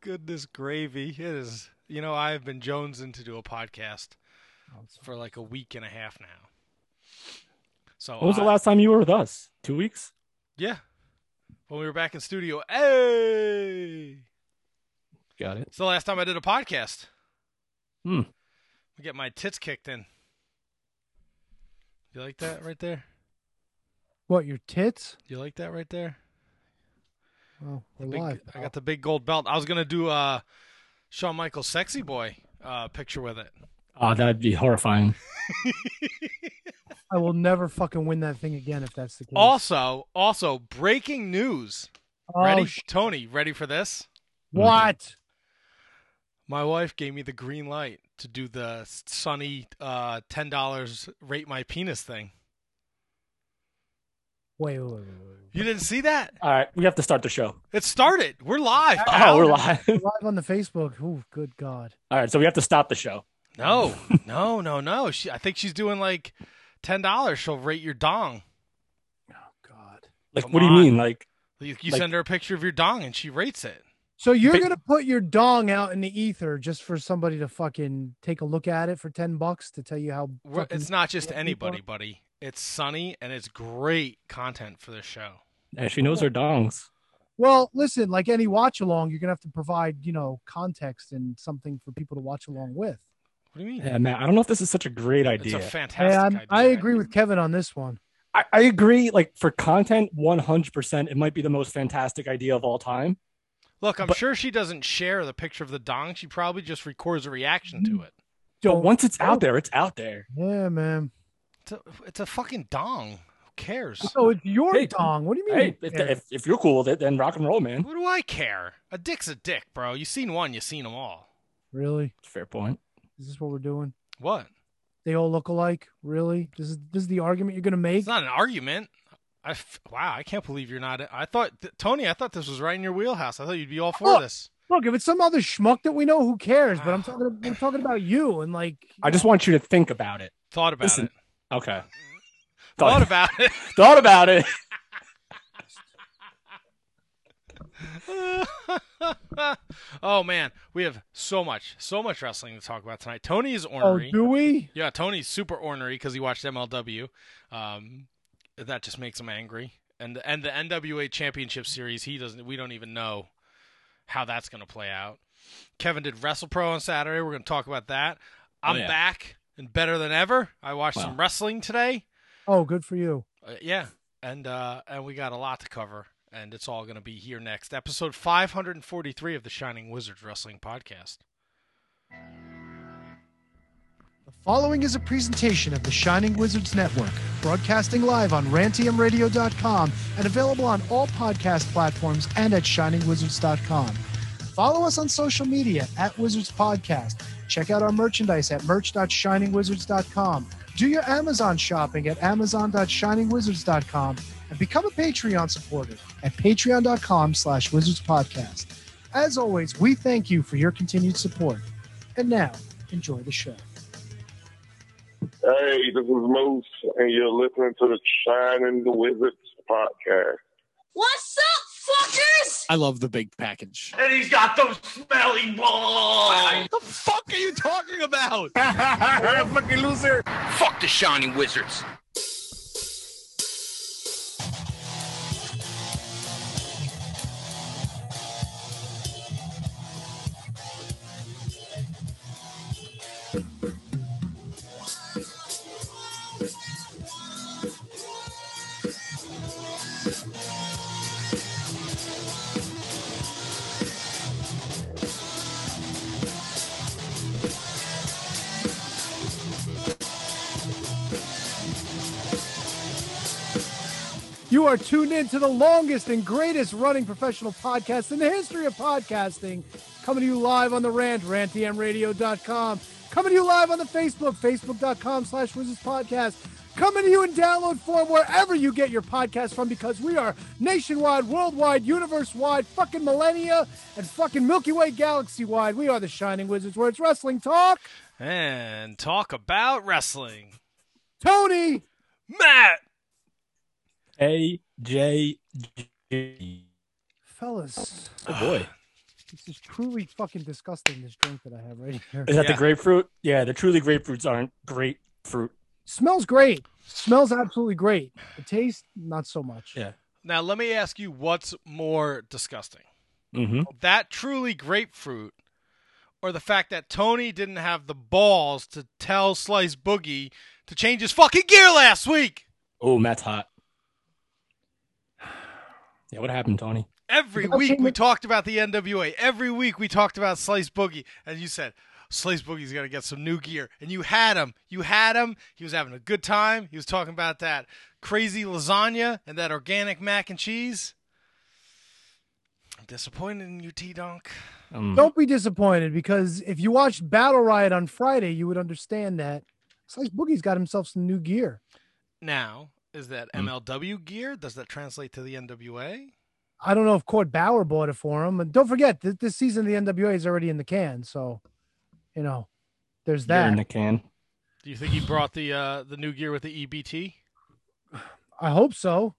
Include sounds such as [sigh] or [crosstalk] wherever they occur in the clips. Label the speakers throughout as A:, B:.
A: goodness gravy. It is. You know, I've been jonesing to do a podcast for like a week and a half now. So
B: When was the
A: I-
B: last time you were with us? Two weeks?
A: Yeah, when we were back in studio. Hey,
B: Got it.
A: it's the last time I did a podcast.
B: Hmm.
A: I get my tits kicked in. You like that right there?
C: What your tits?
A: You like that right there?
C: Oh, we're
A: Big-
C: live.
A: I got the big gold belt. I was gonna do uh Shawn Michaels sexy boy uh picture with it.
B: Oh, that'd be horrifying.
C: I will never fucking win that thing again if that's the case.
A: Also, also breaking news.
C: Oh,
A: ready,
C: sh-
A: Tony? Ready for this?
C: what?
A: My wife gave me the green light to do the sunny uh, ten dollars rate my penis thing.
C: Wait, wait, wait, wait, wait. [laughs]
A: You didn't see that?
B: All right, we have to start the show.
A: It started. We're live.
B: Oh,
A: pal.
B: [laughs] we're live.
C: Live on the Facebook. Ooh, good God.
B: All right, so we have to stop the show.
A: No, no, no, no. She, I think she's doing like ten dollars. She'll rate your dong.
C: Oh, God.
B: Like,
A: Come
B: what do you
A: on.
B: mean? Like,
A: You, you
B: Like-
A: send her a picture of your dong, and she rates it.
C: So you're
B: Ba-
C: going to put your dong out in the ether just for somebody to fucking take a look at it for 10 bucks to tell you how.
A: We're-
C: fucking-
A: It's not just
C: Yeah,
A: anybody, buddy. It's Sunny, and it's great content for this show.
B: eh, she knows her dongs.
C: Well, listen, like any watch along, you're going to have to provide, you know, context and something for people to watch along with.
A: What do you mean?
B: Yeah, man, I don't know if this is such a great
A: It's a
B: idea.
A: fantastic
C: Hey, I'm,
A: idea.
C: I agree with Kevin on this one.
B: I, I agree. Like, for content, one hundred percent, it might be the most fantastic idea of all time.
A: Look, I'm
B: But-
A: sure she doesn't share the picture of the dong. She probably just records a reaction to it.
B: But
C: Don't-
B: once it's out there, it's out there.
C: Yeah, man.
A: It's a, it's a fucking dong. Who cares?
C: So it's your
B: Hey,
C: dong. What do you mean?
B: Hey,
C: you
B: if,
C: care?
B: if, if you're cool with it, then rock and roll, man.
A: What do I care? A dick's a dick, bro. You seen one, you seen them all.
C: really?
B: Fair point.
C: Is this what we're doing?
A: What?
C: They all look alike? Really? This is this is the argument you're going to
A: It's
C: make?
A: not an argument. I f- wow, I can't believe you're not. I thought th- Tony, I thought this was right in your wheelhouse. I thought you'd be all for
C: Look.
A: this.
C: Look, if it's some other schmuck that we know, who cares? But I'm talking I'm talking about you and like
B: I just want you to think about it.
A: Thought about
B: Listen,
A: it.
B: Okay.
A: Thought
B: Thought,
A: about it. [laughs]
B: thought about it.
A: oh man, we have so much, so much wrestling to talk about tonight. Tony is
C: Oh,
A: ornery.
C: do we?
A: Yeah, Tony's super ornery because he watched MLW. Um, that just makes him angry. And and the NWA Championship Series, he doesn't. We don't even know how that's going to play out. Kevin did WrestlePro on Saturday. We're going to talk about that. I'm
B: Oh, yeah.
A: back and better than ever. I watched
B: Wow.
A: some wrestling today.
C: Oh, good for you.
A: Uh, yeah, and uh, and we got a lot to cover, and it's all going to be here next episode 543 of the Shining Wizards Wrestling Podcast.
C: The following is a presentation of the Shining Wizards Network, broadcasting live on rantiumradio.com and available on all podcast platforms and at shiningwizards.com. Follow us on social media at Wizards Podcast. Check out our merchandise at merch.shiningwizards.com. Do your Amazon shopping at amazon.shiningwizards.com and become a Patreon supporter at patreon.com slash wizards podcast. As always, we thank you for your continued support. And now, enjoy the show.
D: Hey, this is Moose, and you're listening to the Shining the Wizards podcast.
E: What's up, fuckers?
F: I love the big package.
G: And he's got those smelly balls.
F: The fuck are you talking about?
G: Fuck the Shining Wizards.
C: You are tuned in to the longest and greatest running professional podcast in the history of podcasting. Coming to you live on the rant, rantdmradio.com. Coming to you live on the Facebook, facebook.com slash wizards podcast. Coming to you in download form wherever you get your podcast from because we are nationwide, worldwide, universe wide, fucking millennia, and fucking Milky Way galaxy wide. We are the Shining Wizards where it's wrestling talk.
A: And talk about wrestling,
C: Tony,
A: Matt.
B: A J G.
C: fellas,
B: Oh boy.
C: This is truly fucking disgusting. This drink that I have right here
B: Is that
A: Yeah.
B: the grapefruit? Yeah, the truly grapefruits aren't grapefruit.
C: smells great. Smells absolutely great. The taste, not so much.
B: Yeah.
A: Now let me ask you, what's more disgusting?
B: Mm-hmm.
A: That truly grapefruit, or the fact that Tony didn't have the balls to tell Slice Boogie to change his fucking gear last week?
B: Oh, Matt's hot. Yeah, what happened, Tony?
A: Every
C: Without
A: week
C: saying
A: we
C: that-
A: talked about the NWA. Every week we talked about Slice Boogie, and you said Slice Boogie's got to get some new gear, and you had him. You had him. He was having a good time. He was talking about that crazy lasagna and that organic mac and cheese. I'm disappointed in you, T Donk.
B: Um,
C: Don't be disappointed because if you watched Battle Riot on Friday, you would understand that Slice Boogie's got himself some new gear.
A: Now, is that
B: Hmm.
A: MLW gear? Does that translate to the NWA?
C: I don't know if Cord Bauer bought it for him. And don't forget that this season the NWA is already in the can, so you know there's
B: you're
C: that.
B: in the can.
A: Do you think he brought the uh, the new gear with the EBT?
C: I hope so.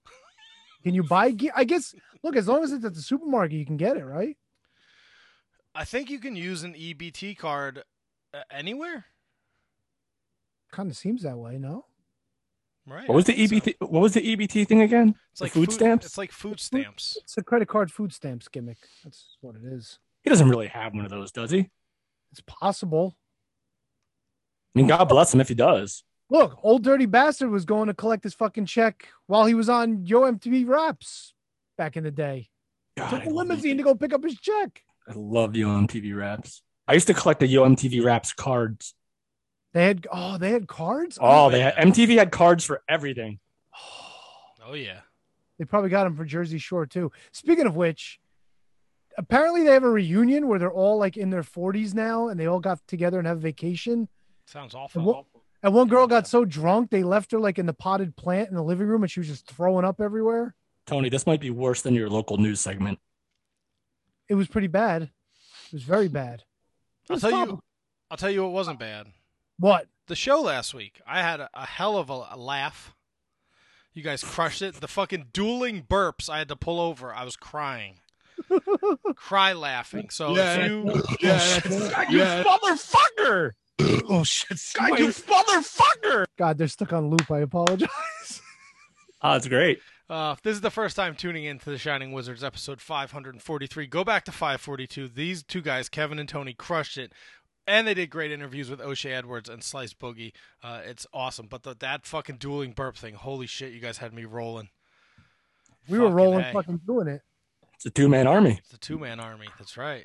C: Can you buy gear? I guess look, as long as it's at the supermarket, you can get it, right?
A: I think you can use an EBT card uh, anywhere,
C: Kind of seems that way, no?
A: right?
B: What was the
A: I think so.
B: EBT? What was the EBT thing again?
A: It's
B: The
A: like
B: food stamps?
A: It's like food stamps.
C: It's a credit card food stamps gimmick. That's what it is.
B: He doesn't really have one of those, does he? I
C: It's possible.
B: mean, God bless him if he does.
C: Look, old dirty bastard was going to collect his fucking check while he was on Yo MTV Raps back in the day.
B: God,
C: Took
B: I
C: a
B: love
C: limousine to go pick up his check.
B: I love Yo MTV Raps. I used to collect the Yo MTV Raps cards.
C: They had oh, they had cards.
B: Oh, they had, MTV had cards for everything.
A: Oh yeah.
C: They probably got him for Jersey Shore too. Speaking of which, apparently they have a reunion where they're all like in their 40s now and they all got together and have a vacation.
A: Sounds awful.
C: What- And one girl got so drunk they left her like in the potted plant in the living room and she was just throwing up everywhere.
B: Tony, this might be worse than your local news segment.
C: It was pretty bad. It was very bad.
A: I'll tell you. I'll tell you what wasn't bad.
C: What?
A: The show last week, I had a, a hell of a, a laugh. You guys crushed it. The fucking dueling burps. I had to pull over. I was
C: [laughs]
A: crying, cry laughing. So
F: Yeah.
A: if you
F: Yeah, that's- [laughs] yeah.
B: Motherfucker!
F: Oh shit! God, you motherfucker!
C: God, they're stuck on loop. I apologize. [laughs]
B: Oh, it's great.
A: Uh, if this is the first time tuning in to the Shining Wizards episode 543, go back to 542. These two guys, Kevin and Tony, crushed it. And they did great interviews with O'Shea Edwards and Slice Boogie. Uh, it's awesome. But the, that fucking dueling burp thing, holy shit, you guys had me rolling.
C: We were rolling
A: A.
C: fucking doing it.
B: It's a two man army.
A: It's a two man army. That's right.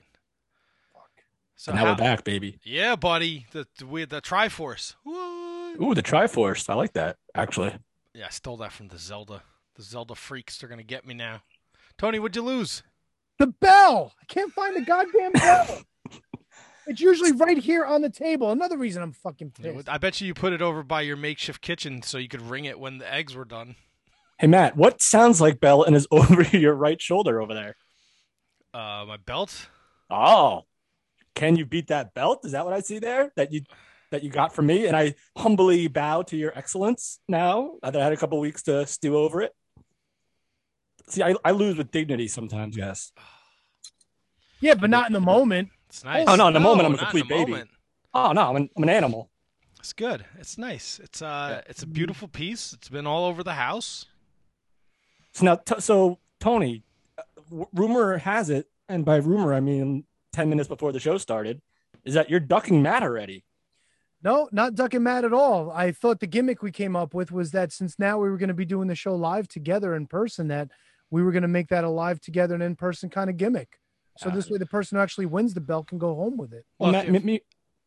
A: So
B: and now
A: how-
B: we're back, baby.
A: Yeah, buddy. The, the, we- the Triforce. What?
B: Ooh, the Triforce. I like that, actually.
A: Yeah, I stole that from the Zelda. The Zelda freaks are going to get me now. Tony, what'd you lose?
C: The bell. I can't find the goddamn bell. it's usually right here on the table. Another reason I'm fucking
A: Yeah,
C: pissed.
A: I bet you you put it over by your makeshift kitchen so you could ring it when the eggs were done.
B: Hey, Matt, what sounds like Bell and is [laughs] over your right shoulder over there?
A: Uh, my belt.
B: Oh, can you beat that belt? Is that what I see there that you that you got from me? And I humbly bow to your excellence. Now that I had a couple weeks to stew over it. See, I, I lose with dignity sometimes. Yes.
C: yeah, but not in the moment.
A: It's nice.
B: Oh, no, in the moment, I'm a
A: not in
B: complete
A: the
B: baby.
A: moment.
B: Oh no, I'm an, I'm an animal.
A: It's good. It's nice. It's uh, it's a beautiful piece. It's been all over the house.
B: So now, t- so Tony, uh, w- rumor has it, and by rumor I mean ten minutes before the show started, is that you're ducking Matt already?
C: No, not ducking Matt at all. I thought the gimmick we came up with was that since now we were going to be doing the show live together in person, that we were going to make that a live together and in person kind of gimmick. So
B: Ah.
C: this way, the person who actually wins the belt can go home with it.
B: Well,
A: Look,
B: Matt,
A: if-
B: me, me-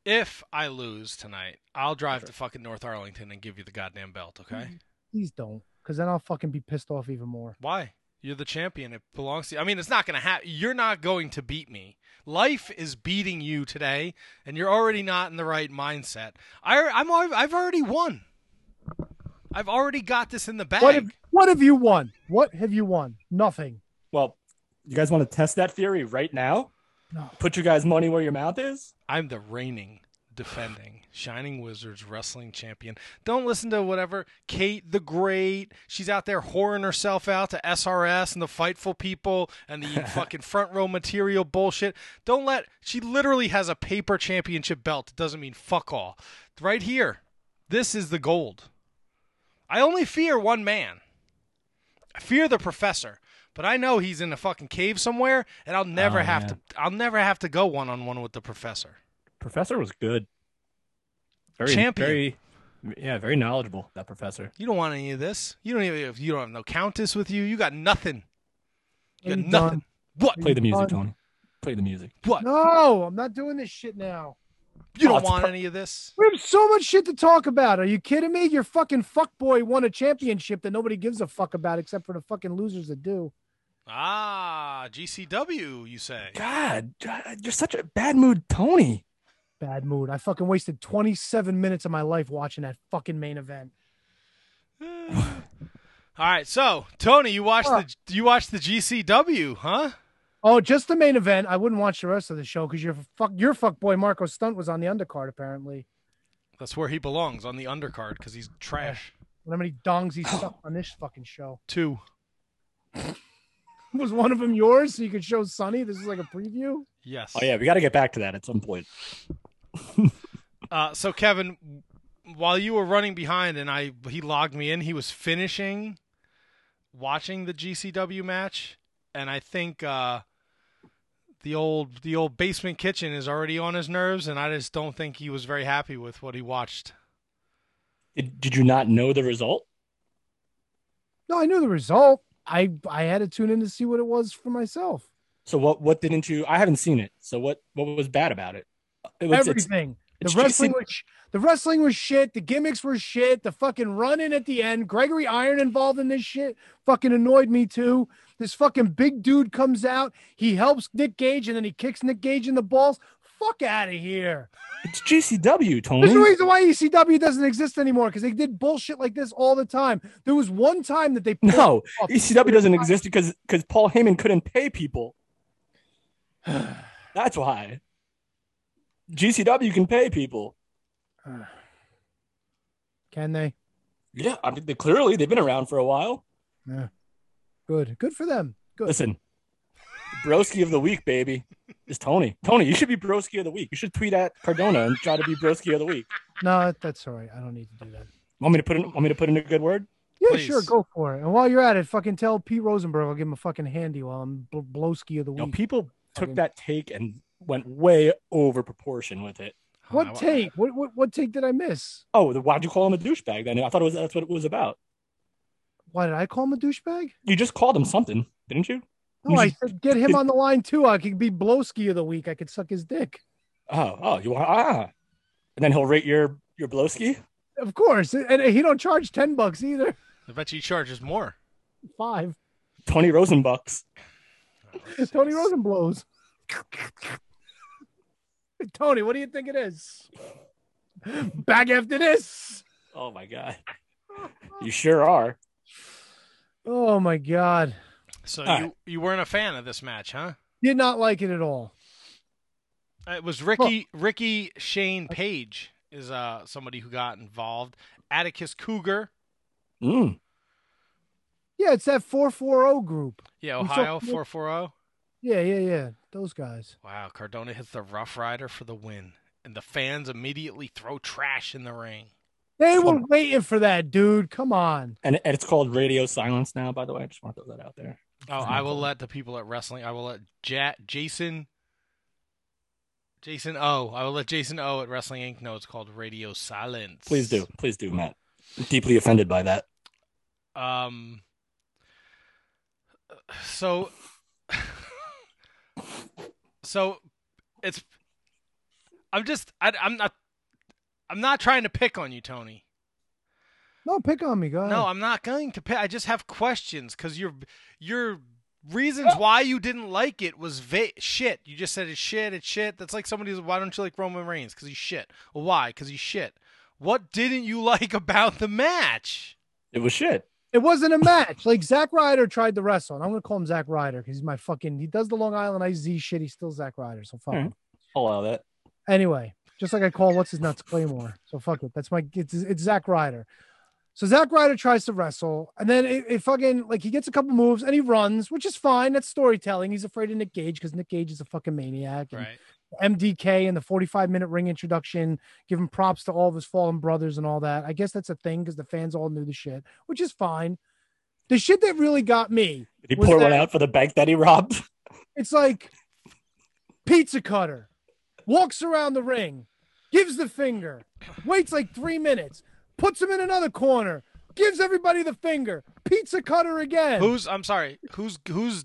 A: If I lose tonight, I'll drive to fucking North Arlington and give you the goddamn belt. Okay?
C: Please don't, because then I'll fucking be pissed off even more.
A: Why? You're the champion. It belongs to you. I mean, it's not gonna happen. You're not going to beat me. Life is beating you today, and you're already not in the right mindset. I, I'm. al- I've already won. I've already got this in the bag.
C: What have, what have you won? What have you won? Nothing.
B: well, you guys want to test that theory right now?
C: No.
B: Put your guys' money where your mouth is.
A: I'm the reigning defending Shining Wizards wrestling champion. Don't listen to whatever Kate the Great. She's out there whoring herself out to SRS and the Fightful people and
B: [laughs]
A: the fucking front row material bullshit. Don't let. She literally has a paper championship belt. It doesn't mean fuck all. Right here, this is the gold. I only fear one man. I fear the professor, but I know he's in a fucking cave somewhere, and I'll never
B: Oh,
A: have
B: man.
A: to. I'll never have to go one on one with the professor.
B: Professor was good. Very
A: Champion.
B: Very, yeah, very knowledgeable. That professor.
A: You don't want any of this. You don't even. You don't have no countess with you. You got nothing. You
C: Are
A: got
C: you
A: nothing.
C: done?
A: What?
B: Play the music,
C: Fun.
B: Tony. Play the music.
A: What?
C: No, I'm not doing this shit now.
A: You don't
B: it's
A: want
B: per-
A: any of this.
C: We have so much shit to talk about. Are you kidding me? Your fucking fuckboy won a championship that nobody gives a fuck about except for the fucking losers that do.
A: Ah, GCW. You say?
B: God, God, you're such a bad mood, Tony.
C: Bad mood. I fucking wasted 27 minutes of my life watching that fucking main event.
A: [sighs] All right. So Tony, you watched
C: Huh.
A: the you watched the GCW, huh?
C: Oh, just the main event. I wouldn't watch the rest of the show because your fuck your fuckboy Marco Stunt was on the undercard apparently.
A: That's where he belongs on the undercard because he's trash.
C: How many dongs he [sighs] sucked on this fucking show?
A: Two.
C: Was one of them yours so you could show Sonny? This is like a preview.
A: Yes.
B: Oh yeah, we got to get back to that at some point.
A: Uh, so Kevin, while you were running behind and I he logged me in, he was finishing watching the GCW match, and I think uh, the old the old basement kitchen is already on his nerves, and I just don't think he was very happy with what he watched.
B: Did, did you not know the result?
C: No, I knew the result. I I had to tune in to see what it was for myself.
B: So what? What didn't you? I haven't seen it. So what? What was bad about it? It was- it's-
C: Everything.
B: it's
C: the wrestling
B: GC
C: was sh- the wrestling was shit. The gimmicks were shit. The fucking run in at the end. Gregory Iron involved in this shit fucking annoyed me too. This fucking big dude comes out. He helps Nick Gage and then he kicks Nick Gage in the balls. Fuck out of here.
B: It's GCW, Tony.
C: There's a reason why ECW doesn't exist anymore because they did bullshit like this all the time. There was one time that they pulled
B: No,
C: it off.
B: ECW doesn't exist because because Paul Heyman couldn't pay
C: [sighs]
B: people. That's why. GCW can pay people.
C: Can they?
B: Yeah, I mean, they, clearly they've been around for a while.
C: Good. Good for them. Good.
B: Listen, Broski of the week, baby, is Tony. Tony, you should be Broski of the week. You should tweet at Cardona and try to be Broski of the week.
C: No, that's all right. I don't need to do that.
B: Want me to put in? Want me to put in a good word?
C: Yeah,
A: Please.
C: sure, go for it. And while you're at it, fucking tell Pete Rosenberg I'll give him a fucking handy while I'm bl- blowski of the
B: No,
C: week.
B: people took
C: Fucking-
B: that take and went way over proportion with it.
A: I-
C: what take? What, what what take did I miss?
B: Oh, then why'd you call him a douchebag then? I thought it was that's what it was about.
C: Why did I call him a douchebag?
B: You just called him something, didn't you?
C: No,
B: You
C: I
B: just-
C: said get him on the line too. I could be blowski of the week. I could suck his dick.
B: Oh, oh, you want ah, and then he'll rate your your blowski.
C: Of course, and he don't charge ten bucks either. [laughs]
A: I bet you he charges more.
C: Five.
B: Tony Rosenbucks.
C: Tony Rosenblows. Tony, what do you think it is? Back after this.
B: Oh my god, you sure are.
C: Oh my god,
A: So
B: All
A: you
B: right.
A: you weren't a fan of this match, huh?
C: did not like it at all.
A: It was Ricky Ricky Shane Page is uh somebody who got involved. Atticus Cougar,
B: Mm.
C: Yeah, it's that 440 group.
A: yeah,
C: We saw-
A: Ohio four four oh. zero.
C: Yeah, yeah, yeah. Those guys.
A: Wow, Cardona hits the Rough Rider for the win, and the fans immediately throw trash in the ring.
C: They were
B: Come-
C: waiting for that, dude. Come on.
B: And, and it's called radio silence now. By the way, I just want to throw that out there.
A: Oh, I will let the people at wrestling. I will let ja- Jason. Jason O. I will let Jason O at Wrestling Inc. know it's called Radio Silence.
B: Please do, please do, Matt. I'm deeply offended by that.
A: Um. So. so, it's. I'm just. I, I'm not. I'm not trying to pick on you, Tony.
C: No, pick on me. Go ahead.
A: No, I'm not going to pay. I just have questions because your your reasons why you didn't like it was va- shit. You just said it's shit. It's shit. That's like somebody's. Why don't you like Roman Reigns? Because he's shit. Well, why? Because he's shit. What didn't you [laughs] like about the match?
B: It was shit.
C: it wasn't a match. Like Zack Ryder tried to wrestle, and I'm gonna call him Zack Ryder because he's my fucking. He does the Long Island IZ shit. He's still Zack Ryder, so fuck
B: All right.
C: him.
B: I'll allow that.
C: Anyway, Just like I call what's his nuts Claymore. So fuck it. That's my it's, it's Zack Ryder. So Zack Ryder tries to wrestle, and then it, it fucking like he gets a couple moves and he runs, which is fine. That's storytelling. He's afraid of Nick Gage because Nick Gage is a fucking maniac. and
A: Right.
C: MDK and the 45 minute ring introduction, give him props to all of his fallen brothers and all that. I guess that's a thing because the fans all knew the shit, which is fine. The shit that really got me,
B: Did he
C: Was
B: pour one
C: that-
B: out for the bank that he robbed?
C: it's like pizza cutter walks around the ring, gives the finger, waits like three minutes, puts him in another corner, gives everybody the finger, pizza cutter again.
A: Who's? I'm sorry. Who's? Who's?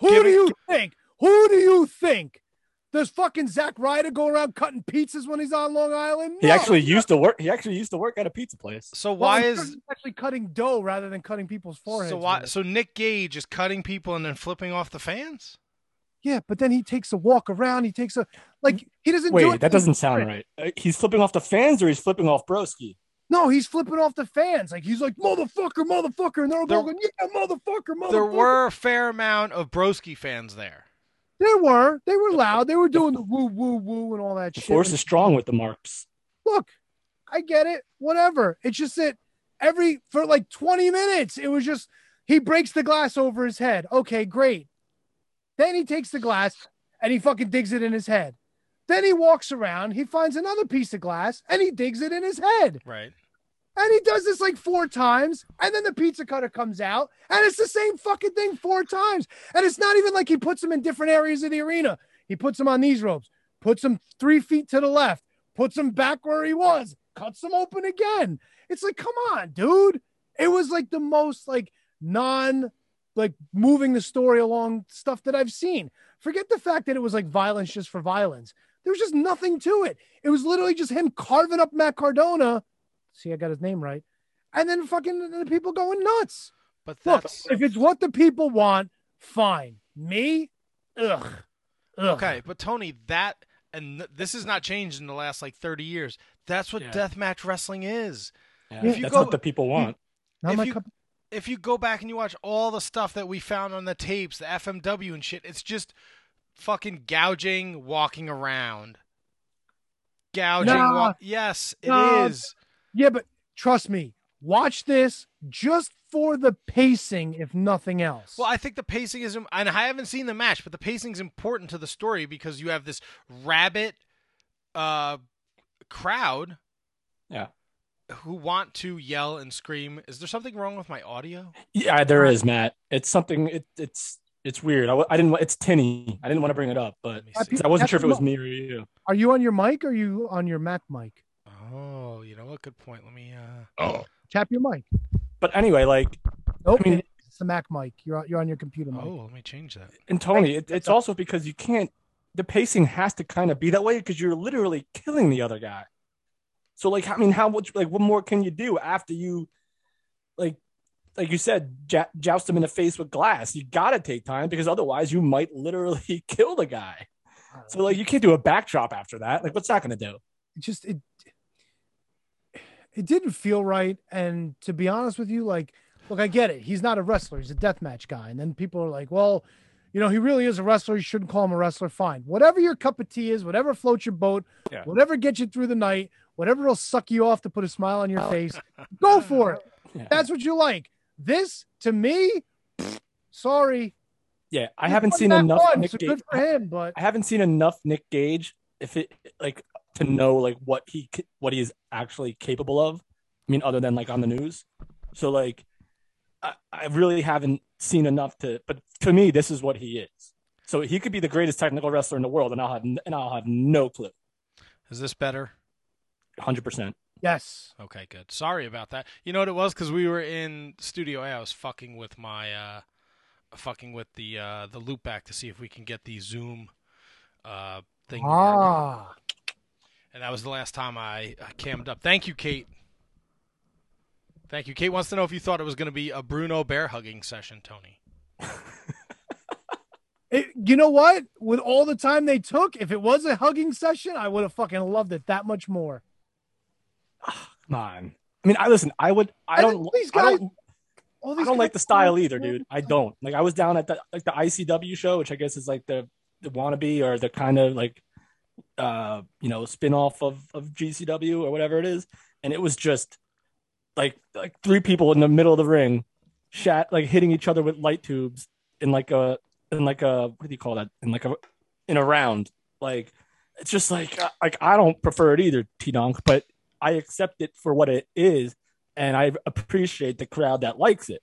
C: Who
A: Give
C: do
A: it-
C: you think? Who do you think? Does fucking Zack Ryder go around cutting pizzas when he's on Long Island?
B: He
C: No.
B: actually used to work. He actually used to work at a pizza place.
A: So
C: Well,
A: why
C: I'm sure
A: is?
C: he's actually cutting dough rather than cutting people's foreheads?
A: So
C: with
A: why?
C: it.
A: So Nick Gage is cutting people and then flipping off the fans.
C: Yeah, but then he takes a walk around. He takes a like. He doesn't. do
B: Wait,
C: it
B: that doesn't sound right. Uh, He's flipping off the fans, or he's flipping off Broski.
C: No, he's flipping off the fans. Like he's like motherfucker, motherfucker, and they're all
A: There-
C: going, yeah, motherfucker, motherfucker.
A: There were a fair amount of Broski fans there.
C: There were. They were loud. They were doing the woo, woo, woo, and all that
B: The
C: shit.
B: force
C: And
B: is strong with the marks.
C: look, I get it. Whatever. It's just that every for like 20 minutes, it was just he breaks the glass over his head. Okay, great. Then he takes the glass and he fucking digs it in his head. Then he walks around, he finds another piece of glass and he digs it in his head.
A: Right.
C: And he does this like four times, and then the pizza cutter comes out, and it's the same fucking thing four times. And it's not even like he puts him in different areas of the arena. He puts him on these ropes, puts him three feet to the left, puts him back where he was, cuts him open again. It's like, come on, dude. It was like the most like non like moving the story along stuff that I've seen. Forget the fact that it was like violence just for violence. There was just nothing to it. It was literally just him carving up Matt Cardona. See, I got his name right. And then fucking the people going nuts.
A: But
C: Look,
A: that's
C: if it's what the people want, fine. Me, ugh. ugh.
A: okay. But Tony, that and th- this has not changed in the last like 30 years. That's what
B: Yeah.
A: deathmatch wrestling is.
B: Yeah,
A: If you
B: that's
A: go-
B: what the people want.
C: Not
A: if
C: my
A: you-
C: cup-
A: If you go back and you watch all the stuff that we found on the tapes, the FMW and shit, it's just fucking gouging, walking around. Gouging.
C: Nah.
A: wa- yes, it is.
C: Nah. yeah, but trust me, watch this just for the pacing, if nothing else.
A: Well, I think the pacing is, and I haven't seen the match, but the pacing is important to the story because you have this rabbit uh, crowd.
B: Yeah.
A: Who want to yell and scream? Is there something wrong with my audio?
B: Yeah, there is Matt. It's something. It, it's it's weird. I, wa- I didn't. wa- It's tinny. I didn't want to bring it up, but
A: Let me
C: I
A: see.
C: pe-
B: I wasn't
C: that's
B: sure if it was
C: not-
B: me or you.
C: Are you on your mic or are you on your Mac mic?
A: Oh, you know what? Good point. Let me. uh
C: Tap your mic.
B: But anyway, like
C: Nope.
B: mean-
C: it's the Mac mic. You're on, you're on your computer mic.
A: Oh, let me change that.
B: and Tony, it, it's also because you can't. The pacing has to kind of be that way because you're literally killing the other guy. So like, I mean, how much? Like, what more can you do after you, like, like you said, jou- joust him in the face with glass? You gotta take time because otherwise you might literally [laughs] kill the guy. So like, you can't do a backdrop after that. Like, what's that gonna do?
C: it just it it didn't feel right and to be honest with you like look i get it he's not a wrestler he's a deathmatch guy and then people are like well you know he really is a wrestler you shouldn't call him a wrestler fine whatever your cup of tea is whatever floats your boat
B: Yeah.
C: whatever gets you through the night whatever will suck you off to put a smile on your face go for it
B: Yeah.
C: that's what you like this to me pfft, sorry
B: Yeah, I
C: He
B: haven't
C: won
B: seen
C: that
B: enough.
C: one,
B: Nick
C: so
B: Gage.
C: good for him but
B: I haven't seen enough Nick Gage if it like to know like what he c- what he is actually capable of. I mean, other than like on the news. So like, I, I really haven't seen enough to. But to me, this is what he is. So he could be the greatest technical wrestler in the world, and I'll have n- and I'll have no clue.
A: Is this better?
B: Hundred percent.
C: yes
A: Okay, good. Sorry about that. You know what it was? Because we were in Studio A. I was fucking with my, uh, fucking with the uh, the loop back to see if we can get the Zoom uh, thing. to work.
C: ah
A: And that was the last time I uh, cammed up. Thank you, Kate. Thank you. Kate wants to know if you thought it was going to be a Bruno bear hugging session, Tony.
C: It, you know what? With all the time they took, if it was a hugging session, I would have fucking loved it that much more.
B: Come on. I mean, I listen. I would. I
C: And
B: don't.
C: these
B: I
C: guys-
B: don't,
C: All
B: I
C: these
B: don't
C: guys-
B: like the style either, dude. I don't. Like I was down at the like the ICW show, which I guess is like the the wannabe or the kind of like uh, you know, spin-off of of GCW or whatever it is, and it was just like like three people in the middle of the ring, shat like hitting each other with light tubes in like a in like a what do you call that in like a in a round like it's just like uh, like I don't prefer it either, T Donk, but I accept it for what it is, and I appreciate the crowd that likes it.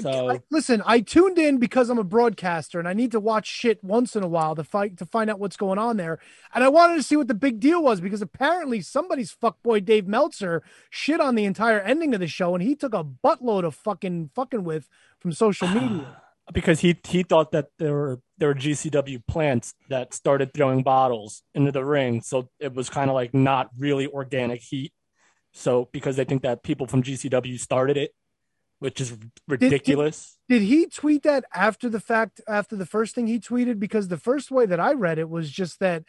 B: So [sighs]
C: I- listen, I tuned in because I'm a broadcaster and I need to watch shit once in a while to fight to find out what's going on there. And I wanted to see what the big deal was because apparently somebody's fuckboy Dave Meltzer shit on the entire ending of the show and he took a buttload of fucking fucking with
B: [sighs]
C: from social media.
B: because he he thought that there were there were GCW plants that started throwing bottles into the ring, so it was kind of like not really organic heat. So because they think that people from GCW started it, which is ridiculous.
C: Did he tweet that after the fact after the first thing he tweeted because the first way that I read it was just that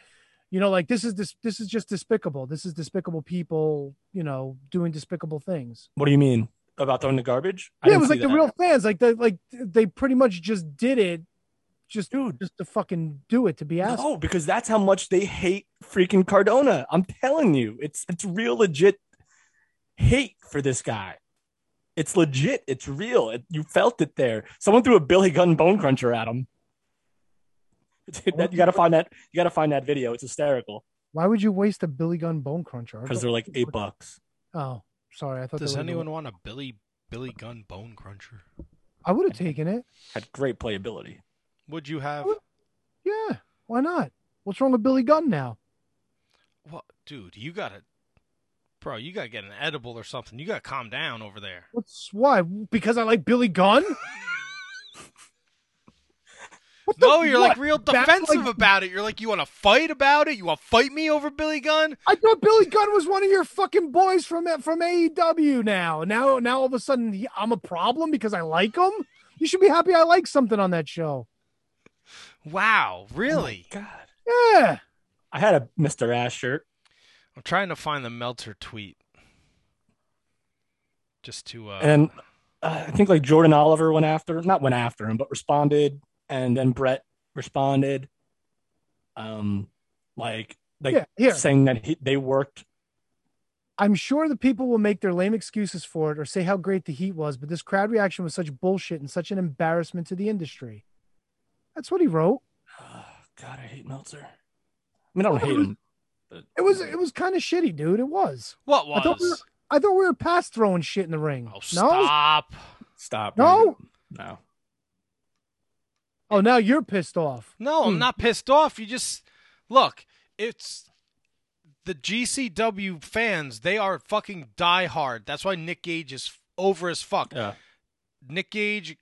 C: you know like this is this this is just despicable. This is despicable people, you know, doing despicable things.
B: what do you mean about throwing the garbage? I
C: yeah, it
B: didn't
C: was
B: see
C: like the
B: that.
C: real fans, like they like they pretty much just did it, just
B: Dude.
C: just to fucking do it to be asked.
B: No, because that's how much they hate freaking Cardona. I'm telling you, it's it's real legit hate for this guy. It's legit. It's real. It, you felt it there. Someone threw a Billy Gunn bone cruncher at him. [laughs] That- you got to find that. You got to find that video. It's hysterical
C: Why would you waste a Billy Gun bone cruncher?
B: because they're like eight bucks.
C: oh, sorry, I thought.
A: Does
C: they were the-
A: anyone want a Billy Billy Gun Bone Cruncher?
C: I would have taken it.
B: Had great playability.
A: Would you have?
C: Yeah, why not? What's wrong with Billy Gunn now?
A: What, dude? You gotta, bro. You gotta get an edible or something. You gotta calm down over
C: [laughs]
A: there.
C: What's why? Because I like Billy Gunn. What the-
A: No, you're like
C: what?
A: real
C: That's
A: defensive
C: like-
A: about it. You're like, you want to fight about it? You want to fight me over Billy Gunn?
C: I thought Billy Gunn was one of your fucking boys from from AEW. Now, now, now, all of a sudden, he- I'm a problem because I like him. You should be happy I like something on that show.
A: Wow,
C: Oh
A: really?
B: God,
C: Yeah.
B: I had a Mr. Ash shirt.
A: I'm trying to find the Meltzer tweet, just to. uh
B: and
C: Oh.
B: uh, I think like Jordan Oliver went after, not went after him, but responded, and then Brett responded, um, like like
C: Yeah, here.
B: saying that he, they worked.
C: I'm sure the people will make their lame excuses for it or say how great the heat was, but this crowd reaction was such bullshit and such an embarrassment to the industry. That's what he wrote.
B: Oh, God, I hate Meltzer. I mean, I don't hate him. but-
C: It was it was kind of shitty, dude. It was.
A: what
C: I thought we
A: was?
C: I thought we were past throwing shit in the ring.
A: Oh, stop!
B: stop.
C: No?
B: no.
C: No. Oh, now you're pissed off.
A: No, I'm
C: Hmm.
A: not pissed off. You just look. It's the GCW fans. They are fucking diehard. That's why Nick Gage is over as fuck.
B: Yeah.
A: Nick Gage,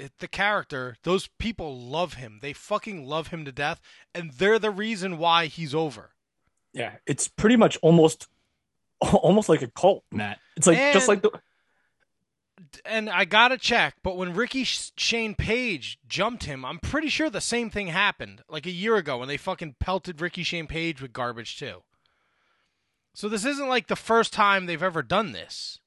A: it- the character, those people love him. They fucking love him to death, and they're the reason why he's over.
B: Yeah, it's pretty much almost [laughs] almost like a cult, Matt. It's like just like
A: And-
B: the
A: And I gotta check, but when Ricky Sh- Shane Page jumped him, I'm pretty sure the same thing happened like a year ago when they fucking pelted Ricky Shane Page with garbage too. So this isn't like the first time they've ever done this.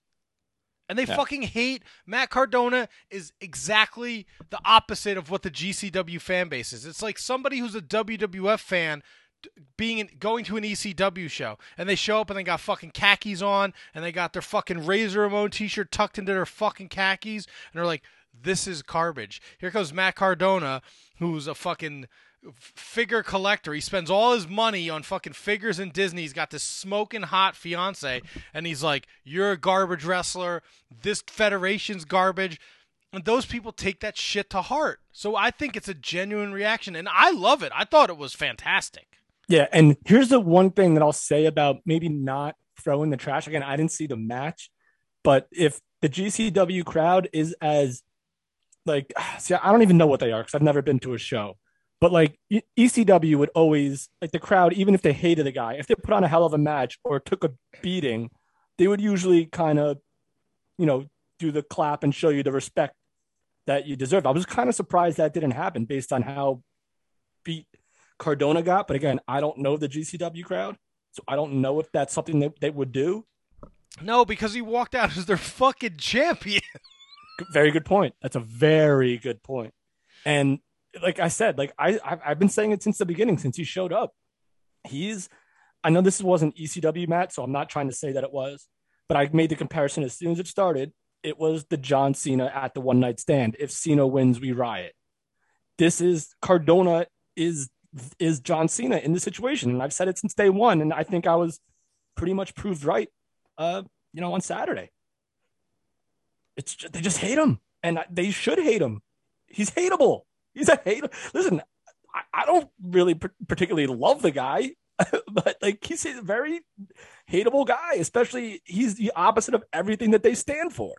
A: And they
B: Yeah.
A: fucking hate Matt Cardona is exactly the opposite of what the GCW fan base is. It's like somebody who's a WWF fan d- being in, going to an ECW show and they show up and they got fucking khakis on and they got their fucking Razor Ramon t-shirt tucked into their fucking khakis and they're like this is garbage. Here comes Matt Cardona who's a fucking figure collector. He spends all his money on fucking figures and Disney. He's got this smoking hot fiance, and he's like, "You're a garbage wrestler. This federation's garbage." And those people take that shit to heart. So I think it's a genuine reaction, and I love it. I thought it was fantastic.
B: Yeah, and here's the one thing that I'll say about maybe not throwing the trash again. I didn't see the match, but if the GCW crowd is as like, [sighs] see, I don't even know what they are because I've never been to a show. But like E- ECW would always like the crowd, even if they hated the guy, if they put on a hell of a match or took a beating, they would usually kind of, you know, do the clap and show you the respect that you deserve. I was kind of surprised that didn't happen based on how beat Cardona got, but again, I don't know the GCW crowd, so I don't know if that's something that they would do.
A: No, because he walked out as their fucking champion.
B: Very good point. That's a very good point. And like I said, like I I've, I've been saying it since the beginning, since he showed up. He's, I know this E was an ECW match, so I'm not trying to say that it was, but I made the comparison as soon as it started. It was the John Cena at the one night stand. If Cena wins, we riot. This is Cardona is is John Cena in this situation, and I've said it since day one, and I think I was pretty much proved right. Uh, you know, on Saturday, it's just, they just hate him, and I- they should hate him. He's hateable. He's a hater. Listen, I, I don't really par- particularly love the guy, [laughs] but like he's a very hateable guy, especially he's the opposite of everything that they stand for.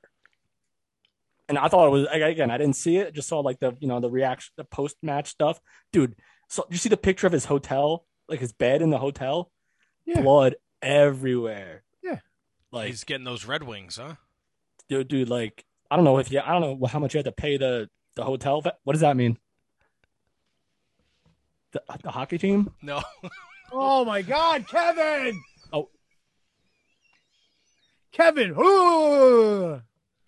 B: And I thought it was again, I didn't see it, just saw like the you know the reaction, the post match stuff, dude. So you see the picture of his hotel, like his bed in the hotel,
C: Yeah.
B: blood everywhere.
C: Yeah.
A: [laughs]
B: like
A: He's getting those Red Wings, huh?
B: dude, dude, like I don't know if you, I don't know how much you had to pay the the hotel. fa- What does that mean? The, the hockey team?
A: No.
C: Oh my God, Kevin!
B: Oh.
C: Kevin! Ooh,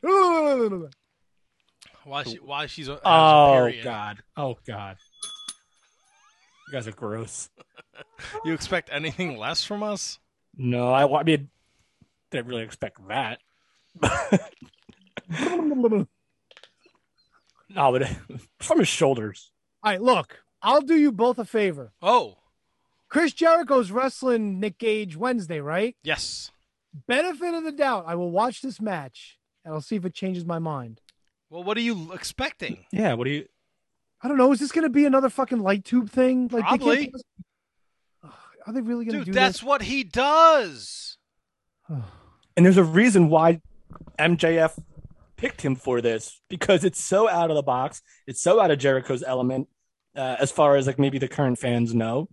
C: ooh.
A: Why she? Why she's? A, has a
B: Oh
A: period.
B: god! Oh god! You guys are gross.
A: You expect anything less from us?
B: No, I, wa- I mean, didn't really expect that. [laughs] no, but [laughs] from his shoulders.
C: All right, look, I'll do you both a favor.
A: Oh,
C: Chris Jericho's wrestling Nick Gage Wednesday, right?
A: yes.
C: Benefit of the doubt, I will watch this match and I'll see if it changes my mind.
A: Well, what are you expecting?
B: Yeah. What do you?
C: I don't know. Is this going to be another fucking light tube thing? Like, they can't
A: Probably.
C: do this- Ugh, Are they really going to
A: Dude,
C: do
A: that's what he does.
C: this?
B: And there's a reason why MJF picked him for this because it's so out of the box. It's so out of Jericho's element, uh, as far as like maybe the current fans know.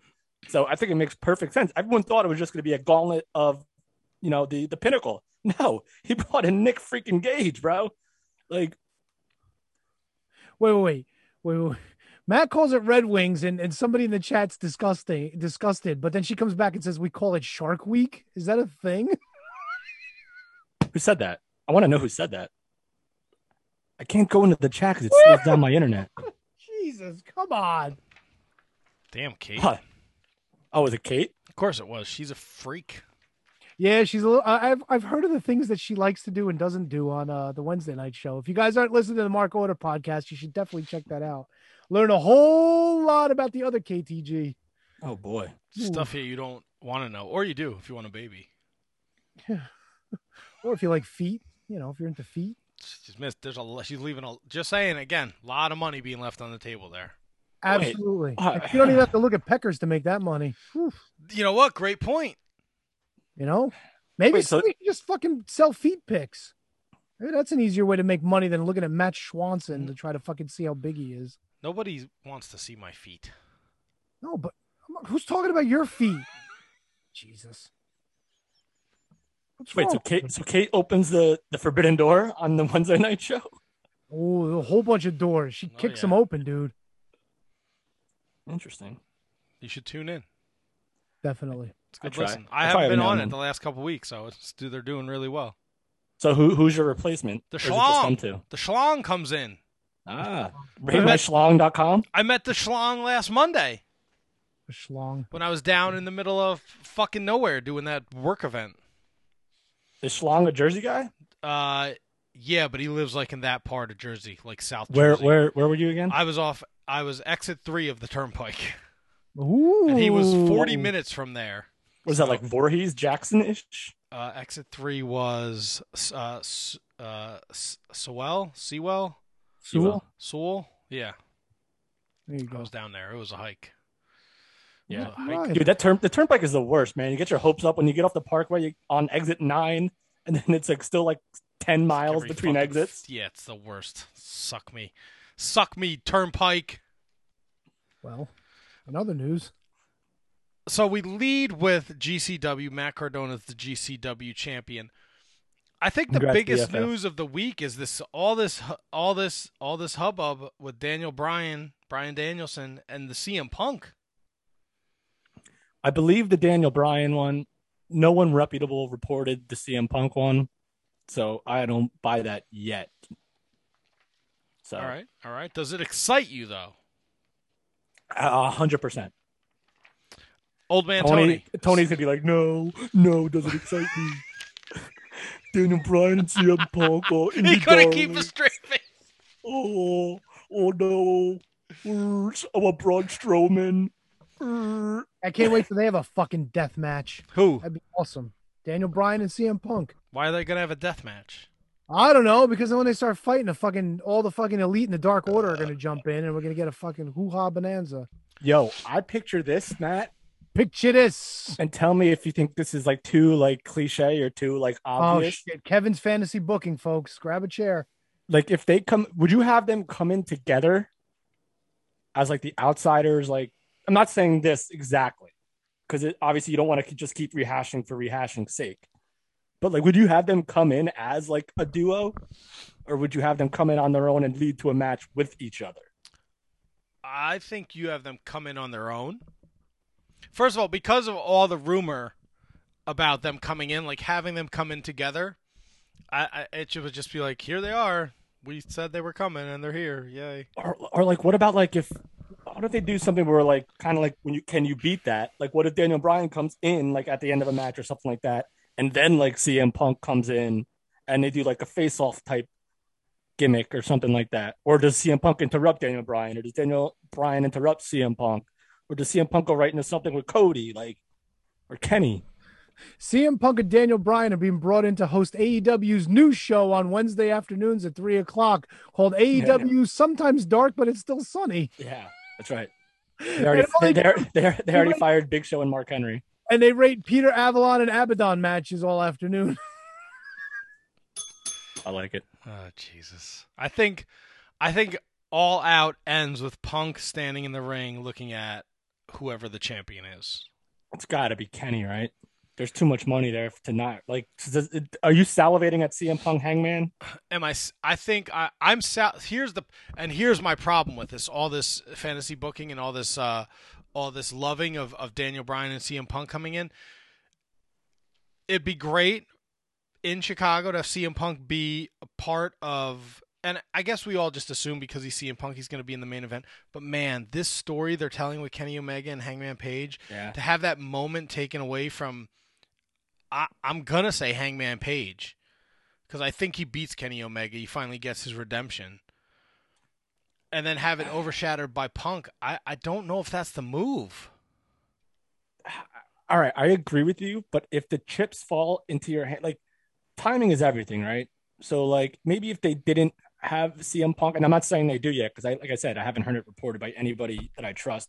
B: So I think it makes perfect sense. Everyone thought it was just going to be a gauntlet of, you know, the the pinnacle. [laughs] No, he brought in Nick freaking Gage, bro. Like,
C: Wait, wait, wait, wait, wait. Matt calls it Red Wings, and, and somebody in the chat's disgusting, disgusted. But then she comes back and says, "We call it Shark Week." Is that a thing? [laughs]
B: who said that? I want to know who said that. I can't go into the chat because it slows down my internet.
C: Jesus, come on!
A: Damn, Kate.
B: Huh. Oh, was it Kate?
A: Of course it was. She's a freak.
C: Yeah, she's a little. I- I've I've heard of the things that she likes to do and doesn't do on uh, the Wednesday night show. If you guys aren't listening to the Mark Order podcast, you should definitely check that out. Learn a whole lot about the other KTG.
B: Oh boy.
A: Stuff here you don't want to know, or you do if you want a baby.
C: Or if you like feet, you know, if you're into feet.
A: She's missed. There's a. lo- She's leaving a. Just saying again. A lot of money being left on the table there.
B: Wait.
C: Absolutely.
B: Uh,
C: you don't even have to look at peckers to make that money. Whew.
A: You know what? Great point.
C: You know, maybe
B: Wait, so-
C: somebody should just fucking sell feet pics. Maybe that's an easier way to make money than looking at Matt Swanson to try to fucking see how big he is.
A: Nobody wants to see my feet.
C: No, but I'm not- who's talking about your feet? Jesus. What's
B: Wait, so
C: wrong?
B: Kate, so Kate opens the, the forbidden door on the [laughs] Wednesday night show.
C: Oh, a whole bunch of doors. She
A: Oh,
C: kicks
A: yeah.
C: them open, dude.
B: Interesting.
A: You should tune in.
C: Definitely.
A: It's
B: I
A: good.
B: try.
A: listen,
B: I
A: I
B: try
A: haven't
B: every
A: been
B: now
A: on
B: and
A: it
B: then.
A: the last couple weeks, so it's, dude, they're doing really well.
B: So who who's your replacement?
A: The
B: Or is it just them two?
A: The schlong comes in.
B: Ah,
A: Right.
B: ratemyschlong.com.
A: I met the schlong last Monday
C: A schlong.
A: when I was down in the middle of fucking nowhere doing that work event.
B: Is Schlong a Jersey guy?
A: Uh, yeah, but he lives like in that part of Jersey, like South
B: Where
A: Jersey.
B: where where were you again?
A: I was off. I was exit three of the turnpike,
C: Ooh.
A: and he was forty minutes from there.
B: was that like Voorhees Jackson ish?
A: Uh, exit three was uh, S- uh, S- Sewell, Sewell,
B: Sewell?
A: Sewell. Yeah,
C: There you
A: I
C: go.
A: was down there. It was a hike. It was
B: Yeah.
A: a hike.
B: Dude, that turn the turnpike is the worst, man. You get your hopes up when you get off the parkway you, on exit nine, and then it's like still like ten miles
A: Every
B: between
A: fucking-
B: exits.
A: Yeah, it's the worst. Suck me, suck me, turnpike.
C: Well, in other news,
A: so we lead with GCW. Matt Cardona's the GCW champion. I think the
B: Congrats,
A: biggest
B: BFF.
A: news of the week is this all this hu- all this all this hubbub with Daniel Bryan, Bryan Danielson, and the CM Punk.
B: I believe the Daniel Bryan one. No one reputable reported the CM Punk one, so I don't buy that yet. So
A: All right, all right. Does it excite you though?
B: A hundred percent.
A: Old man
B: Tony,
A: Tony.
B: Tony's gonna be like, no, no, doesn't excite me. Daniel Bryan and CM Punk.
A: [laughs]
B: Oh,
A: He
B: Indy
A: couldn't keep
B: Darling.
A: a straight face.
B: Oh, oh no. Er, I want Braun Strowman. Er.
C: I can't wait till they have a fucking death match.
A: Who?
C: That'd be awesome. Daniel Bryan and CM Punk.
A: Why are they gonna have a death match?
C: I don't know because then when they start fighting, the fucking all the fucking elite in the Dark Order are gonna jump in, and we're gonna get a fucking hoo ha bonanza.
B: Yo, I picture this, Matt,
C: Picture this.
B: and tell me if you think this is like too like cliche or too like
C: Oh
B: obvious.
C: shit! Kevin's fantasy booking, folks. Grab a chair.
B: like if they come, would you have them come in together as like the outsiders? Like, I'm not saying this exactly because obviously you don't want to just keep rehashing for rehashing's sake. But like, would you have them come in as like a duo, or would you have them come in on their own and lead to a match with each other?
A: I think you have them come in on their own. First of all, because of all the rumor about them coming in, like having them come in together, I, I it should just be like, here they are. We said they were coming, and they're here. Yay!
B: or, or like what about like if what if they do something where like kind of like when you can you beat that like what if daniel bryan comes in like at the end of a match or something like that and then like cm punk comes in and they do like a face off type gimmick or something like that or does cm punk interrupt daniel bryan or does daniel bryan interrupt cm punk or does cm punk go right into something with cody like or kenny
C: CM Punk and Daniel Bryan are being brought in to host AEW's new show on Wednesday afternoons at three o'clock called AEW Sometimes Dark, but it's still sunny.
B: yeah that's right they already,
C: And all
B: they,
C: they
B: they,
C: do-
B: they, they already fired big show and mark henry
C: and they rate Peter Avalon and Abaddon matches all afternoon. [laughs]
B: i like it
A: Oh Jesus! I think, I think all out ends with Punk standing in the ring looking at whoever the champion is.
B: It's got to be Kenny, right? There's too much money there to not like. does it- Are you salivating at CM Punk Hangman?
A: am I? s- I think I, I'm sal- here's the and here's my problem with this all this fantasy booking and all this uh all this loving of of Daniel Bryan and CM Punk coming in. It'd be great in Chicago to have CM Punk be a part of. And I guess we all just assume because he's CM Punk, he's going to be in the main event. But man, this story they're telling with Kenny Omega and Hangman Page,
B: Yeah.
A: to have that moment taken away from, I, I'm gonna say Hangman Page because I think he beats Kenny Omega. He finally gets his redemption, and then have it overshadowed by Punk. I, I don't know if that's the move.
B: All right, I agree with you, but if the chips fall into your hand, like timing is everything, right? So like maybe if they didn't have CM Punk, and I'm not saying they do yet because I, like I said, I haven't heard it reported by anybody that I trust.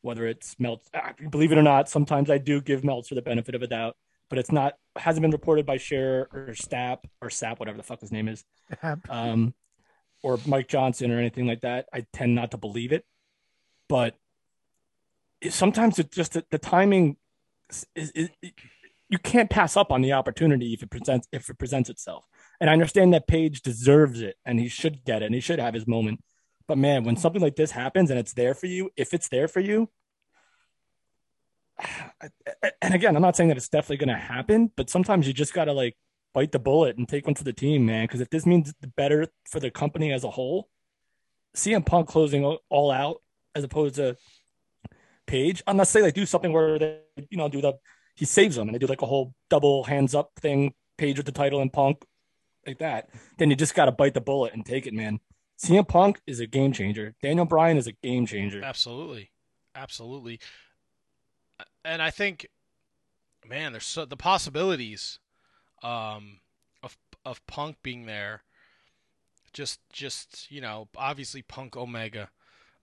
B: Whether it's Meltz, ah, believe it or not, sometimes I do give Meltzer the benefit of a doubt, but it's not hasn't been reported by Scherer or Stapp or Sapp, whatever the fuck his name is. um, or Mike Johnson or anything like that. I tend not to believe it, but it- sometimes it's just that the timing is, is, is you can't pass up on the opportunity if it presents if it presents itself. And I understand that Page deserves it and he should get it and he should have his moment. But man, when something like this happens and it's there for you, if it's there for you, [sighs] and again, I'm not saying that it's definitely going to happen, but sometimes you just got to like bite the bullet and take one for the team, man. Because if this means the better for the company as a whole, CM Punk closing o- all out as opposed to Page, unless they like do something where they, you know, do the he saves them and they do like a whole double hands up thing, Page with the title and Punk like that, then you just got to bite the bullet and take it, man. CM Punk is a game changer. Daniel Bryan is a game changer.
A: Absolutely, absolutely. And I think, man, there's so the possibilities um, of of Punk being there. Just, just you know, obviously Punk Omega,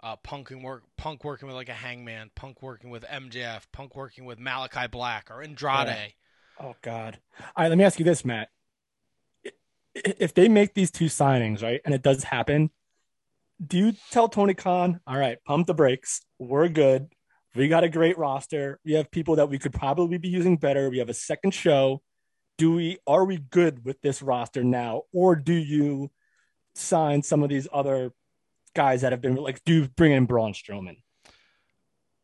A: uh, Punk and work, Punk working with like a Hangman, Punk working with MJF, Punk working with Malachi Black or Andrade.
B: Yeah. Oh God! All right, let me ask you this, Matt. I- If they make these two signings, right, and it does happen, do you tell Tony Khan, "All right, pump the brakes. We're good. We got a great roster. We have people that we could probably be using better. We have a second show. Do we? Are we good with this roster now, or do you sign some of these other guys that have been like? Do you bring in Braun Strowman?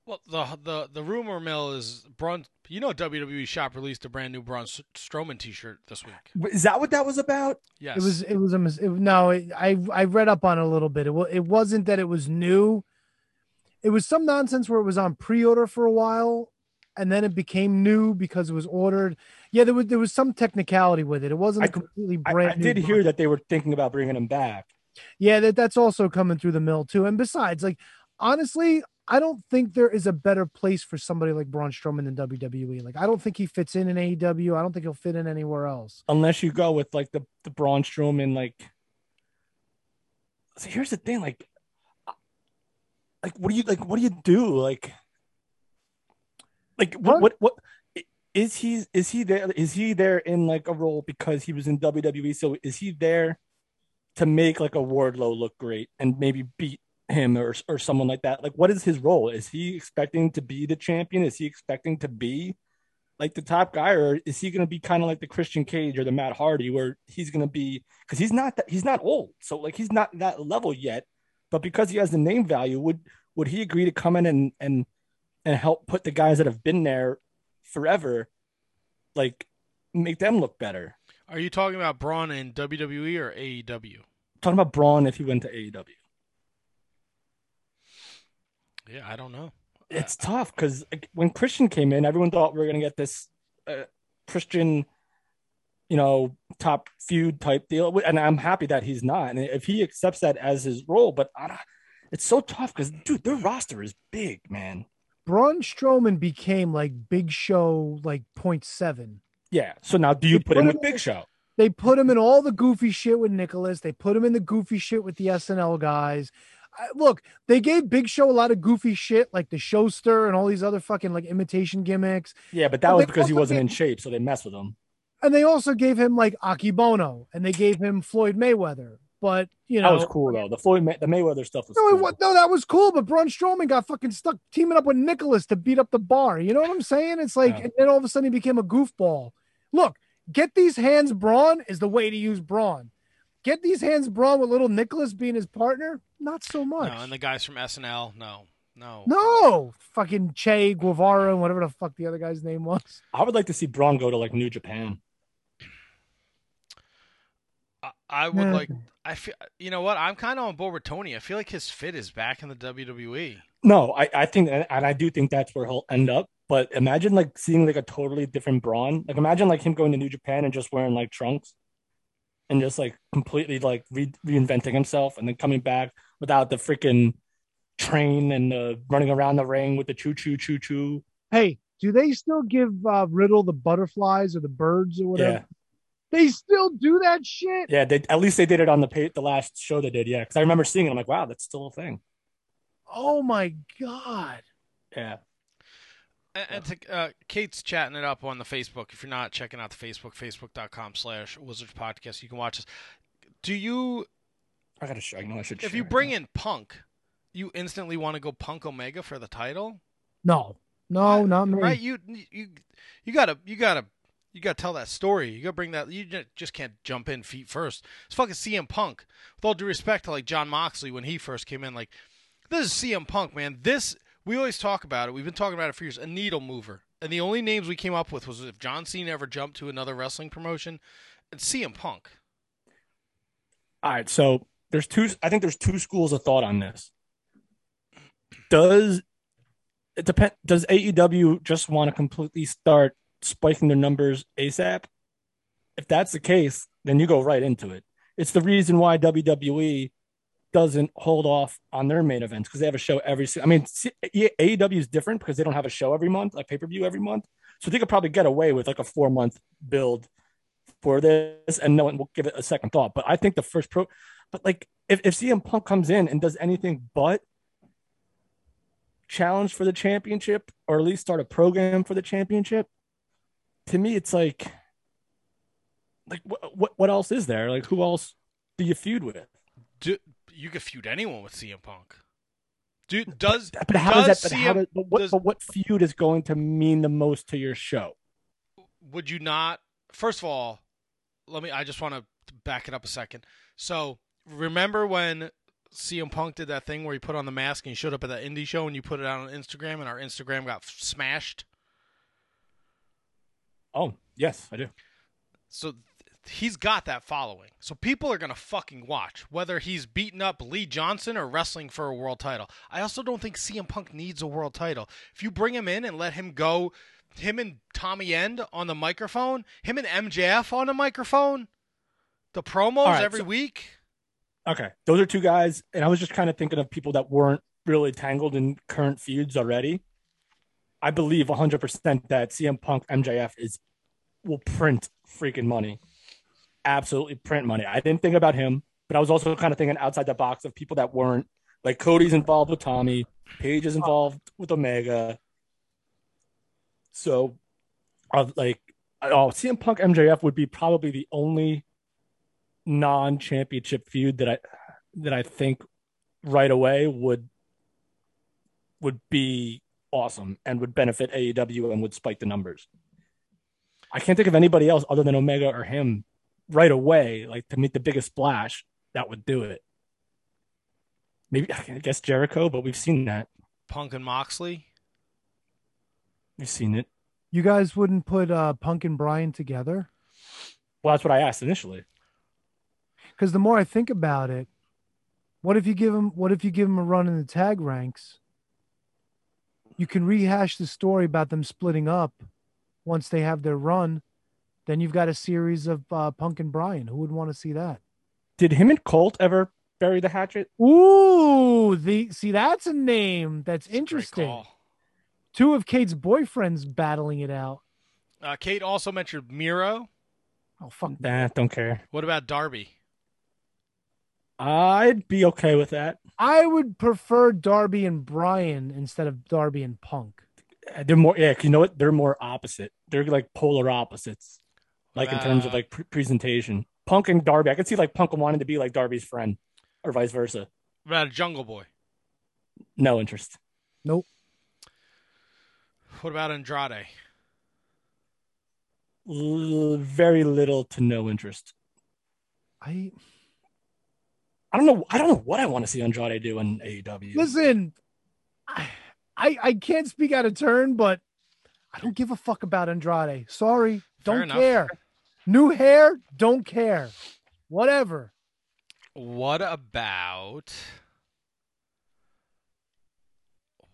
A: Well, the the the rumor mill is Braun. You know, WWE Shop released a brand new Braun Strowman T-shirt this week.
B: Is that what that was about?
A: Yes,
C: It was it was a mis- it, no. It, I I read up on it a little bit. It wa- it wasn't that it was new. it was some nonsense where it was on pre-order for a while and then it became new because it was ordered. Yeah, there was there was some technicality with it. It wasn't a
B: I-
C: completely
B: I,
C: brand
B: I
C: new
B: did hear that they were thinking about bringing him back.
C: yeah that, that's also coming through the mill too and besides like honestly i don't think there is a better place for somebody like braun strowman than wwe like i don't think he fits in in aew i don't think he'll fit in anywhere else
B: unless you go with like the the Braun Strowman like. So here's the thing, like, like what do you like? What do you do? Like, like what what what i- is he is he there? Is he there in like a role because he was in WWE? So is he there to make like a Wardlow look great and maybe beat? him or or someone like that like what is his role is he expecting to be the champion is he expecting to be like the top guy, or is he going to be kind of like the Christian Cage or the Matt Hardy, where he's going to be because he's not that, he's not old, so like he's not that level yet, but because he has the name value, would would he agree to come in and and and help put the guys that have been there forever, like make them look better?
A: Are you talking about Braun in WWE or E AEW?
B: talking about Braun if he went to E AEW,
A: Yeah, I don't know.
B: it's tough because like, when Christian came in, everyone thought we were going to get this uh, Christian, you know, top feud type deal, and I'm happy that he's not. And if he accepts that as his role, but I don't, it's so tough because dude, their roster is big, man.
C: braun strowman became like big show like 0.7
B: Yeah. So now, do you put him with Big Show?
C: They put him in all the goofy shit with Nicholas. They put him in the goofy shit with the SNL guys. I, look, they gave Big Show a lot of goofy shit, like the Showster and all these other fucking like imitation gimmicks.
B: Yeah, but
C: Well,
B: that was
C: they
B: because he
C: also
B: wasn't
C: get-
B: in shape, so they messed with him.
C: And they also gave him like Aki Bono and they gave him Floyd Mayweather. But you know,
B: that was cool though. The Floyd, May- the Mayweather stuff was.
C: no, it
B: cool.
C: wa- no, that was cool. But Braun Strowman got fucking stuck teaming up with Nicholas to beat up the bar. You know what I'm saying? It's like,
B: Yeah.
C: and then all of a sudden he became a goofball. Look, get these hands, Braun is the way to use Braun. Get these hands, Braun, with little Nicholas being his partner. Not so
A: No,
C: much.
A: and the guys from SNL, no, no,
C: No, fucking Che Guevara and whatever the fuck the other guy's name was.
B: I would like to see Braun go to like New Japan.
A: I, I would
C: Nah.
A: like. I feel. You know what? I'm kind of on board with Tony. I feel like his fit is back in the E. WWE.
B: No, I, I think, and and I do think that's where he'll end up. But imagine like seeing like a totally different Braun. Like imagine like him going to New Japan and just wearing like trunks, and just like completely like re- reinventing himself, and then coming back without the freaking train and uh, running around the ring with the choo choo choo choo.
C: Hey, do they still give uh, Riddle the butterflies or the birds or whatever?
B: Yeah,
C: They still do that shit.
B: yeah. They at least they did it on the pa- the last show they did. Yeah, because I remember seeing it. I'm like, wow, that's still a thing.
C: Oh my god.
B: Yeah.
A: And, and to, uh, Kate's chatting it up on the Facebook. If you're not checking out the Facebook, facebook.com slash Wizards Podcast, you can watch this. Do you,
B: I gotta show. I know I should.
A: if you bring in Punk, you instantly want to go Punk Omega for the title?
C: No, no,
A: I-
C: not me.
A: Right? You you you gotta you gotta you gotta tell that story. You gotta bring that. You ju- just can't jump in feet first. It's fucking CM Punk. With all due respect to like John Moxley when he first came in, like this is CM Punk, man. This we always talk about it. We've been talking about it for years. A needle mover, and the only names we came up with was if John Cena ever jumped to another wrestling promotion, and CM Punk.
B: All right, so there's two. I think there's two schools of thought on this. Does it depend? Does AEW just want to completely start spiking their numbers ASAP? If that's the case, then you go right into it. It's the reason why WWE doesn't hold off on their main events because they have a show every. se- I mean, se- yeah, AEW is different because they don't have a show every month, like pay per view every month. So they could probably get away with like a four month build for this, and no one will give it a second thought. But I think the first pro, but like if, if CM Punk comes in and does anything but challenge for the championship or at least start a program for the championship, to me it's like, like what what, what else is there? Like who else do you feud with?
A: Do, you could feud anyone with CM Punk. Do, does
B: But how does,
A: does
B: that? But,
A: CM
B: how does, but what
A: does-
B: but what feud is going to mean the most to your show?
A: would you not first of all let me i just want to back it up a second so remember when CM Punk did that thing where he put on the mask and he showed up at that indie show and you put it out on Instagram and our Instagram got f- smashed.
B: Oh yes, I do.
A: So th- he's got that following. So people are going to fucking watch whether he's beating up Lee Johnson or wrestling for a world title. I also don't think CM Punk needs a world title. If you bring him in and let him go, him and Tommy End on the microphone, him and MJF on the microphone, the promos
B: All right,
A: every
B: so-
A: week.
B: Okay, those are two guys, and I was just kind of thinking of people that weren't really tangled in current feuds already. I believe 100% that CM Punk MJF is will print freaking money. Absolutely print money. I didn't think about him, but I was also kind of thinking outside the box of people that weren't like Cody's involved with Tommy, Paige is involved with Omega. So uh, like oh, CM Punk MJF would be probably the only non-championship feud that I that I think right away would would be awesome and would benefit AEW and would spike the numbers. I can't think of anybody else other than Omega or him right away, like to make the biggest splash that would do it. Maybe I guess Jericho, but we've seen that.
A: Punk and Moxley.
B: We've seen it.
C: You guys wouldn't put uh, Punk and Brian together?
B: Well, that's what I asked initially.
C: Because the more I think about it, what if you give him? What if you give him a run in the tag ranks? You can rehash the story about them splitting up once they have their run. Then you've got a series of uh, Punk and Brian. Who would want to see that?
B: Did him and Colt ever bury the hatchet?
C: Ooh, the see that's a name that's
A: Great
C: interesting.
A: call.
C: Two of Kate's boyfriends battling it out.
A: Uh, Kate also mentioned Miro.
C: Oh fuck!
B: Nah, don't care.
A: What about Darby?
B: I'd be okay with that.
C: I would prefer Darby and Brian instead of Darby and Punk.
B: Uh, they're more yeah 'cause you know what they're more opposite they're like polar opposites like in terms of
A: Uh,
B: like pre- presentation punk and darby i could see like punk wanting to be like darby's friend or vice versa
A: What about Jungle Boy?
B: no interest
A: What about Andrade?
B: L- very little to no interest
C: I
B: i don't know i don't know what i want to see andrade do in E aew
C: listen. I I, I can't speak out of turn, but I don't give a fuck about Andrade. Sorry,
A: Fair
C: don't
A: enough.
C: care. New hair, don't care. Whatever.
A: What about?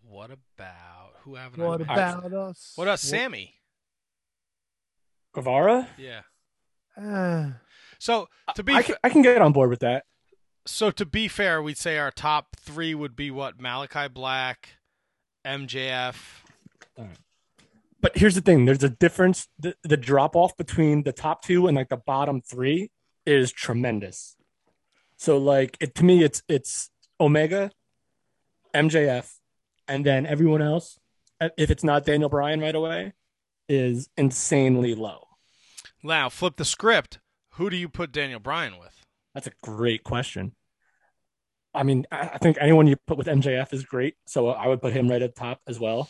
A: What about who haven't? I
C: What
A: mentioned?
C: about us?
A: What about
C: [sighs]
A: Sammy?
B: guevara
A: Yeah.
C: Uh,
A: So to be
B: I can, I can get on board with that
A: so to be fair, we'd say our top three would be what Malachi Black, MJF.
B: but here's the thing there's a difference the, the drop off between the top two and like the bottom three is tremendous so like it, to me it's it's omega mjf and then everyone else uh, if it's not daniel bryan right away is insanely low
A: Now flip the script. Who do you put Daniel Bryan with?
B: that's a great question i mean i, I think anyone you put with mjf is great so i would put him right at the top as well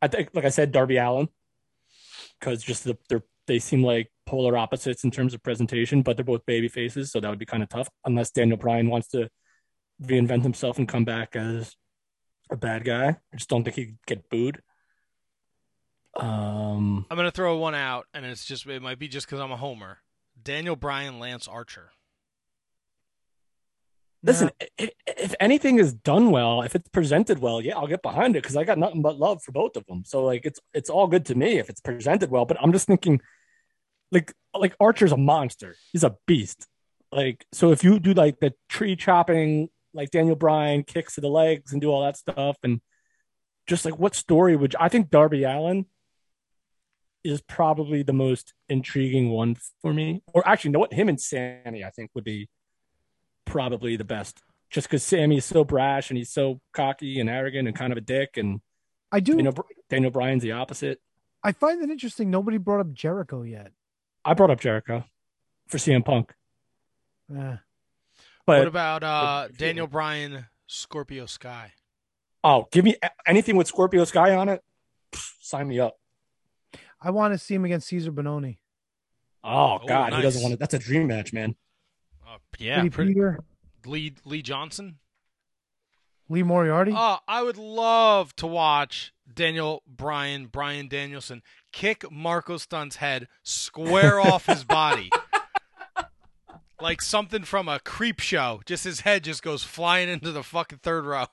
B: i think like i said darby allen because just the, they're they seem like polar opposites in terms of presentation but they're both baby faces so that would be kind of tough unless daniel bryan wants to reinvent himself and come back as a bad guy i just don't think he'd get booed um
A: I'm gonna throw one out, and it's just it might be just because I'm a homer. Daniel Bryan, Lance Archer.
B: Listen, if, if anything is done well, if it's presented well, yeah, I'll get behind it because I got nothing but love for both of them. So like, it's it's all good to me if it's presented well. But I'm just thinking, like like Archer's a monster. He's a beast. Like so, if you do like the tree chopping, like Daniel Bryan kicks to the legs and do all that stuff, and just like what story would you, I think Darby Allen is probably the most intriguing one for me. Or actually, you know what? Him and Sammy, I think, would be probably the best. Just because Sammy is so brash and he's so cocky and arrogant and kind of a dick, and
C: I do.
B: Daniel, Br- Daniel Bryan's the opposite.
C: I find it interesting. Nobody brought up Jericho yet.
B: I brought up Jericho for CM Punk,
C: Eh.
A: what
B: but
A: about uh,
B: but-
A: Daniel Bryan, Scorpio Sky?
B: oh, give me a- anything with Scorpio Sky on it. pff, Sign me up.
C: I want to see him against Caesar Bononi.
B: Oh
A: Oh,
B: God, who doesn't
A: nice.
B: want it? That's a dream match, man.
A: Uh, yeah,
C: Eddie
A: pretty,
C: Peter,
A: Lee Lee Johnson.
C: Lee Moriarty.
A: Oh, I would love to watch Daniel Bryan, Brian Danielson, kick Marco Stunt's head
C: [laughs]
A: square off his body. Like something from a creep show. Just his head just goes flying into the fucking third row.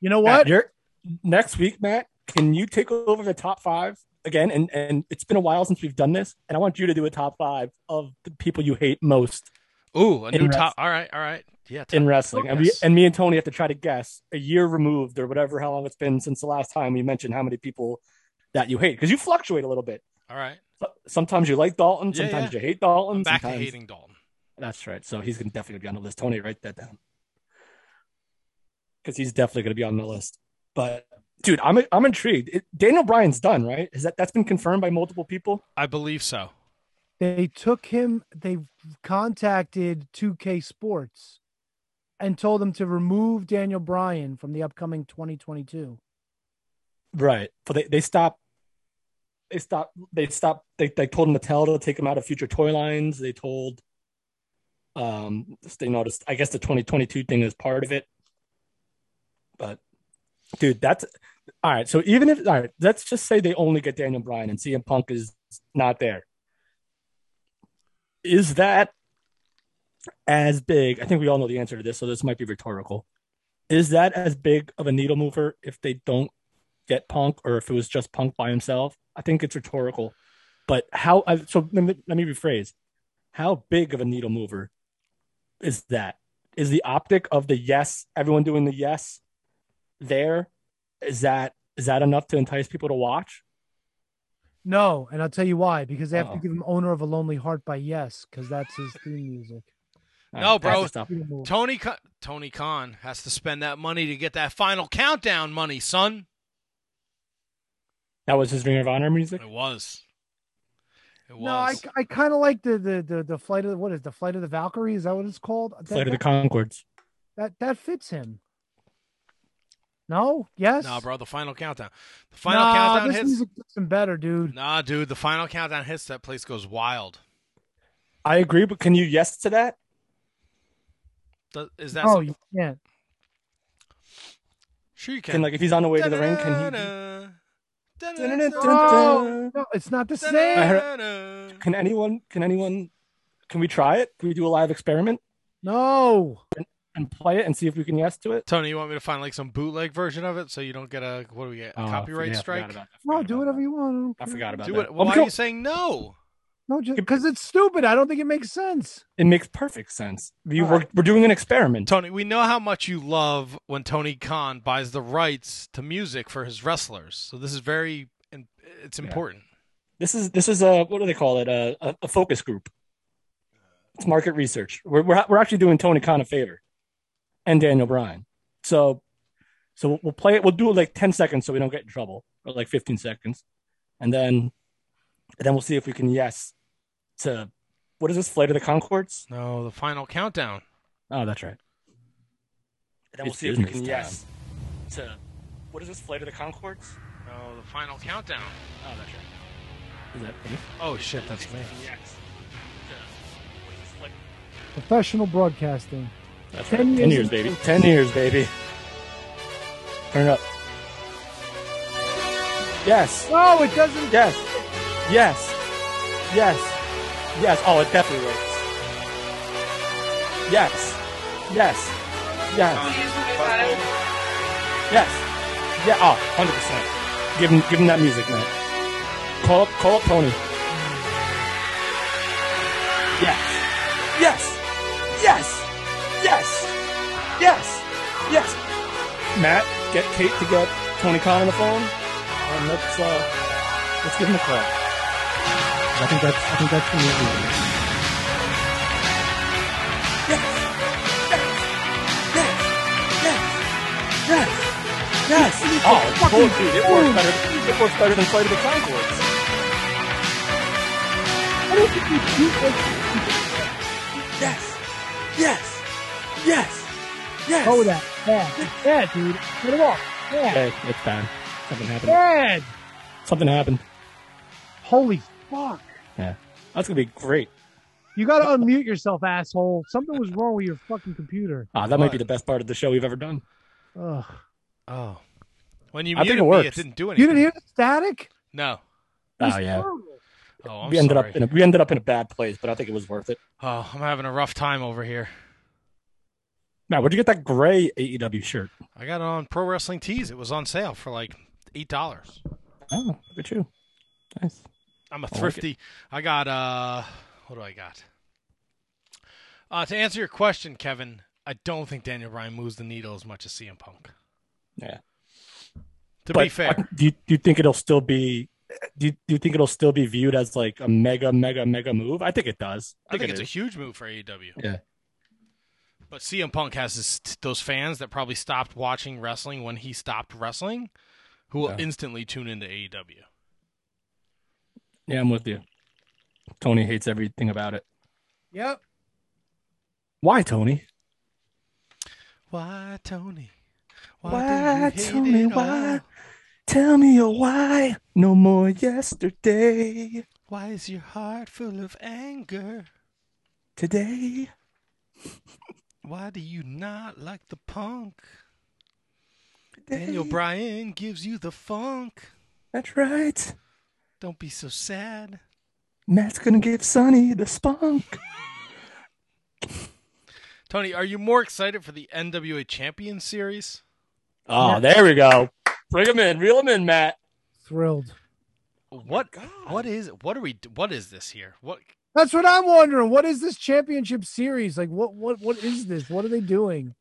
C: You know
B: Matt,
C: what?
B: you're, next week, Matt, can you take over the top five again? And and it's been a while since we've done this, and I want you to do a top five of the people you hate most
A: Ooh, a new
B: In
A: top. All right, all right. Yeah, top-
B: in wrestling. And, we,
A: Yes.
B: and me and Tony have to try to guess a year removed or whatever how long it's been since the last time we mentioned how many people that you hate because you fluctuate a little bit.
A: all right.
B: So- Sometimes you like Dalton,
A: Yeah,
B: sometimes
A: yeah.
B: you hate Dalton.
A: I'm back to
B: sometimes...
A: hating Dalton.
B: That's right. So he's gonna definitely be on the list. Tony, write that down. Because he's definitely gonna be on the list. But dude, I'm I'm intrigued. It, Daniel Bryan's done, right? Is that that's been confirmed by multiple people?
A: I believe so.
C: they took him they contacted 2k sports and told them to remove daniel bryan from the upcoming 2022
B: Right. But they, they stopped they stopped they stopped they, they told him to tell to take him out of future toy lines. They told um they noticed I guess the 2022 thing is part of it. But dude, that's all right. So even if all right, let's just say they only get Daniel Bryan and CM Punk is not there. Is that as big? I think we all know the answer to this, so this might be rhetorical. Is that as big of a needle mover if they don't get Punk or if it was just Punk by himself. I think it's rhetorical. But how, I, so let me, let me rephrase how big of a needle mover is that? Is the optic of the yes, everyone doing the yes there, is that is that enough to entice people to watch?
C: no and i'll tell you why because they have
A: Oh.
B: Uh-oh.
C: to give him owner of a lonely heart by yes because that's his theme music
A: No,
B: All right, that's
A: bro.
B: the stuff.
A: Tony Khan, Tony Khan has to spend that money to get that final countdown money, son.
B: That was his Ring of Honor music.
A: It was. It was.
C: no i, I kind of like the, the the the flight of the, what is it, the flight of the valkyrie is that what it's called that,
B: Flight of the
C: that,
B: Concords.
C: that that fits him no yes
A: Nah, bro, the final countdown. The final
C: Nah,
A: countdown
C: this
A: hits.
C: music fits him better dude
A: Nah, dude, the final countdown hits. That place goes wild.
B: I agree, but can you yes to that?
A: Th- Is that?
C: oh
A: some-
C: you can't
A: sure you
B: Can like if he's on the way to the ring, can he?
C: Oh, no it's not the same
A: heard...
B: Can anyone? Can anyone? Can we try it? Can we do a live experiment
C: No.
B: and play it and see if we can yes to it?
A: Tony, you want me to find like some bootleg version of it so you don't get a what do we get? A
B: Oh, I
A: copyright
B: forgot- I forgot
A: strike?
B: about that.
C: No,
B: forgot
C: do
B: about
C: whatever
B: that.
C: you want.
B: I forgot about
A: Do
B: that.
A: it. Why
B: Okay,
A: are you saying no?
C: No, just because it's stupid. I don't think it makes sense.
B: It makes perfect sense. We,
C: All
B: we're, we're doing an experiment.
A: Tony, we know how much you love when Tony Khan buys the rights to music for his wrestlers. So this is very and it's important.
B: This is this is a what do they call it? A, a, a focus group. It's market research. We're, we're we're actually doing Tony Khan a favor, and Daniel Bryan. So, so we'll- we'll play it. We'll do it like ten seconds so we don't get in trouble, or like fifteen seconds, and then, and then we'll see if we can yes to what is this? Flight of the Concords?
A: No, the final countdown.
B: Oh, that's right. And then we'll
H: It's
B: see if we
H: business
B: can
H: time.
B: yes to what is this? Flight of the Concords?
A: No, the final countdown.
B: Oh, that's right. Is that
A: Oh shit, that's me.
C: Professional broadcasting.
B: That's
C: Ten
B: right. Ten
C: years.
B: years, baby. Ten years, baby. Turn it up. Yes.
C: No, it doesn't.
B: Yes. Yes. Yes. Yes. Oh, it definitely works. Yes. Yes. Yes. Yes. Yeah. Oh, 100 percent. Give him, give him that music, man. Call up, call up Tony. Yes. Yes. Yes. Yes. Yes. Yes. Matt, get Kate to get Tony Khan on the phone, and let's uh, let's give him a call. I think that's, I think that's gonna be it. Yes. Yes. Yes. Yes. Yes. Yes. Oh, fucking dude, it works better. It works better than Flight of the Concords. Yes. Yes. Yes. Yes.
C: Oh, that. Bad. It's bad, dude. Get it off. Bad.
B: Okay, it's bad. Something happened.
C: Bad.
B: Something happened.
C: Holy fuck.
B: Yeah. That's gonna be great.
C: You got to unmute yourself, asshole. Something was wrong with your fucking computer.
B: Ah, that might be the best part of the show we've ever done.
C: Ugh.
A: Oh. When you
B: I think
A: muted
B: it
A: me, it
B: works.
A: didn't do anything.
C: You didn't hear the static?
A: No.
B: Oh yeah,
A: Oh, I'm
B: we ended
A: sorry.
B: up in a, we ended up in a bad place, but I think it was worth it.
A: Oh, I'm having a rough time over here.
B: Matt, where'd you get that gray AEW shirt?
A: I got it on Pro Wrestling Tees. It was on sale for like eight dollars.
B: Oh, look at you. Nice.
A: I'm a
B: it.
A: thrifty. I got uh, what do I got? Uh, to answer your question, Kevin, I don't think Daniel Bryan moves the needle as much as CM Punk.
B: Yeah.
A: To
B: But
A: be fair,
B: do you, do you think it'll still be? Do you, do you think it'll still be viewed as like a mega, mega, mega move? I think it does.
A: I think
B: it
A: it's a
B: is.
A: huge move for AEW.
B: Yeah.
A: But CM Punk has his, those fans that probably stopped watching wrestling when he stopped wrestling, who will
B: Yeah.
A: instantly tune into E AEW.
B: yeah, I'm with you. Tony hates everything about it.
C: Yep.
B: Why, Tony?
A: Why, Tony?
B: Why, Tony, why? Tell me your why. No more yesterday,
A: Why is your heart full of anger?
B: today.
A: Why do you not like the punk? Daniel Bryan gives you the funk.
B: That's right.
A: Don't be so sad.
B: Matt's gonna give Sonny the spunk.
A: Tony, are you more excited for the NWA Champion Series?
B: Oh, there we go. Bring him in. Reel him in, Matt.
C: Thrilled. Oh
A: What? what is? What are we? What is this here? What?
C: That's what I'm wondering. What is this championship series? Like what what what is this? What are they doing?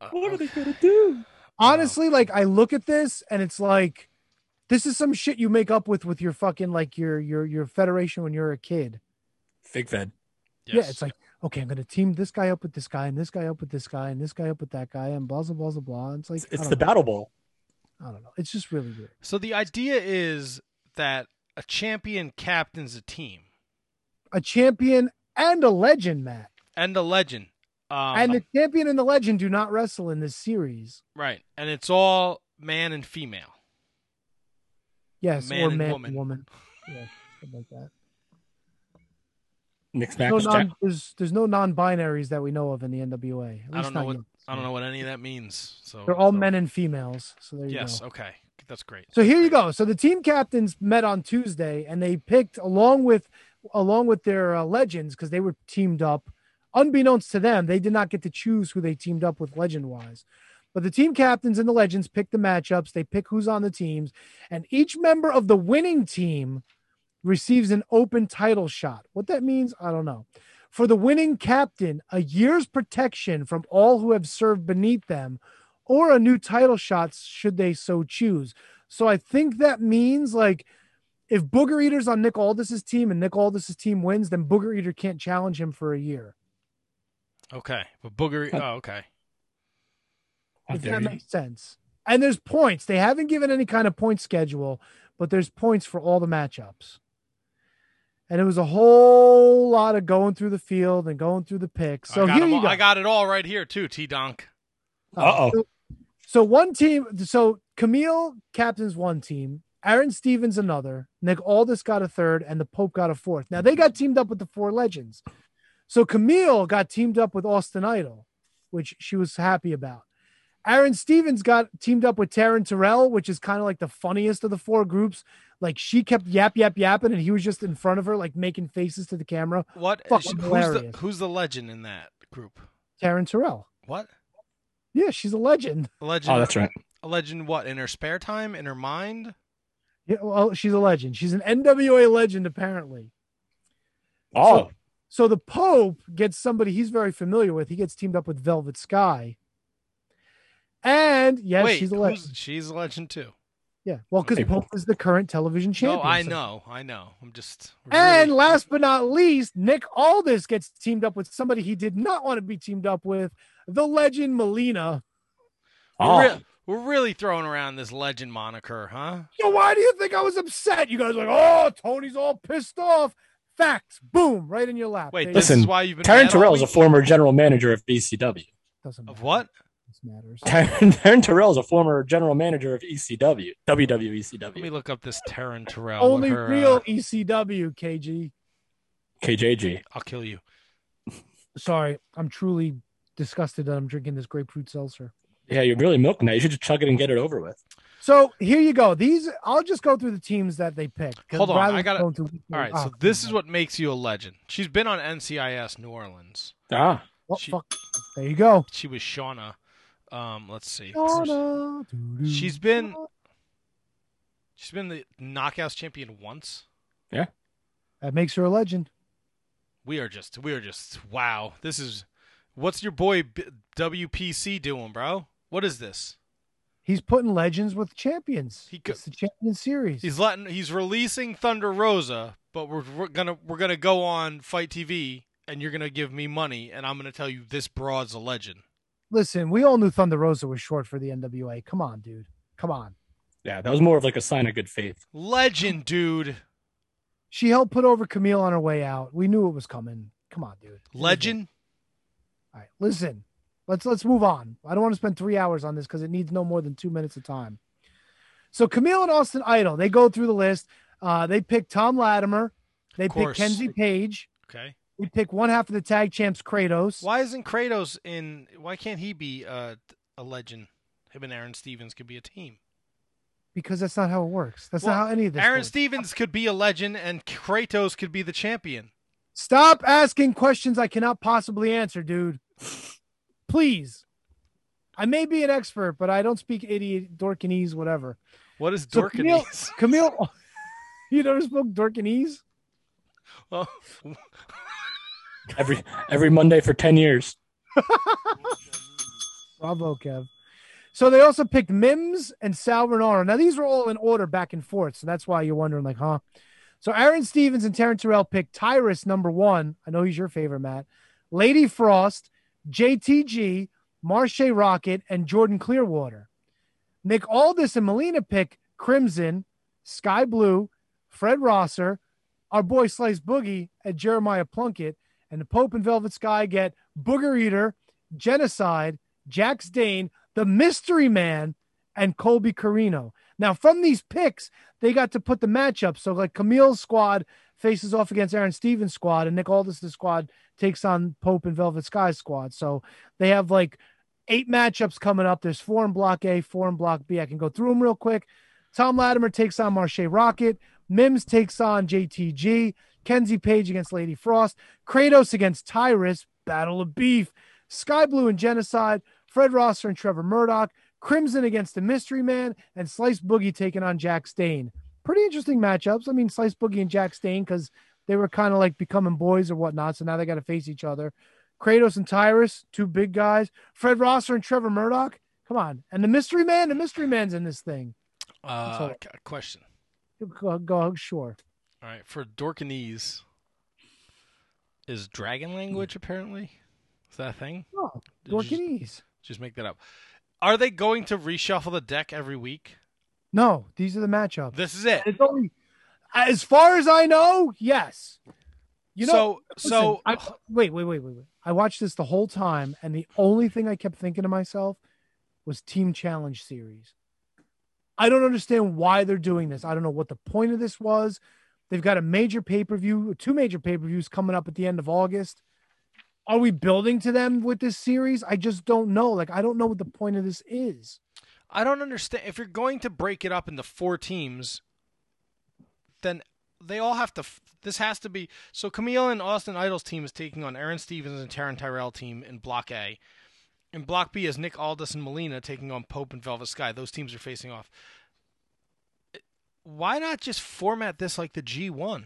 A: uh,
B: What are they gonna do?
C: Honestly, like I look at this and it's like this is some shit you make up with with your fucking like your your your federation when you're a kid.
B: Fig Fed.
C: Yeah, it's like okay, I'm gonna team this guy up with this guy and this guy up with this guy and this guy up with that guy and blah blah blah blah. blah. It's like
B: It's,
C: I
B: it's
C: don't
B: the
C: know.
B: Battle Bowl.
C: I don't know. It's just really weird.
A: So the idea is that a champion captains a team
C: A champion and a legend, Matt.
A: and a legend. Um,
C: and the champion and the legend do not wrestle in this series.
A: right, and it's all man and female.
C: Yes,
A: Man
C: or
A: and
C: man and
A: woman.
C: woman. Yeah, something like that.
B: Mixed
C: No
B: match.
C: non, there's there's no non-binaries that we know of in the NWA. At
A: I don't
C: least
A: know
C: not
A: what
C: yet.
A: I don't know what any of that means. So
C: Mm. They're all men and females. So there you
A: Yes.
C: go.
A: Okay. That's great.
C: So here you go. So the team captains met on Tuesday, and they picked along with along with their uh, legends because they were teamed up. Unbeknownst to them, they did not get to choose who they teamed up with legend wise. But the team captains and the legends pick the matchups. They pick who's on the teams, and each member of the winning team receives an open title shot. What that means, I don't know. For the winning captain, a year's protection from all who have served beneath them, or a new title shot should they so choose. So I think that means like if Booger Eater's on Nick Aldis's team and Nick Aldis's team wins, then Booger Eater can't challenge him for a year.
A: Okay. But Booger.
C: [laughs]
A: Oh, okay.
B: How
C: if
B: dare
C: that
B: you.
C: makes sense. And there's points. They haven't given any kind of point schedule, but there's points for all the matchups. And it was a whole lot of going through the field and going through the picks. So
A: I got
C: here
A: 'em
C: you
A: all-
C: go.
A: I got it all right here too. T Donk.
B: Uh oh.
C: So one team, so Camille captains one team, Aaron Stevens another, Nick Aldis got a third, and the Pope got a fourth. Now they got teamed up with the four legends. So Camille got teamed up with Austin Idol, which she was happy about. Aaron Stevens got teamed up with Taryn Terrell, which is kind of like the funniest of the four groups. Like she kept yap yap yapping, and he was just in front of her, like making faces to the camera.
A: What?
C: Fucking
A: who's the
C: hilarious.
A: Who's the legend in that group?
C: Taryn Terrell.
A: What?
C: Yeah, she's a legend. [laughs]
A: A legend.
B: Oh, that's right.
A: A legend. What? In her spare time? In her mind?
C: Yeah, well, she's a legend. She's an NWA legend, apparently.
B: Oh,
C: So the Pope gets somebody he's very familiar with. He gets teamed up with Velvet Sky. And yes,
A: Wait.
C: she's a
A: who's-
C: legend.
A: she's a legend too.
C: Yeah. Well, because
B: Hey.
C: Pope is the current television champion.
A: No, I
C: so-
A: know. I know. I'm just.
C: And
A: really-
C: last but not least, Nick Aldis gets teamed up with somebody he did not want to be teamed up with, the legend Melina.
A: We're,
B: oh.
A: re- we're really throwing around this legend moniker, huh?
C: So why do you think I was upset? You guys are like, oh, Tony's all pissed off. Facts. Boom. Right in your lap.
A: Wait,
C: There you
A: this
C: go.
A: is
B: Listen,
A: why you've been. mad
B: Taryn
A: all
B: Terrell is a
A: week?
B: former general manager of E [laughs] BCW.
C: doesn't
A: Of
C: matter.
A: what?
C: This matters.
B: Taryn, Taryn Terrell is a former general manager of E ECW, E
A: Let me
B: WWECW,
A: look up this Taryn Terrell. what
C: Only
A: her, uh,
C: real E ECW, KG.
B: KJG.
A: I'll kill you.
C: sorry, I'm truly disgusted that I'm drinking this grapefruit seltzer.
B: Yeah, you're really milking that. You should just chug it and get it over with.
C: So here you go. These I'll just go through the teams that they picked. 'cause
A: Hold on,
C: rather
A: I
C: than
A: gotta-
C: going through-
A: All right,
C: Ah,
A: so this is what makes you a legend. She's been on NCIS New Orleans.
B: Ah,
C: oh,
A: she-
C: fuck. There you go.
A: She was Shauna. Um, let's see.
C: Donna, doo-doo.
A: She's been she's been the knockouts champion once.
C: that makes her a legend.
A: We are just we are just wow. This is what's your boy B- WPC doing, bro? What is this?
C: He's putting legends with champions.
A: He go-
C: it's the champion series.
A: He's letting he's releasing Thunder Rosa, but we're, we're gonna we're gonna go on Fight TV, and you're gonna give me money, and I'm gonna tell you this broad's a legend.
C: Listen, we all knew Thunder Rosa was short for the NWA. Come on, dude. Come on.
B: yeah, that was more of like a sign of good faith.
A: Legend, dude.
C: She helped put over Camille on her way out. We knew it was coming. Come on, dude.
A: Legend.
C: All right, listen. Let's let's move on. I don't want to spend three hours on this because it needs no more than two minutes of time. So Camille and Austin Idol, they go through the list. Uh, they pick Tom Latimer. They pick
A: course.
C: Kenzie Page.
A: Okay.
C: We pick one half of the tag champs, Kratos.
A: Why isn't Kratos in? Why can't he be uh, a legend? Him and Aaron Stevens could be a team.
C: Because that's not how it works. That's
A: Well,
C: not how any of this
A: Aaron
C: works.
A: Stevens could be a legend, and Kratos could be the champion.
C: Stop asking questions I cannot possibly answer, dude. Please. I may be an expert, but I don't speak idiot Dorkinese, whatever.
A: What is
C: So
A: [laughs]
C: Camille-
A: Dorkinese?
C: Camille, [laughs] you never spoke Dorkinese?
A: Oh.
B: Every every Monday for ten years.
C: Bravo, Kev. So they also picked Mims and Sal Renaro. Now these were all in order back and forth, so that's why you're wondering, like, huh? So Aaron Stevens and Terrence Terrell picked Tyrus number one. I know he's your favorite, Matt. Lady Frost, JTG, Marche Rocket, and Jordan Clearwater. Nick Aldis and Melina pick Crimson, Sky Blue, Fred Rosser, our boy Slice Boogie, and Jeremiah Plunkett. And the Pope and Velvet Sky get Booger Eater, Genocide, Jax Dane, the Mystery Man, and Colby Carino. Now, from these picks, they got to put the matchup. So, like Camille's squad faces off against Aaron Stevens' squad, and Nick Aldis' squad takes on Pope and Velvet Sky's squad. So they have like eight matchups coming up. There's four in Block A, four in Block B. I can go through them real quick. Tom Latimer takes on Marche Rocket. Mims takes on JTG. Kenzie Page against Lady Frost. Kratos against Tyrus. Battle of Beef. Sky Blue and Genocide. Fred Rosser and Trevor Murdoch, Crimson against the Mystery Man, and Slice Boogie taking on Jack Stain. Pretty interesting matchups. I mean, Slice Boogie and Jack Stain because they were kind of like becoming boys or whatnot. So now they got to face each other. Kratos and Tyrus, two big guys. Fred Rosser and Trevor Murdoch. Come on. And the Mystery Man, the Mystery Man's in this thing.
A: Uh,
C: So-
A: c- question.
C: Go, go sure.
A: All right, for Dorkinese, is dragon language apparently? Is that a thing?
C: Oh,
A: Did you Just,
C: Dorkinese.
A: just make that up. Are they going to reshuffle the deck every week?
C: No, these are the matchups.
A: This is it.
C: It's only, as far as I know, yes. You know,
A: so so
C: Listen, I, wait, wait, wait, wait, wait. I watched this the whole time, and the only thing I kept thinking to myself was Team Challenge Series. I don't understand why they're doing this. I don't know what the point of this was. They've got a major pay per view, two major pay per views coming up at the end of August. Are we building to them with this series? I just don't know. Like, I don't know what the point of this is.
A: I don't understand. If you're going to break it up into four teams, then they all have to. f- This has to be. So Camille and Austin Idol's team is taking on Aaron Stevens and Taryn Tyrell team in Block A. In Block B is Nick Aldis and Molina taking on Pope and Velvet Sky. Those teams are facing off. Why not just format this like the G1?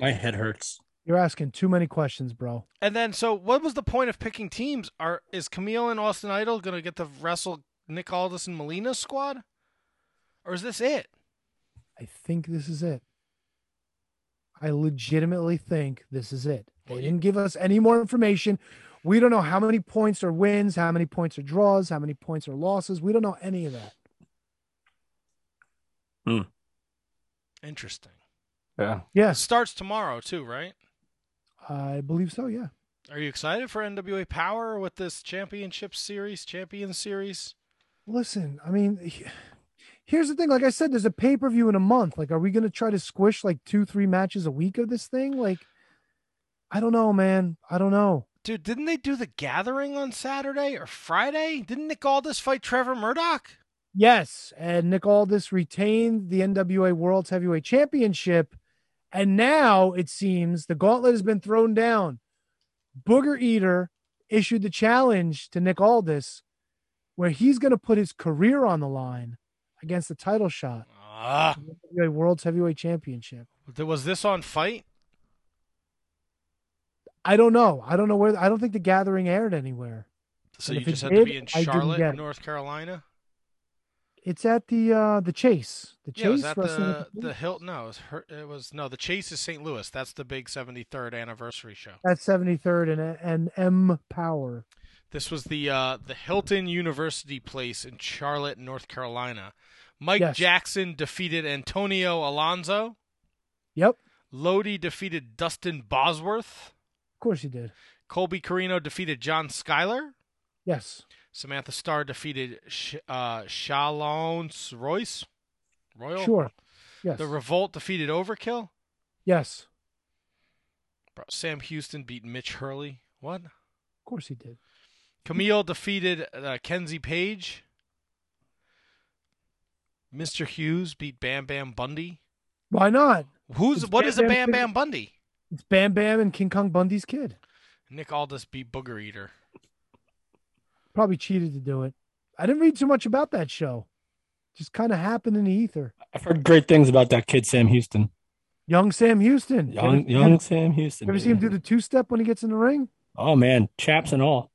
B: My head hurts.
C: You're asking too many questions, bro.
A: And then, so what was the point of picking teams? Are is Camille and Austin Idol going to get to wrestle Nick Aldis and Molina's squad, or is this it?
C: I think this is it. I legitimately think this is it. They
A: Well, you-
C: didn't give us any more information. We don't know how many points are wins, how many points are draws, how many points are losses. We don't know any of that.
A: Interesting.
B: Yeah.
A: It
C: Yes,
A: starts tomorrow too, right?
C: I believe so. Yeah.
A: Are you excited for NWA Power with this championship series, champion series?
C: Listen, I mean, [sighs] he- here's the thing. Like I said, there's a pay per view in a month. Like, are we going to try to squish like two, three matches a week of this thing? Like, I don't know, man. I don't know.
A: Dude, didn't they do the gathering on Saturday or Friday? Didn't Nick Aldis fight Trevor Murdoch?
C: Yes, and Nick Aldis retained the NWA World's Heavyweight Championship, and now it seems the gauntlet has been thrown down. Booger Eater issued the challenge to Nick Aldis, where he's going to put his career on the line against the title shot,
A: Ah,
C: NWA World's Heavyweight Championship.
A: th- was this on Fight?
C: I don't know. I don't know where. I don't think the gathering aired anywhere.
A: So
C: And
A: you
C: if it
A: just had to
C: did,
A: be in
C: I didn't get
A: Charlotte,
C: it.
A: North Carolina.
C: It's at the uh the Chase. The Chase
A: yeah, was that
C: Wrestling
A: the the
C: Entertainment.
A: Hilton? No, it was, her, it was no. The Chase is St. Louis. That's the big 73rd anniversary show.
C: That's 73rd and and M Power.
A: This was the uh, the Hilton University place in Charlotte, North Carolina. Mike
C: Yes.
A: Jackson defeated Antonio Alonso.
C: Yep, of
A: Lodi defeated Dustin Bosworth.
C: course he did.
A: Colby Carino defeated John Schuyler.
C: Yes,
A: Samantha Starr defeated Sh- uh, Shalons Royce. Royal.
C: sure. Yes,
A: The Revolt defeated Overkill.
C: yes,
A: Bro, Sam Houston beat Mitch Hurley. What?
C: of course he did.
A: Camille defeated uh, Kenzie Page. Mr. Hughes beat Bam Bam Bundy.
C: Why not?
A: Who's
C: It's
A: what
C: Bam
A: is a
C: Bam's
A: Bam
C: favorite-
A: Bam Bundy?
C: It's Bam Bam and King Kong Bundy's kid.
A: Nick Aldis beat Booger Eater.
C: Probably cheated to do it. I didn't read too much about that show. Just kind of happened in the ether.
B: I've heard great things about that kid, Sam Houston.
C: Young Sam Houston.
B: Young,
C: you ever,
B: young Sam Houston.
C: You ever see him
B: baby.
C: do the two step when he gets in the ring?
B: Oh man, chaps and all.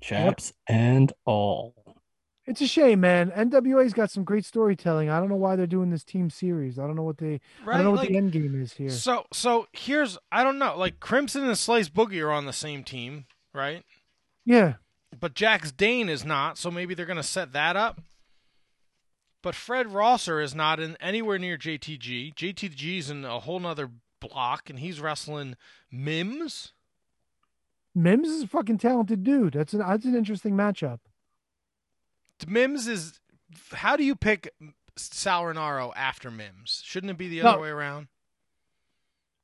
B: Chaps and all.
C: It's a shame, man. NWA's got some great storytelling. I don't know why they're doing this team series. I don't know what they. I don't know what the end game is here.
A: so so here's I don't know like Crimson and Slice Boogie are on the same team, right?
C: Yeah,
A: But Jax Dane is not, so maybe they're gonna set that up. But Fred Rosser is not in anywhere near JTG. JTG's in a whole nother block, and he's wrestling Mims.
C: Mims is a fucking talented dude. That's an that's an interesting matchup.
A: Mims is. How do you pick Salernaro after Mims? Shouldn't it be the other
C: No.
A: way around?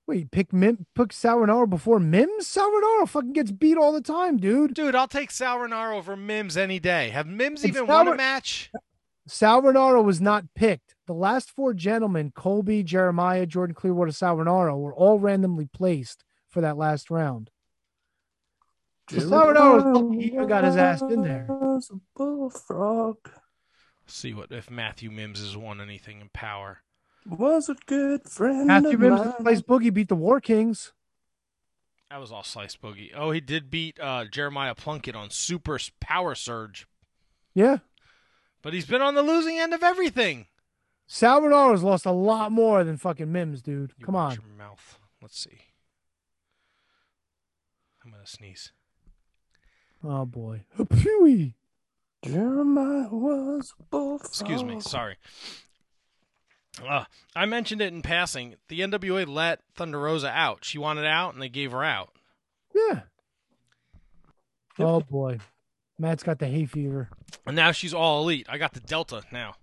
C: Wait, pick Mim, pick Sauronaro before Mims. Sauronaro fucking gets beat all the time, dude.
A: Dude, I'll take Salernaro over Mims any day. Have Mims
C: It's
A: even won a
C: Sauer-
A: match?
C: Sauronaro was not picked. The last four gentlemen, Colby, Jeremiah, Jordan Clearwater, Sauronaro, were all randomly placed for that last round. So Sauronaro fucking even got his ass in there.
B: Bullfrog
A: See what if Matthew Mims has won anything in power.
B: was a good friend.
C: Matthew
B: of
C: Mims
B: mine.
C: plays Boogie beat the War Kings.
A: That was all sliced boogie. Oh, he did beat uh, Jeremiah Plunkett on Super S- Power Surge,
C: Yeah.
A: but he's been on the losing end of everything.
C: Salvador's lost a lot more than fucking Mims, dude.
A: You
C: Come
A: watch
C: on.
A: your mouth. Let's see. I'm gonna sneeze.
C: Oh boy. Hooey.
B: Jeremiah was a bullfrog.
A: Excuse me. Sorry. Uh, I mentioned it in passing. The NWA let Thunder Rosa out. She wanted out, and they gave her out.
C: Yeah. Oh boy. Matt's got the hay fever.
A: And now she's all elite. I got the Delta now.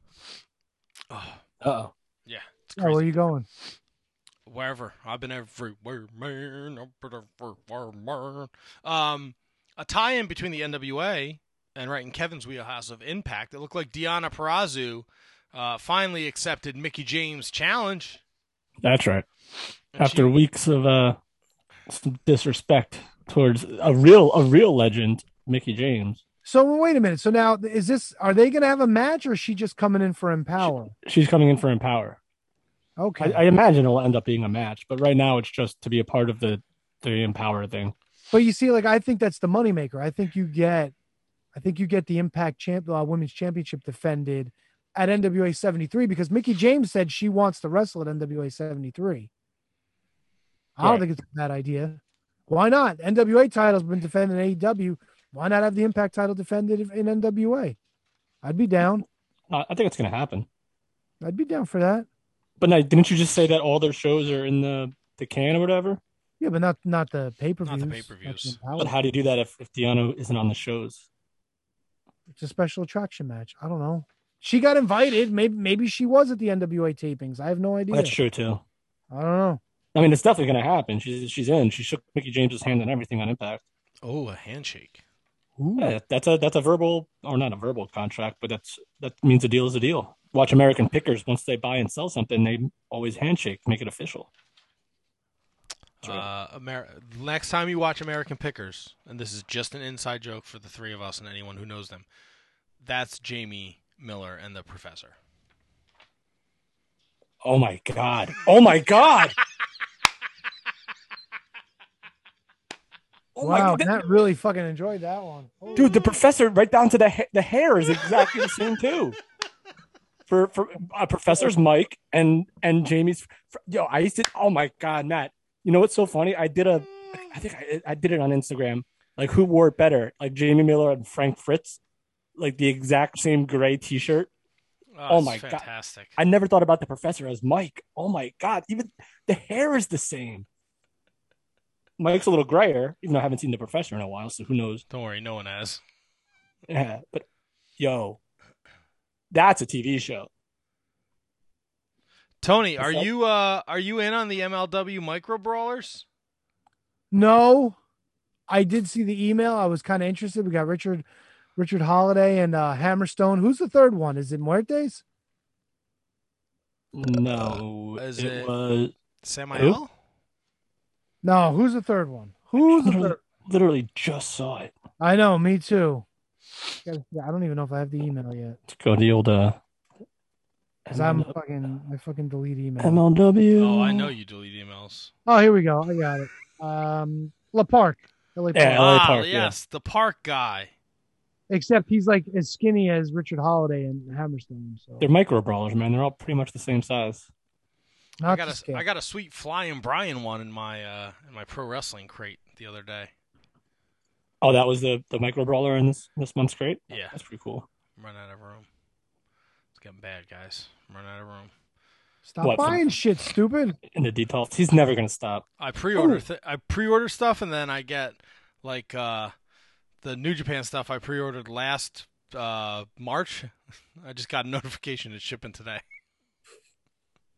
B: Uh-oh.
A: Yeah, it's
C: Oh,
A: crazy.
C: where you going?
A: Wherever I've been everywhere, man. I've been everywhere, man. Um, a tie-in between the NWA and right in Kevin's wheelhouse of Impact. It looked like Deanna Perazu uh, finally accepted Mickey James' challenge.
B: That's right.
A: And
B: After
A: she,
B: weeks of uh some disrespect towards a real a real legend, Mickey James.
C: So wait a minute. So now is this are they gonna have a match or is she just coming in for empower?
B: She's coming in for Empower. I,
C: Okay.
B: I imagine it'll end up being a match, but right now it's just to be a part of the the Empower thing.
C: but you see, like I think that's the moneymaker. I think you get I think you get the impact champ uh, women's championship defended at NWA 73 because Mickey James said she wants to wrestle at NWA 73. I don't
B: Right.
C: think it's a bad idea. Why not? NWA title's been defended in AEW. Why not have the impact title defended in NWA? I'd be down.
B: I I think it's going to happen.
C: I'd be down for that.
B: But now, didn't you just say that all their shows are in the the can or whatever?
C: Yeah, but not not the pay per views.
A: pay-per-views.
B: But how do you do that if if Deanna isn't on the shows?
C: It's a special attraction match. I don't know. She got invited. Maybe maybe she was at the NWA tapings. I have no idea.
B: That's true too.
C: I don't know.
B: I mean, it's definitely going to happen. She's she's in. She shook Mickey James's hand and everything on Impact.
A: oh, a handshake.
B: Yeah, that's a that's a verbal or not a verbal contract, but that's that means a deal is a deal. Watch American Pickers once they buy and sell something, they always handshake, make it official. That's right.
A: Uh, Amer- next time you watch American Pickers, and this is just an inside joke for the three of us and anyone who knows them, that's Jamie Miller and the Professor.
B: Oh my god! Oh my god! oh
C: wow,
B: my god!
C: Matt really fucking enjoyed that one.
B: Dude, the professor right down to the ha- the hair is exactly the same too. For for uh, professor's Mike and and Jamie's for, yo, I used to. Oh my god, Matt! You know what's so funny? I did a, I think I, I did it on Instagram. Like who wore it better? Like Jamie Miller and Frank Fritz, like the exact same gray T-shirt. Oh
A: it's
B: my God.
A: fantastic.
B: I never thought about the professor as Mike. Oh my god, even the hair is the same. Mike's a little grayer, even though I haven't seen the professor in a while, so who knows?
A: Don't worry, no one has.
B: Yeah, but yo, that's a TV show.
A: Tony,
B: What's
A: are
B: that?
A: you uh are you in on the MLW micro brawlers?
C: No, I did see the email. I was kind of interested. We got Richard, Richard Holiday and uh, Hammerstone. Who's the third one? Is it Muertes?
B: No,
A: Uh, is
B: it,
A: it-
B: was
A: Samuel?
C: No, who's the third one? Who's
B: [laughs]
C: the
B: literally,
C: third?
B: literally just saw it.
C: I know, me too. Gotta- I don't even know if I have the email yet
B: Let's go to the old uh,
C: because I'm fucking I fucking delete email.
B: MLW.
A: Oh, I know you delete emails.
C: Oh, here we go. I got it. Um, La Park, LA Park.
B: Yeah. LA
A: ah,
B: Park, yeah.
A: yes, the park guy.
C: Except he's like as skinny as Richard Holiday and Hammerstone. So
B: They're micro brawlers, man. They're all pretty much the same size.
C: not
A: I got
C: to
A: a
C: scale.
A: I got a sweet flying Brian one in my uh in my pro wrestling crate the other day.
B: Oh, that was the the micro brawler in this this month's great.
A: Yeah.
B: that's pretty cool.
A: Run out of room. It's getting bad, guys. Run out of room.
C: Stop
B: What?
C: buying shit, stupid.
B: In the defaults, he's never gonna stop.
A: I pre-order th- I pre-order stuff and then I get like uh the New Japan stuff I pre-ordered last uh March. [laughs] I just got a notification it's shipping today.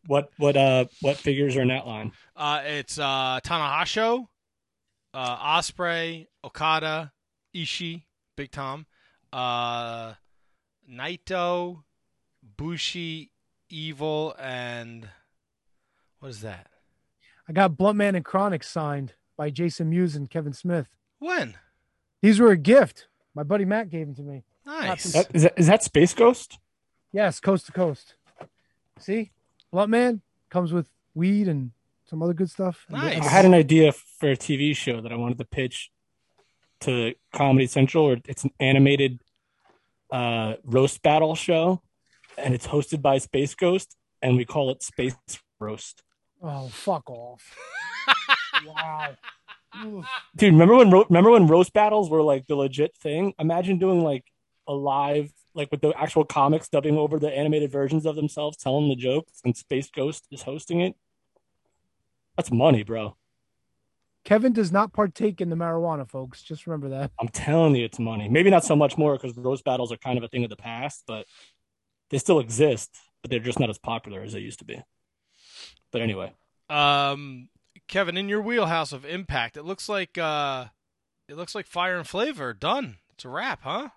B: What what uh what figures are in that line?
A: Uh it's uh Tanahasho, uh Osprey, Okada, Ishii, Big Tom, uh Naito, Bushi, Evil and what is that?
C: I got Bluntman and Chronic signed by Jason Mewes and Kevin Smith.
A: When?
C: These were a gift. My buddy Matt gave them to me.
A: Nice.
B: That, is, that, is that Space Ghost?
C: Yes, coast to coast. See, Bluntman comes with weed and some other good stuff.
A: Nice.
B: I had an idea for a TV show that I wanted to pitch to Comedy Central, or it's an animated uh, roast battle show, and it's hosted by Space Ghost, and we call it Space Roast.
C: Oh, fuck
A: [laughs]
C: off. wow. Oof.
B: Dude, remember when ro- remember when roast battles were like the legit thing? Imagine doing like a live, like with the actual comics dubbing over the animated versions of themselves, telling the jokes, and Space Ghost is hosting it. That's money, bro.
C: Kevin does not partake in the marijuana, folks. Just remember that.
B: I'm telling you, it's money. Maybe not so much more because roast battles are kind of a thing of the past, but they still exist, but they're just not as popular as they used to be. But anyway,
A: Um, Kevin, in your wheelhouse of impact, it looks like uh, it looks like Fire and Flavor are done. It's a wrap, huh?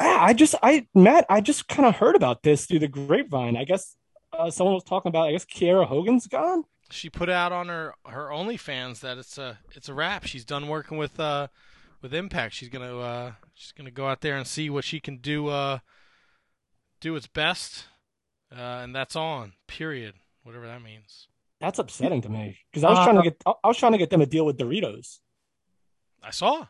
B: Ah, I just, I Matt, I just kind of heard about this through the grapevine. I guess uh, someone was talking about. I guess Kiara Hogan's gone.
A: She put out on her her OnlyFans that it's a it's a wrap. She's done working with uh with Impact. She's gonna uh she's gonna go out there and see what she can do uh do its best, uh, and that's on. Period. Whatever that means.
B: That's upsetting to me because I was trying to get, I I was trying to get them a deal with Doritos.
A: I saw.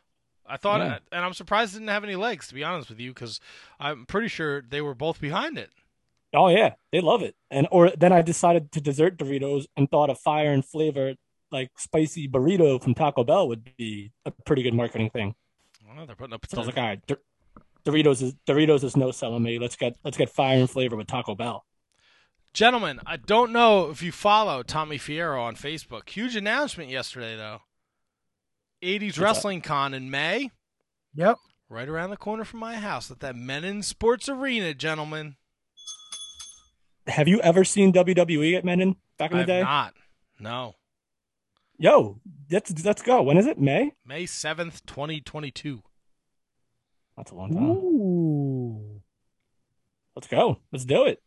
A: I thought,
B: Yeah.
A: and I'm surprised it didn't have any legs. To be honest with you, because I'm pretty sure they were both behind it.
B: Oh yeah, they love it. And or then I decided to desert Doritos and thought a fire and flavor like spicy burrito from Taco Bell would be a pretty good marketing thing.
A: Well, they're putting up.
B: So I was like, all right, Dor- Doritos is Doritos is no selling me. Let's get let's get fire and flavor with Taco Bell.
A: Gentlemen, I don't know if you follow Tommy Fierro on Facebook. Huge announcement yesterday, though. 80s
B: that?
A: Wrestling Con in May,
C: Yep.
A: right around the corner from my house at that Men in Sports Arena, gentlemen.
B: Have you ever seen WWE at Menon back in
A: I
B: the
A: have
B: day?
A: not. No.
B: Yo, let's let's go. When is it? May?
A: May 7th, 2022.
B: That's a long time.
C: Ooh.
B: Let's go. Let's do it.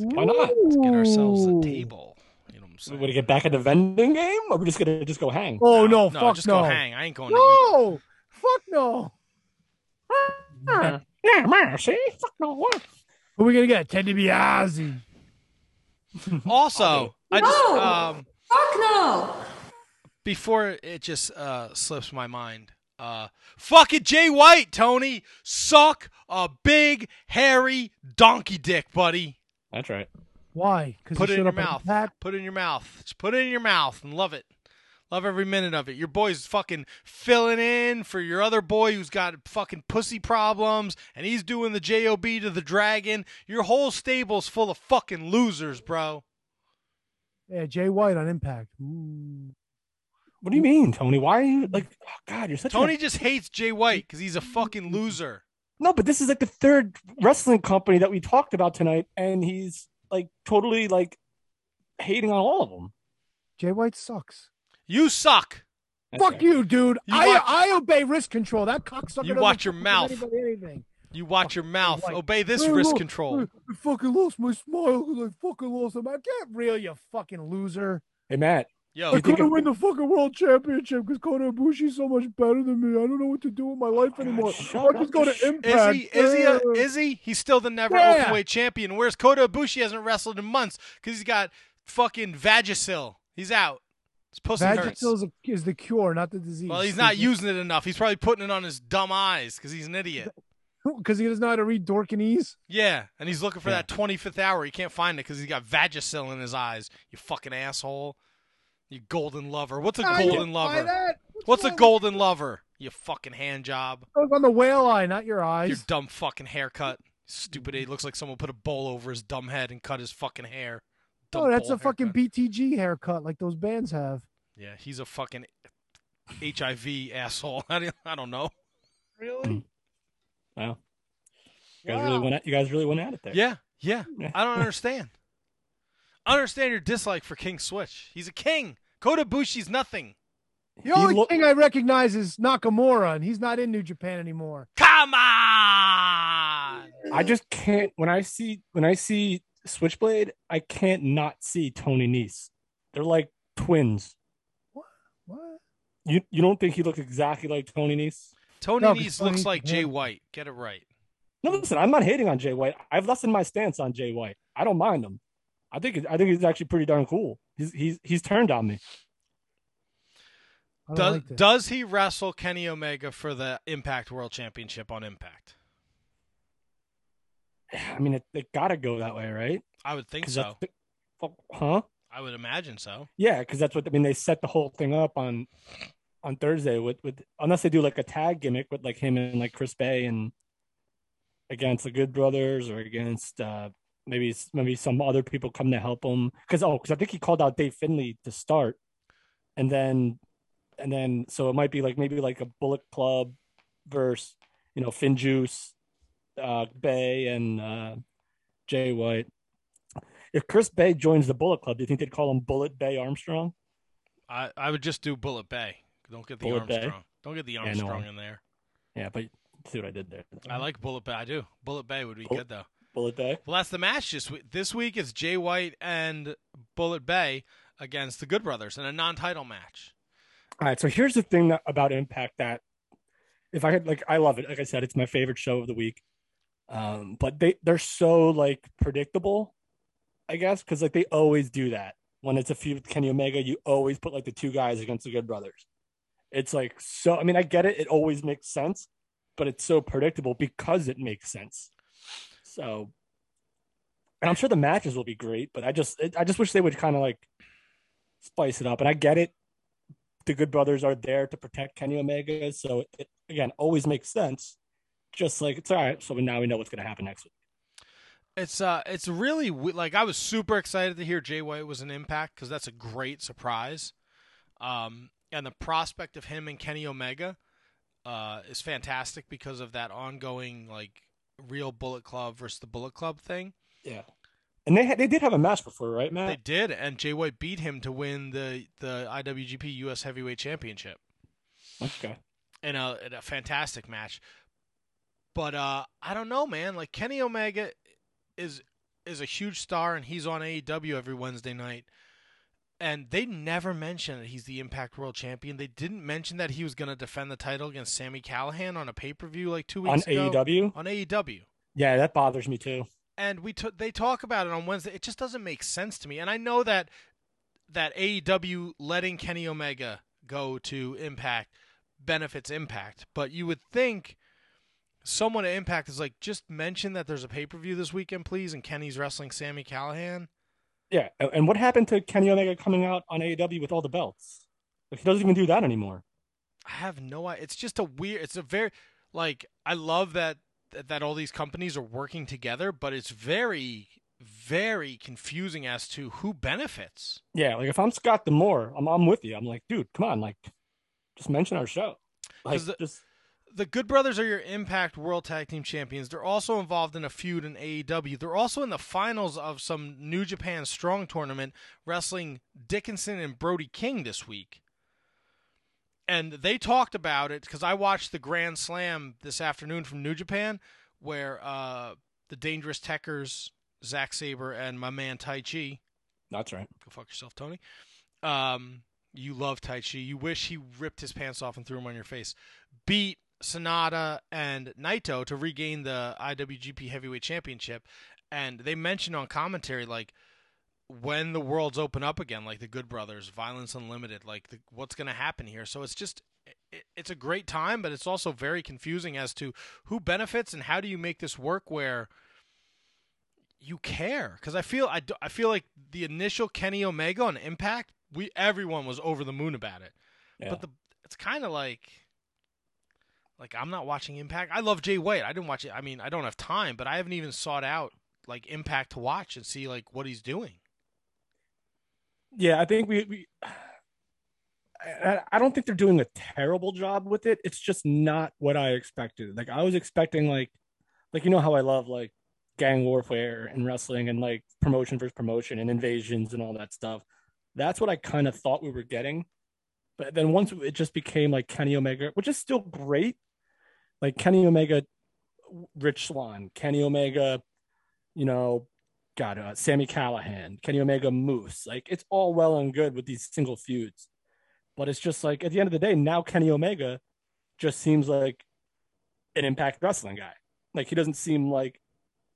B: Why not?
A: Let's get ourselves a
C: Ooh.
A: table. You know what I'm
B: So we
A: saying?
B: want to get back at the vending game, or we just gonna just go hang?
C: Oh no,
A: no,
C: fuck
A: just
C: no.
A: go hang. I ain't going to eat.
C: No, fuck no. Ah.
B: Yeah, yeah, see, fuck no. what?
C: Who are we gonna get? Ted DiBiase.
A: Also, I just
I: No.
A: um
I: Fuck no!
A: before it just uh slips my mind. Uh fuck it, Jay White, Tony. Suck a big hairy donkey dick, buddy.
B: That's right.
C: Why? Because
A: Put it in your mouth.
C: Pat?
A: Put it in your mouth. Just put it in your mouth and love it. Love every minute of it. Your boy's fucking filling in for your other boy who's got fucking pussy problems and he's doing the JOB to the dragon. Your whole stable's full of fucking losers, bro.
C: Yeah, Jay White on Impact. Ooh.
B: What do you mean, Tony? Why are you like? Oh, God, you're such
A: Tony
B: A...
A: just hates Jay White because he's a fucking loser.
B: No, but this is like the third wrestling company that we talked about tonight, and he's like totally like hating on all of them.
C: Jay White sucks.
A: You suck.
B: That's
C: Fuck
B: right.
C: you, dude.
A: You
C: I
A: watch-
C: I obey risk control. That cocksucker.
A: You
C: doesn't
A: watch your
C: fucking
A: mouth.
C: anybody Anything.
A: You watch your mouth.
C: White.
A: Obey this
C: Hey,
A: risk
C: look,
A: control.
C: hey, I fucking lost my smile because I fucking lost them. I can't reel you fucking loser.
B: Hey Matt,
A: Yo,
C: I
B: You think
C: couldn't
B: it-
C: win the fucking world championship because Kota Ibushi's so much better than me. I don't know what to do with my life anymore.
B: shut
C: I
B: up.
C: just go
B: Is he-
C: to
A: is
C: Impact.
A: he? Is he? A,
C: Uh,
A: is he? He's still the never
C: Yeah.
A: openweight champion. Whereas Kota Ibushi hasn't wrestled in months because he's got fucking Vagisil. He's out. His pussy hurts.
C: Vagisil is, a- is the cure, not the disease.
A: Well, he's not
C: [laughs]
A: using it enough. He's probably putting it on his dumb eyes because he's an idiot.
C: because he doesn't know how to read Dorkinese.
A: Yeah, and he's looking for
B: Yeah.
A: that 25th hour. He can't find it because he's got Vagisil in his eyes. You fucking asshole. You golden lover. What's a
C: I
A: golden
C: didn't buy
A: lover?
C: that.
A: What's a
C: wrong with-
A: golden lover? You fucking hand job.
C: Goes on the whale eye, not your eyes.
A: Your dumb fucking haircut. Stupid idiot. Looks like someone put a bowl over his dumb head and cut his fucking hair. Dumb
C: oh, that's
A: bowl
C: a fucking
A: haircut.
C: BTG haircut, like those bands have.
A: Yeah, he's a fucking HIV asshole. [laughs] I don't- I don't know.
B: Wow. You guys really went. At, you guys really went at it there.
A: Yeah, yeah.
B: Yeah.
A: I don't understand. I understand your dislike for King Switch. He's a king. Kota Bushi's nothing.
C: The only
B: lo-
C: thing I recognize is Nakamura, and he's not in New Japan anymore.
A: Come on.
B: I just can't. When I see when I see Switchblade, I can't not see Tony Nese. They're like twins.
C: What?
B: You you don't think he looks exactly like Tony Nese?
A: Tony
C: No, 'cause
A: Nese
C: Tony-
A: looks like Jay
C: yeah.
A: White. Get it right.
B: No, listen, I'm not hating on Jay White. I've lessened my stance on Jay White. I don't mind him. I think I think he's actually pretty darn cool. He's he's he's turned on me.
C: I don't
A: Does,
C: like this.
A: does he wrestle Kenny Omega for the Impact World Championship on Impact?
B: I mean, it, it gotta go that way, right?
A: I would think
B: 'Cause
A: so.
B: that's the- huh?
A: I would imagine so.
B: Yeah, because that's what I mean. They set the whole thing up on on Thursday with with unless they do like a tag gimmick with like him and like Chris Bay and against the Good Brothers or against uh maybe maybe some other people come to help him because oh because I think he called out Dave Finley to start and then and then so it might be like maybe like a Bullet Club verse you know Finn Juice uh Bay and uh Jay White. If Chris Bay joins the Bullet Club, do you think they'd call him Bullet Bay Armstrong?
A: I, I would just do Bullet Bay. Don't get the
B: Bullet Bay?
A: Armstrong. Don't get the
B: no,
A: Armstrong
B: I-
A: in there.
B: Yeah, but see what I did there.
A: I like Bullet Bay. I do. Bullet Bay would be
B: Bull-
A: good though.
B: Bullet Bay.
A: Well, that's the match this week. This week it's Jay White and Bullet Bay against the Good Brothers in a non-title match.
B: All right, so here's the thing that, about Impact that if I had like I love it. Like I said, it's my favorite show of the week. Um, but they they're so like predictable, I guess, because like they always do that when it's a feud with Kenny Omega. You always put like the two guys against the Good Brothers. It's like so. I mean, I get it. It always makes sense, but it's so predictable because it makes sense. So, and I'm sure the matches will be great, but I just I just wish they would kind of like spice it up. And I get it. the Good Brothers are there to protect Kenny Omega. So it, again, always makes sense. Just like it's all right. So now we know what's going to happen next week.
A: It's uh, it's really we- like I was super excited to hear Jay White was an impact because that's a great surprise, um, and the prospect of him and Kenny Omega, uh, is fantastic because of that ongoing like real Bullet Club versus the Bullet Club thing.
B: Yeah. And they had, they did have a match before, right, Matt?
A: They did, and Jay White beat him to win the the IWGP U.S. Heavyweight Championship
B: okay.
A: in a in a fantastic match. But uh, I don't know, man. Like Kenny Omega is is a huge star, and he's on AEW every Wednesday night. And they never mentioned that he's the Impact World Champion. They didn't mention that he was going to defend the title against Sammy Callahan on a pay per view like two
B: on E
A: weeks ago
B: AEW.
A: on E AEW.
B: Yeah, that bothers me too.
A: and we t- they talk about it on Wednesday. It just doesn't make sense to me. And I know that that AEW letting Kenny Omega go to Impact benefits Impact, but you would think someone at Impact is like just mention that there's a pay per view this weekend, please, and Kenny's wrestling Sammy Callahan.
B: Yeah, a- and what happened to Kenny Omega coming out on AEW with all the belts? Like he doesn't even do that anymore.
A: I have no idea. It's just a weird. It's a very like I love that that that all these companies are working together, but it's very very confusing as to who benefits.
B: Yeah, like if I'm Scott Demore, I'm I'm with you. I'm like, dude, come on, like, just mention our show. Like,
A: 'Cause the-
B: just
A: the Good Brothers are your Impact World Tag Team Champions. They're also involved in a feud in AEW. They're also in the finals of some New Japan Strong tournament, wrestling Dickinson and Brody King this week. And they talked about it because I watched the Grand Slam this afternoon from New Japan, where uh, the Dangerous Techers, Zack Saber, and my man Tai Chi
B: that's right.
A: go fuck yourself, Tony. Um, you love Tai Chi. You wish he ripped his pants off and threw them on your face. Beat Sonata and Naito to regain the IWGP Heavyweight Championship, and they mentioned on commentary like when the worlds open up again, like the Good Brothers, Violence Unlimited, like the, what's going to happen here. So it's just. it- It's a great time, but it's also very confusing as to who benefits and how do you make this work where you care because I feel I, do- I feel like the initial Kenny Omega on Impact, we everyone was over the moon about it.
B: Yeah.
A: But the it's kind of like like I'm not watching Impact. I love Jay White. I didn't watch it. I mean, I don't have time, but I haven't even sought out like Impact to watch and see like what he's doing.
B: Yeah, I think we. we I, I don't think they're doing a terrible job with it. It's just not what I expected. Like I was expecting, like, like you know how I love like gang warfare and wrestling and like promotion versus promotion and invasions and all that stuff. That's what I kind of thought we were getting. But then once it just became like Kenny Omega, which is still great, like Kenny Omega, Rich Swan, Kenny Omega, you know, got uh, Sammy Callahan, Kenny Omega, Moose. Like it's all well and good with these single feuds, but it's just like at the end of the day, now Kenny Omega just seems like an Impact Wrestling guy. Like he doesn't seem like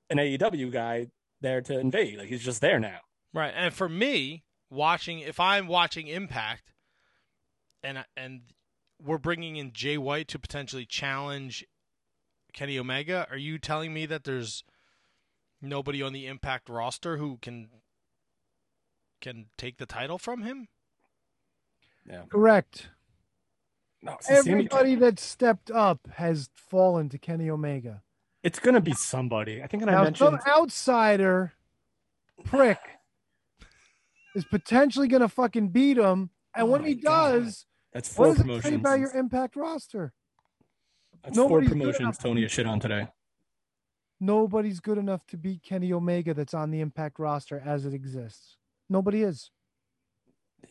B: an AEW guy there to invade. Like he's just there now.
A: Right. And for me, watching if I'm watching Impact and and we're bringing in Jay White to potentially challenge Kenny Omega, are you telling me that there's nobody on the Impact roster who can can take the title from him?
C: Correct.
B: No, it's the same-
C: Everybody that stepped up has fallen to Kenny Omega.
B: it's gonna be somebody. I think that I
C: Now,
B: mentioned.
C: some outsider prick is potentially going to fucking beat him.
B: Oh
C: And when
B: my
C: he
B: God.
C: does,
B: That's four
C: what does it say
B: promotions.
C: about your Impact roster?
B: That's four
C: nobody's good enough
B: promotions.
C: to
B: Tony is shit on today.
C: Nobody's good enough to beat Kenny Omega that's on the Impact roster as it exists. Nobody is.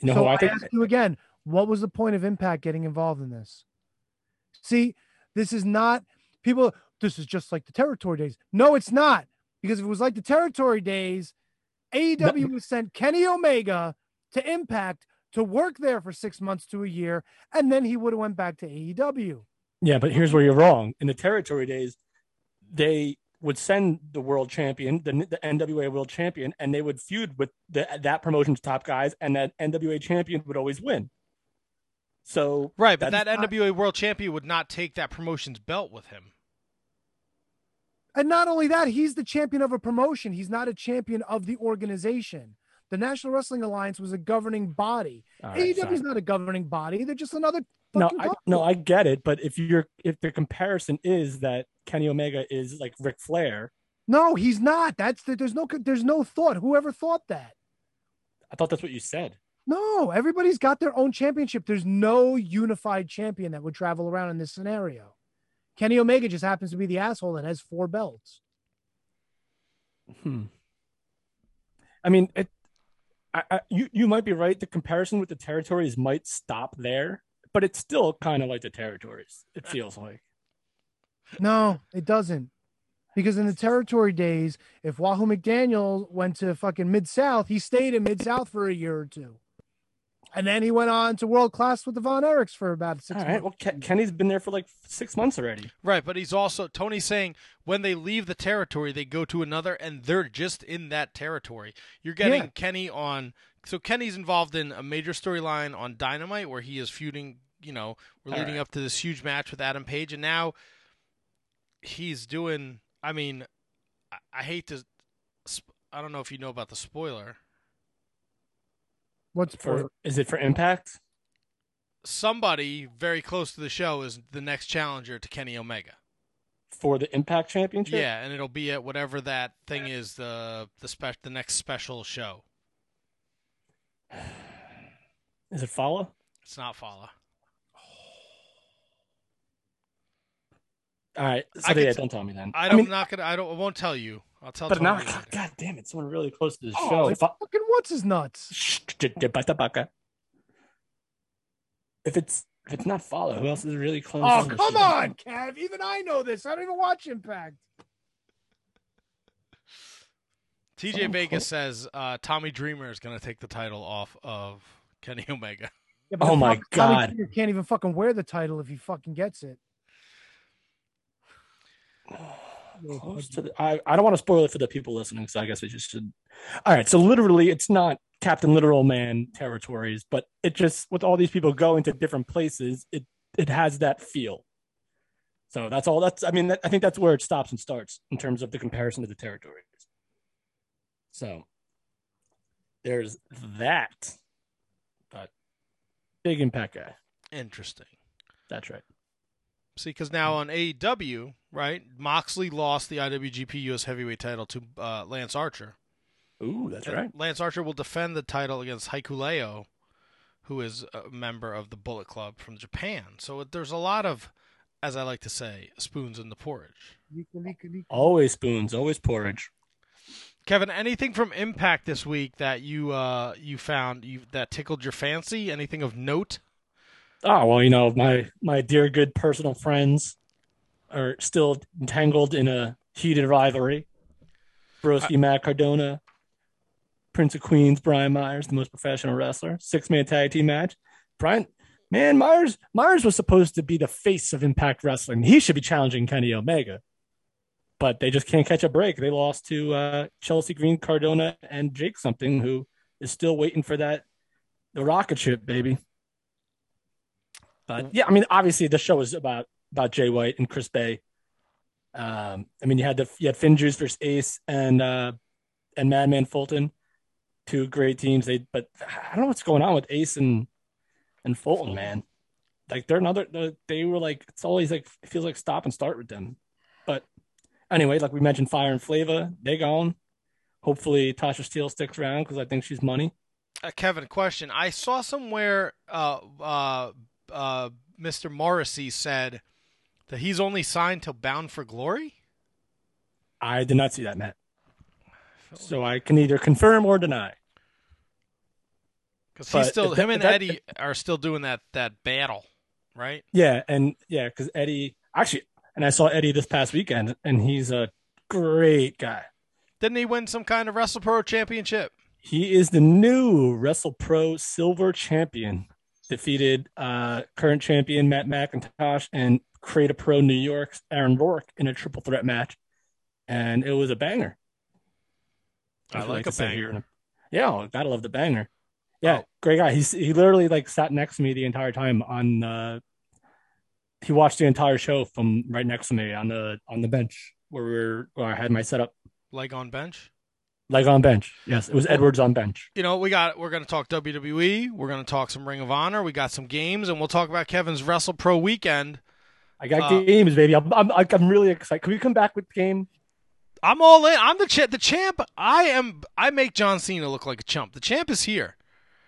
B: You know
C: so
B: who
C: I,
B: I think?
C: ask you again, what was the point of Impact getting involved in this? See, this is not people. This is just like the territory days. No, it's not because if it was like the territory days, AEW would send Kenny Omega to Impact to work there for six months to a year, and then he would have went back to E AEW.
B: Yeah, but here's where you're wrong. In the territory days, they would send the world champion, the, the NWA world champion, and they would feud with the, that promotion's top guys, and that NWA champion would always win. So
A: Right, but
B: but That's
A: that NWA World Champion would not take that promotion's belt with him.
C: And not only that, he's the champion of a promotion. He's not a champion of the organization. The National Wrestling Alliance was a governing body.
B: All right,
C: AEW
B: sorry.
C: is not a governing body. They're just another.
B: no,
C: fucking
B: I,
C: company.
B: no, I get it. But if you're if the comparison is that Kenny Omega is like Ric Flair,
C: No, he's not. That's the, there's no there's no thought. Whoever thought that?
B: I thought that's what you said.
C: No, everybody's got their own championship. There's no unified champion that would travel around in this scenario. Kenny Omega just happens to be the asshole that has four belts.
B: Hmm. I mean, it, I, I, you you might be right. The comparison with the territories might stop there, but it's still kind of like the territories. It feels like.
C: No, it doesn't. Because in the territory days, if Wahoo McDaniel went to fucking Mid South, he stayed in Mid South for a year or two. And then he went on to world class with the Von Erichs for about six
B: All right.
C: months.
B: Well, Ken- Kenny's been there for like six months already.
A: Right, but he's also Tony's saying when they leave the territory, they go to another, and they're just in that territory. You're getting
C: Yeah.
A: Kenny on, so Kenny's involved in a major storyline on Dynamite where he is feuding. You know, we're
B: All
A: leading
B: right.
A: up to this huge match with Adam Page, and now he's doing. I mean, I, I hate to. sp- I don't know if you know about the spoiler.
C: What's
B: For is it for Impact?
A: Somebody very close to the show is the next challenger to Kenny Omega.
B: For the Impact Championship?
A: Yeah, and it'll be at whatever that thing is the the spe- the next special show.
B: Is it follow?
A: It's not Fala.
B: All right. So
A: I could-
B: yeah, don't tell me then.
A: I
B: mean,
A: don't not gonna I don't I won't tell you. I'll tell
B: but
A: Tony
B: now,
A: later.
B: God, God damn it! Someone really close to the
C: Oh,
B: show.
C: it's
B: If I-
C: fucking what's his nuts?
B: Shh, j- j- bata baka. If it's if it's not follow, who else is really close?
C: Oh,
B: to the
C: come
B: show? [sighs]
C: on, Kev. Even I know this. I don't even watch Impact.
A: TJ Vegas says uh, Tommy Dreamer is gonna take the title off of Kenny [laughs] Omega.
C: Yeah,
B: Oh
C: the
B: my
C: fuck- Tommy
B: God.
C: Dreamer can't even fucking wear the title if he fucking gets it.
B: Oh. Close to the, I, I don't want to spoil it for the people listening, so I guess I just should. All right, so literally, it's not Captain Literal Man territories, but it just with all these people going to different places, it it has that feel. So that's all. That's I mean, that, I think that's where it stops and starts in terms of the comparison to the territories. So there's that, but big impact guy.
A: Interesting.
B: That's right.
A: See, because now on AEW, right? Moxley lost the IWGP U.S. Heavyweight title to uh, Lance Archer.
B: Ooh, that's right.
A: Lance Archer will defend the title against Haikuleo, who is a member of the Bullet Club from Japan. So it- there's a lot of, as I like to say, spoons in the porridge.
B: Always spoons, always porridge.
A: Kevin, anything from Impact this week that you uh, you found you, that tickled your fancy? Anything of note?
B: Oh well, you know my my dear good personal friends are still entangled in a heated rivalry. Broski Matt Cardona, Prince of Queens Brian Myers, the most professional wrestler, six man tag team match. Brian, man, Myers Myers was supposed to be the face of Impact Wrestling. He should be challenging Kenny Omega, but they just can't catch a break. They lost to uh, Chelsea Green, Cardona, and Jake something, who is still waiting for that the rocket ship, baby. But yeah, I mean, obviously the show is about about Jay White and Chris Bay. Um, I mean, you had the you had Finn Juice versus Ace and uh, and Madman Fulton, two great teams. They but I don't know what's going on with Ace and and Fulton, man. Like they're another they're- they were like it's always like it feels like stop and start with them. But anyway, like we mentioned, Fire and Flava, they gone. Hopefully Tasha Steele sticks around because I think she's money.
A: Uh, Kevin, question. I saw somewhere uh, uh, uh, Mr. Morrissey said that he's only signed till Bound for Glory.
B: I did not see that, Matt. So I can either confirm or deny.
A: Because he's
B: But
A: still
B: if
A: him
B: that-
A: and
B: that-
A: Eddie are still doing that that battle, right?
B: Yeah, and yeah, because Eddie actually, and I saw Eddie this past weekend, and he's a great guy.
A: Didn't he win some kind of Wrestle Pro championship?
B: He is the new Wrestle Pro Silver Champion, defeated uh, current champion Matt McIntosh and Create a Pro New York's Aaron Rourke in a triple threat match, and it was a banger.
A: I
B: That's what
A: like
B: to
A: a
B: say here.
A: banger. Oh.
B: Yeah, oh, gotta love the banger. Yeah, great guy. He's he literally like sat next to me the entire time on. Uh, he watched the entire show from right next to me on the on the bench where we were, where I had my setup,
A: Like on bench?
B: like on bench. Yes, it was Edwards on bench.
A: You know, we got we're gonna talk WWE, we're gonna talk some Ring of Honor, we got some games, and we'll talk about Kevin's Wrestle Pro weekend.
B: I got
A: Uh,
B: games, baby. I'm, I'm I'm really excited. Can we come back with game?
A: I'm all in. I'm the cha- the champ. I am I make John Cena look like a chump. The champ is here.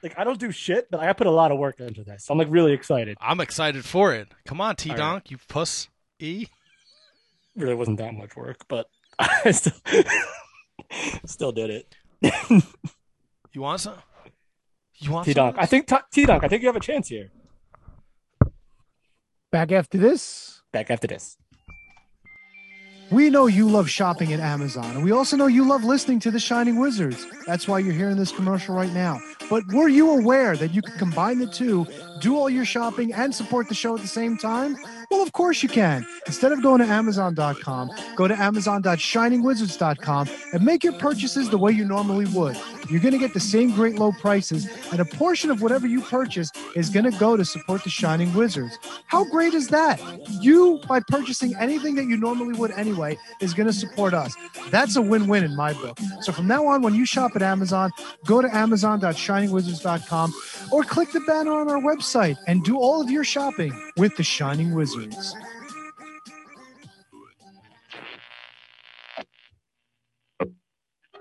B: Like I don't do shit, but I put a lot of work into this. I'm like really excited.
A: I'm excited for it. Come on, T
B: right.
A: Donk, you puss E.
B: Really wasn't that much work, but [laughs] I still still did it. [laughs]
A: You want some? You want
B: T Donk, I think T Donk, I think you have a chance here.
C: Back after this.
B: Back after this.
C: We know you love shopping at Amazon, and we also know you love listening to The Shining Wizards. That's why you're hearing this commercial right now. But were you aware that you can combine the two, do all your shopping, and support the show at the same time? Well, of course you can. Instead of going to Amazon.com, go to Amazon.shiningwizards.com and make your purchases the way you normally would. You're going to get the same great low prices, and a portion of whatever you purchase is going to go to support the Shining Wizards. How great is that? You, by purchasing anything that you normally would anyway, is going to support us. That's a win win in my book. So from now on, when you shop at Amazon, go to Amazon.shiningwizards.com or click the banner on our website and do all of your shopping with the Shining Wizards.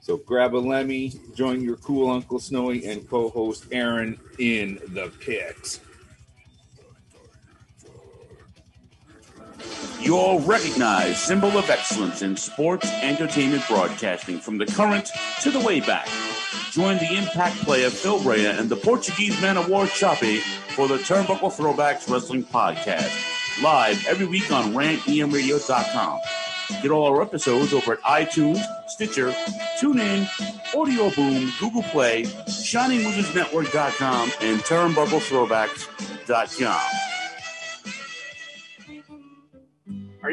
J: So grab a Lemmy, join your cool Uncle Snowy and co host Aaron in the pit.
K: You all recognize symbol of excellence in sports entertainment broadcasting from the current to the way back. Join the impact player Phil Rea and the Portuguese man of war Chape for the Turnbuckle Throwbacks Wrestling Podcast, live every week on E rantemradio.com. Get all our episodes over at iTunes, Stitcher, TuneIn, Audio Boom, Google Play, ShiningWizardsNetwork.com, and TurnbuckleThrowbacks.com.
L: Are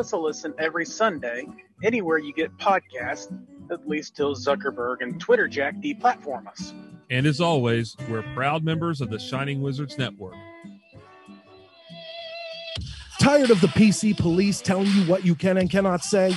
L: us a listen every Sunday, anywhere you get podcasts, at least till Zuckerberg and Twitter Jack deplatform us.
M: And as always, we're proud members of the Shining Wizards Network.
N: Tired of the PC police telling you what you can and cannot say?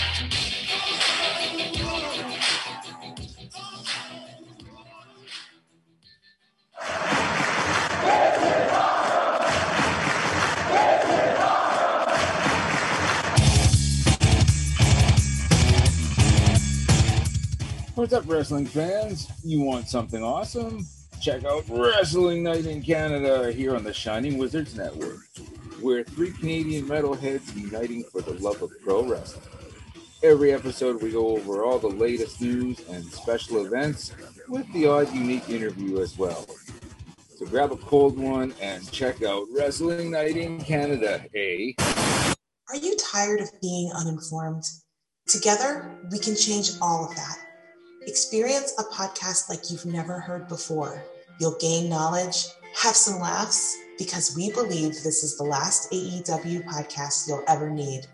J: What's up, wrestling fans? You want something awesome? Check out Wrestling Night in Canada here on the Shining Wizards Network. We're three Canadian metalheads uniting for the love of pro wrestling. Every episode, we go over all the latest news and special events with the odd unique interview as well. So grab a cold one and check out Wrestling Night in Canada, eh?
E: Are you tired of being uninformed? Together, we can change all of that. Experience a podcast like you've never heard before. You'll gain knowledge, have some laughs, because we believe this is the last AEW podcast you'll ever need.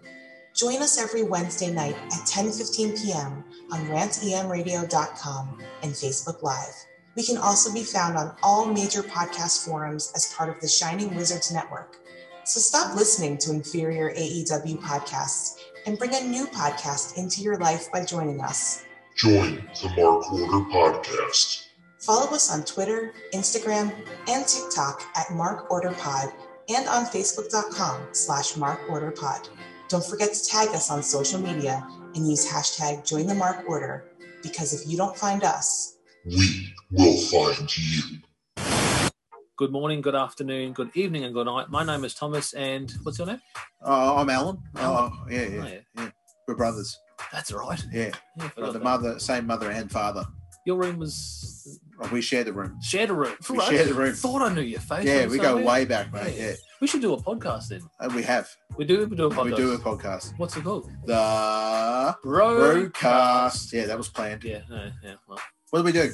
E: Join us every Wednesday night at 10:15 p.m. on E rantemradio.com and Facebook Live. We can also be found on all major podcast forums as part of the Shining Wizards Network. So stop listening to inferior AEW podcasts and bring a new podcast into your life by joining us.
D: Join the Mark Order Podcast.
E: Follow us on Twitter, Instagram, and TikTok at Mark Order Pod and on Facebook.com slash Mark Order Pod. Don't forget to tag us on social media and use hashtag join the Mark Order because if you don't find us,
D: We will find you.
O: Good morning, good afternoon, good evening, and good night. My name is Thomas, and what's your name?
P: Oh, I'm Alan.
O: Alan.
P: Oh, yeah, yeah,
O: Oh, yeah.
P: yeah. We're brothers.
O: That's right.
P: Yeah.
O: Yeah, I forgot
P: Brother,
O: that.
P: mother, same mother and father.
O: Your room was
P: Oh, We shared the room.
O: shared a room.
P: We
O: Right.
P: shared a room.
O: Thought I knew your face.
P: Yeah,
O: I'm
P: we
O: sorry.
P: go way back, mate. Yeah.
O: We should do a podcast then.
P: Uh, we have.
O: We do. We do a podcast.
P: We do a podcast.
O: What's it called?
P: The
O: Broadcast.
P: Broadcast. Yeah, that was planned.
O: Yeah, no, yeah. Well,
P: What do we do?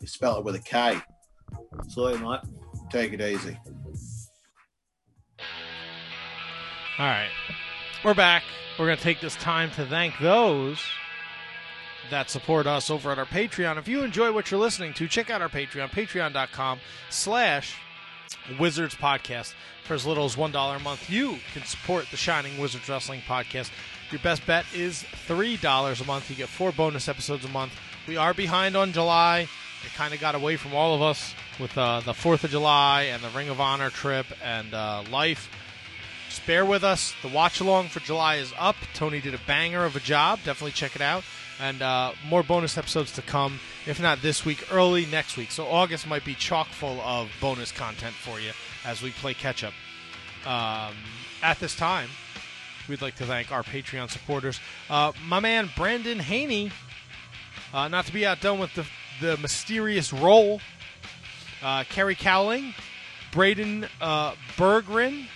P: We spell it with a K.
O: Sorry, mate.
P: Take it easy.
A: All right. We're back. We're going to take this time to thank those that support us over at our Patreon. If you enjoy what you're listening to, check out our Patreon, patreon.com slash Wizards Podcast. For as little as $1 a month, you can support the Shining Wizards Wrestling Podcast. Your best bet is $3 a month. You get four bonus episodes a month. We are behind on July. It kind of got away from all of us with uh, the 4th of July and the Ring of Honor trip and uh, life. Just bear with us. The watch along for July is up. Tony did a banger of a job. Definitely check it out. And uh, more bonus episodes to come. If not this week, early next week. So August might be chock full of bonus content for you as we play catch up. Um, at this time, we'd like to thank our Patreon supporters. Uh, my man Brandon Haney, uh, not to be outdone with the, the mysterious role uh, Kerry Cowling, Braden uh, Bergren.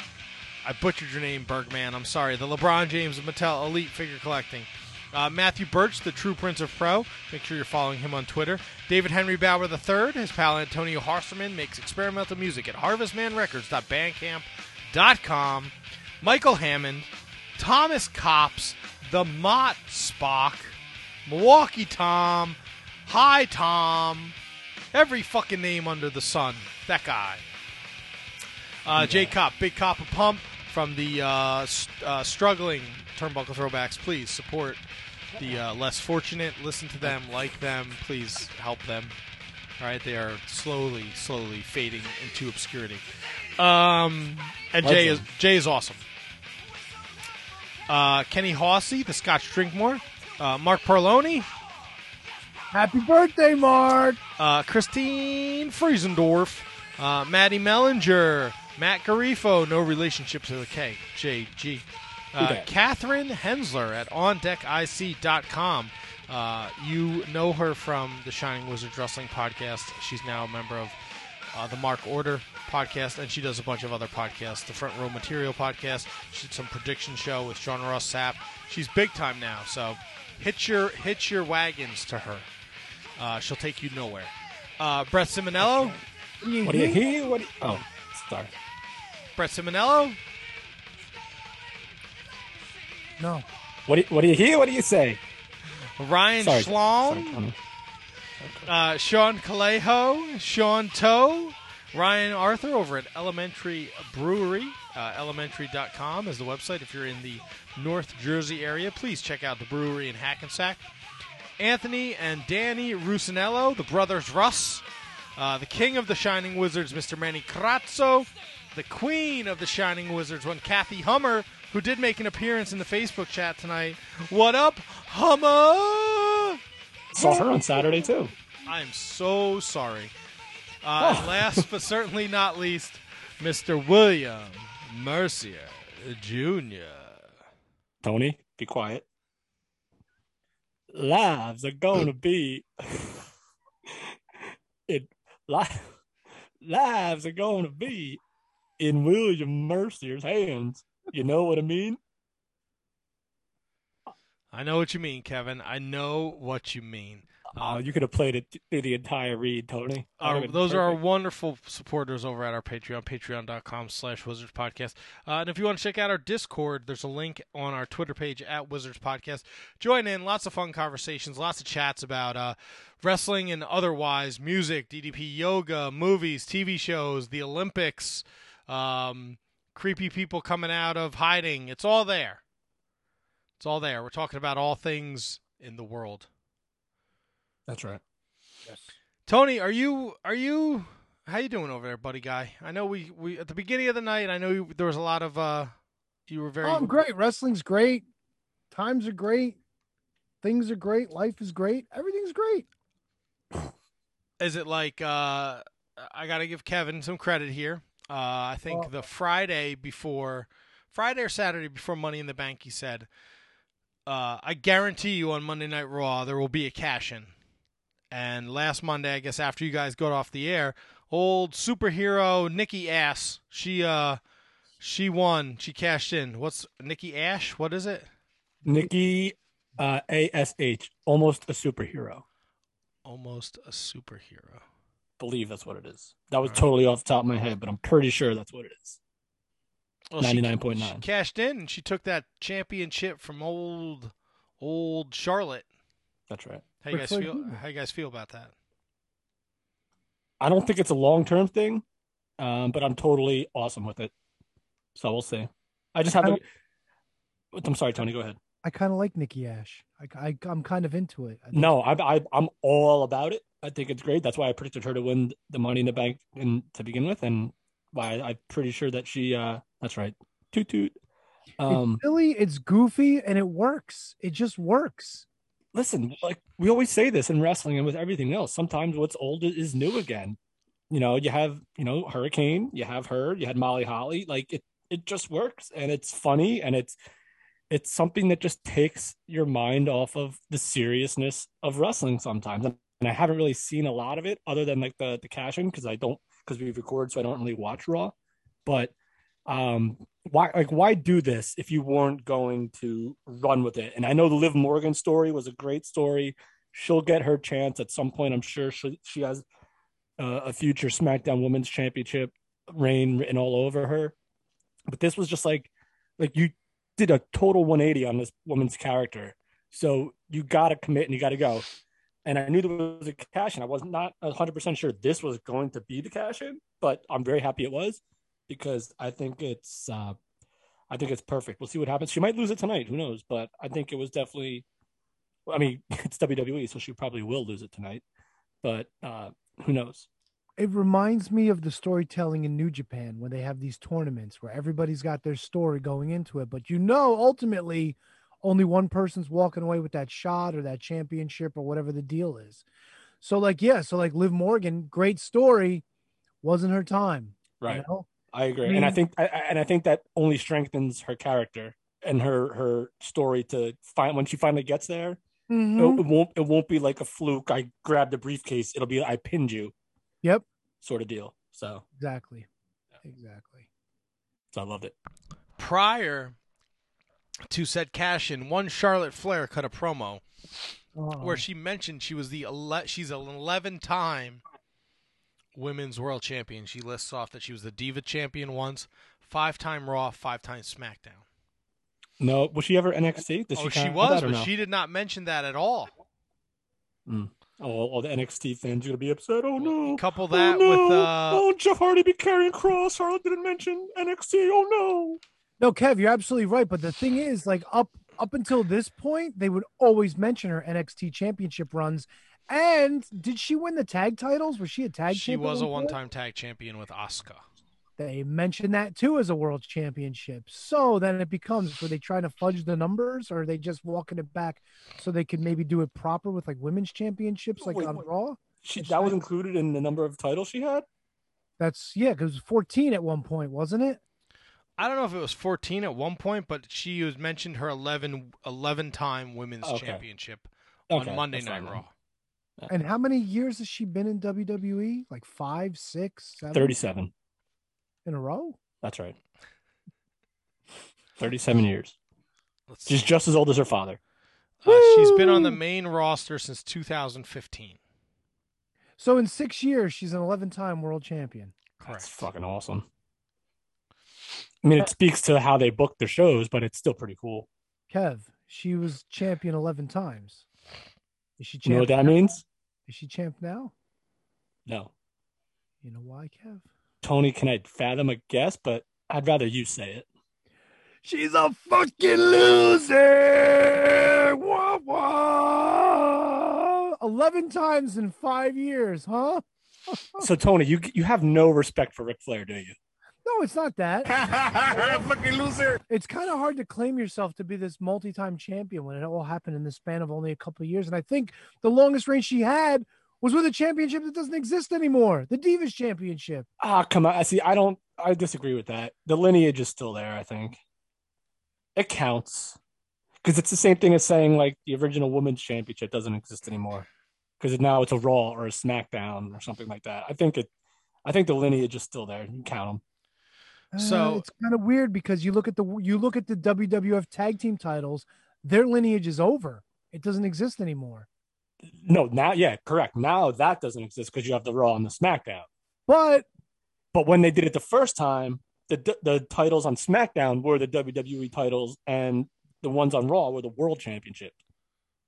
A: I butchered your name, Bergman. I'm sorry. The LeBron James of Mattel Elite Figure Collecting. Uh, Matthew Birch, the true prince of pro. Make sure you're following him on Twitter. David Henry Bauer III, his pal Antonio Harserman, makes experimental music at harvestmanrecords.bandcamp.com. Michael Hammond, Thomas Cops, The Mott Spock, Milwaukee Tom, Hi Tom, every fucking name under the sun. That guy. Uh, J Cop, Big Cop a Pump from the uh, st- uh, struggling Turnbuckle Throwbacks. Please support the uh, less fortunate. Listen to them, like them. Please help them. All right, they are slowly, slowly fading into obscurity. Um, and Jay is
B: Legend.
A: Jay is awesome. Uh, Kenny Hawsey, the Scotch Drinkmore, uh, Mark Parloni. Happy birthday, Mark! Uh, Christine Friesendorf, uh, Maddie Mellinger, Matt Garifo, no relationship to the K, J G. Uh,
B: Okay.
A: Catherine Hensler at ondeckic.com. Uh, you know her from the Shining Wizards Wrestling podcast. She's now a member of uh, the Mark Order podcast, and she does a bunch of other podcasts. The Front Row Material podcast. She did some prediction show with John Ross Sapp. She's big time now, so hit your hit your wagons to her. Uh, she'll take you nowhere. Uh, Brett Simonello.
B: What do you hear? What do you... Oh, sorry.
A: Brett Simonello.
B: No. What do you, what do you hear? What do you say?
A: Ryan
B: Sorry.
A: Schlong. uh, Sean Calejo, Sean Toe, Ryan Arthur over at Elementary Brewery. Uh, elementary.com is the website. If you're in the North Jersey area, please check out the brewery in Hackensack. Anthony and Danny Rusinello, the brothers Russ, uh, the king of the Shining Wizards, Mr. Manny Crazzo, the queen of the Shining Wizards, one Kathy Hummer, who did make an appearance in the Facebook chat tonight. What up, Hummer?
B: Saw her on Saturday too.
A: I'm so sorry. Uh, and Last but certainly not least, Mr. William Mercier Jr.
B: Tony, be quiet. Lives are going to be it li- lives are going to be in William Mercier's hands You know what I mean?
A: I know what you mean, Kevin. I know what you mean.
B: Oh, you could have played it through the entire read, Tony. That
A: Our,
B: would've been
A: Oh, those are our
B: perfect.
A: wonderful supporters over at our Patreon, patreon.com slash Wizards Podcast. Uh, and if you want to check out our Discord, there's a link on our Twitter page at Wizards Podcast. Join in. Lots of fun conversations, lots of chats about uh, wrestling and otherwise, music, DDP yoga, movies, TV shows, the Olympics, um, creepy people coming out of hiding. It's all there. It's all there. We're talking about all things in the world.
B: That's right.
A: Tony, are you are you how you doing over there, buddy guy? I know we we at the beginning of the night. I know you, there was a lot of uh you were very
C: Oh, I'm great. Wrestling's great. Times are great. Things are great. Life is great. Everything's great.
A: Is it like uh I got to give Kevin some credit here. Uh I think the Friday before Friday or Saturday before Money in the Bank he said uh I guarantee you on Monday Night Raw there will be a cash in. And last Monday, I guess after you guys got off the air, old superhero Nikki Ass, she uh she won. She cashed in. What's Nikki Ash? What is it?
B: Nikki uh, ASH, almost a superhero.
A: Almost a superhero.
B: Believe that's what it is. That was
A: All right.
B: totally off the top of my head, but I'm pretty sure that's what it is.
A: Well, she-
B: 99.9.
A: She cashed in and she took that championship from old old Charlotte.
B: That's right.
A: How you
B: Ric
A: guys
B: Flair
A: feel?
B: did
A: How you guys feel about that?
B: I don't think it's a long term thing, um, but I'm totally awesome with it. So we'll see. I just have to. I'm sorry, Tony. Go ahead.
C: I kind of like Nikki Ash. I, I I'm kind of into it. I think-
B: No, I, I, I'm all about it. I think it's great. That's why I predicted her to win the Money in the Bank in, to begin with, and why I'm pretty sure that she. Uh, that's right. Toot
C: [laughs]
B: toot. Um,
C: it's silly. It's goofy, and it works. It just works.
B: listen, like we always say this in wrestling and with everything else. Sometimes what's old is new again. You know, you have you know Hurricane, you have her, you had Molly Holly. Like it, it just works, and it's funny, and it's it's something that just takes your mind off of the seriousness of wrestling sometimes. And I haven't really seen a lot of it other than like the the cash in because I don't because we record, so I don't really watch Raw. But um why like why do this if you weren't going to run with it and i know the liv morgan story was a great story she'll get her chance at some point i'm sure she, she has uh, a future smackdown women's championship reign written all over her but this was just like like you did a total 180 on this woman's character so you gotta commit and you gotta go and i knew there was a cash in i was not 100% sure this was going to be the cash in but i'm very happy it was because I think it's uh, I think it's perfect. We'll see what happens. She might lose it tonight. Who knows? But I think it was definitely. well, I mean, [laughs] it's WWE, so she probably will lose it tonight. But uh, who knows?
C: It reminds me of the storytelling in New Japan when they have these tournaments where everybody's got their story going into it, but you know, ultimately, only one person's walking away with that shot or that championship or whatever the deal is. So, like, yeah, so like Liv Morgan, great story, wasn't her time. you
B: Right.
C: know?
B: I agree,
C: I
B: and I
C: mean-
B: think I, I- and I think that only strengthens her character and her her story to find when she finally gets there.
C: Mhm.
B: It, it won't it won't be like a fluke. I grabbed the briefcase. It'll be I pinned you.
C: Yep.
B: Sort of deal. So
C: Exactly. Exactly.
B: so I loved it.
A: Prior to said cash in, one Charlotte Flair cut a promo
B: Oh.
C: Uh-huh.
A: where she mentioned she was the ele- she's an eleven time women's world champion. She lists off that she was the Diva champion once, five time Raw, five time SmackDown.
B: No, was she ever NXT? Did
A: oh, she
B: kinda- I
A: was,
B: don't
A: but
B: know.
A: she did not mention that at all.
B: Mm. Oh, all all the NXT fans are gonna be upset. Oh no!
A: Couple
B: Oh,
A: that
B: no.
A: with uh,
B: Oh, Jeff Hardy be carrying Cross. Harlan didn't mention NXT. Oh no!
C: No, Kev, you're absolutely right. But the thing is, like up up until this point, they would always mention her NXT championship runs. And did she win the tag titles? Was she a tag
A: she
C: champion
A: was
C: at
A: a
C: one
A: one
C: point?
A: time tag champion with Asuka.
C: They mentioned that too as a world championship. So then it becomes were they trying to fudge the numbers or are they just walking it back so they could maybe do it proper with like women's championships like
B: Wait,
C: on
B: wait.
C: Raw?
B: She, that was included in the number of titles she had.
C: That's yeah, because 14 at one point, wasn't it?
A: I don't know if it was 14 at one point, but she was mentioned her 11, 11 time women's
C: Okay.
A: championship
C: Okay,
A: on Monday
C: that's
A: Night
C: fine then.
A: Raw.
C: And how many years has she been in WWE? Like five, six, seven?
B: Thirty-seven.
C: in a row?
B: That's right. 37 years. She's just as old as her father.
A: Uh, she's been on the main roster since 2015.
C: So in six years, she's an 11 time world champion.
B: That's fucking awesome. I mean, it speaks to how they book their shows, but it's still pretty cool.
C: Kev, she was champion 11 times. Is she
B: You know
C: champion?
B: what that means?
C: Is she champ now?
B: No.
C: You know why, Kev?
B: Tony, can I fathom a guess? But I'd rather you say it.
C: She's a fucking loser. Wah, wah. 11 times in five years, huh?
B: So, Tony, you you have no respect for Ric Flair, do you?
C: No, it's not [laughs] that. fucking loser. It's kind of hard to claim yourself to be this multi-time champion when it all happened in the span of only a couple of years. And I think the longest reign she had was with a championship that doesn't exist anymore, the Divas Championship.
B: Ah, come on. I see. I don't. I disagree with that. The lineage is still there. I think it counts because it's the same thing as saying like the original women's championship doesn't exist anymore because now it's a Raw or a SmackDown or something like that. I think it. I think the lineage is still there. You count
C: Uh,
B: them. So
C: it's kind of weird because you look at the you look at the WWF tag team titles, their lineage is over. It doesn't exist anymore.
B: no, now yeah, correct. Now that doesn't exist because you have the Raw and the SmackDown.
C: But
B: but when they did it the first time, the the titles on SmackDown were the WWE titles, and the ones on Raw were the World Championship.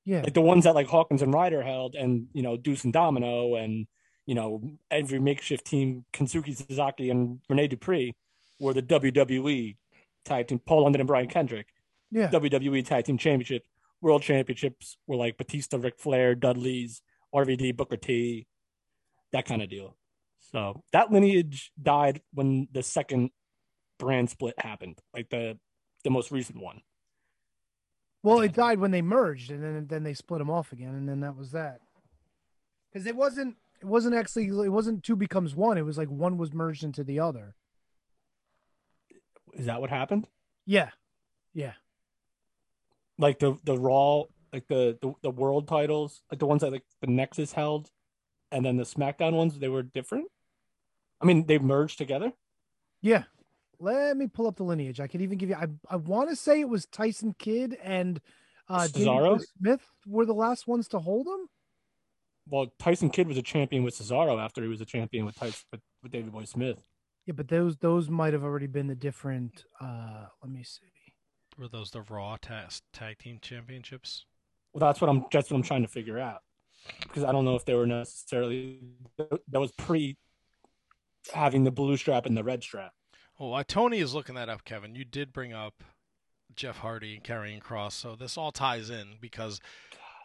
C: Yeah.
B: like the ones that like Hawkins and Ryder held, and you know Deuce and Domino, and you know every makeshift team, Kensuke Suzuki and Rene Dupree, were the WWE tag team. Paul London and Brian Kendrick,
C: Yeah.
B: WWE tag team championship, world championships were like Batista, Ric Flair, Dudley's, RVD, Booker T, that kind of deal. So that lineage died when the second brand split happened, like the the most recent one.
C: Well, it died when they merged, and then then they split them off again, and then that was that. Because it wasn't it wasn't actually it wasn't two becomes one. It was like one was merged into the other.
B: Is that what happened?
C: Yeah, yeah.
B: Like the the Raw, like the the, the world titles, like the ones that like the Nexus held, and then the SmackDown ones, they were different. I mean, they merged together.
C: Yeah. Let me pull up the lineage. I could even give you. I I want to say it was Tyson Kidd and uh, Cesaro
B: Cesaro?
C: Smith were the last ones to hold them.
B: Well, Tyson Kidd was a champion with Cesaro after he was a champion with Tyson with, with David Boy Smith.
C: Yeah, but those those might have already been the different. uh Let me see.
A: Were those the Raw tas- Tag Team Championships?
B: Well, that's what I'm that's what I'm trying to figure out because I don't know if they were necessarily that was pre having the blue strap and the red strap.
A: Oh, uh, Tony is looking that up, Kevin. You did bring up Jeff Hardy and Karrion Cross, so this all ties in because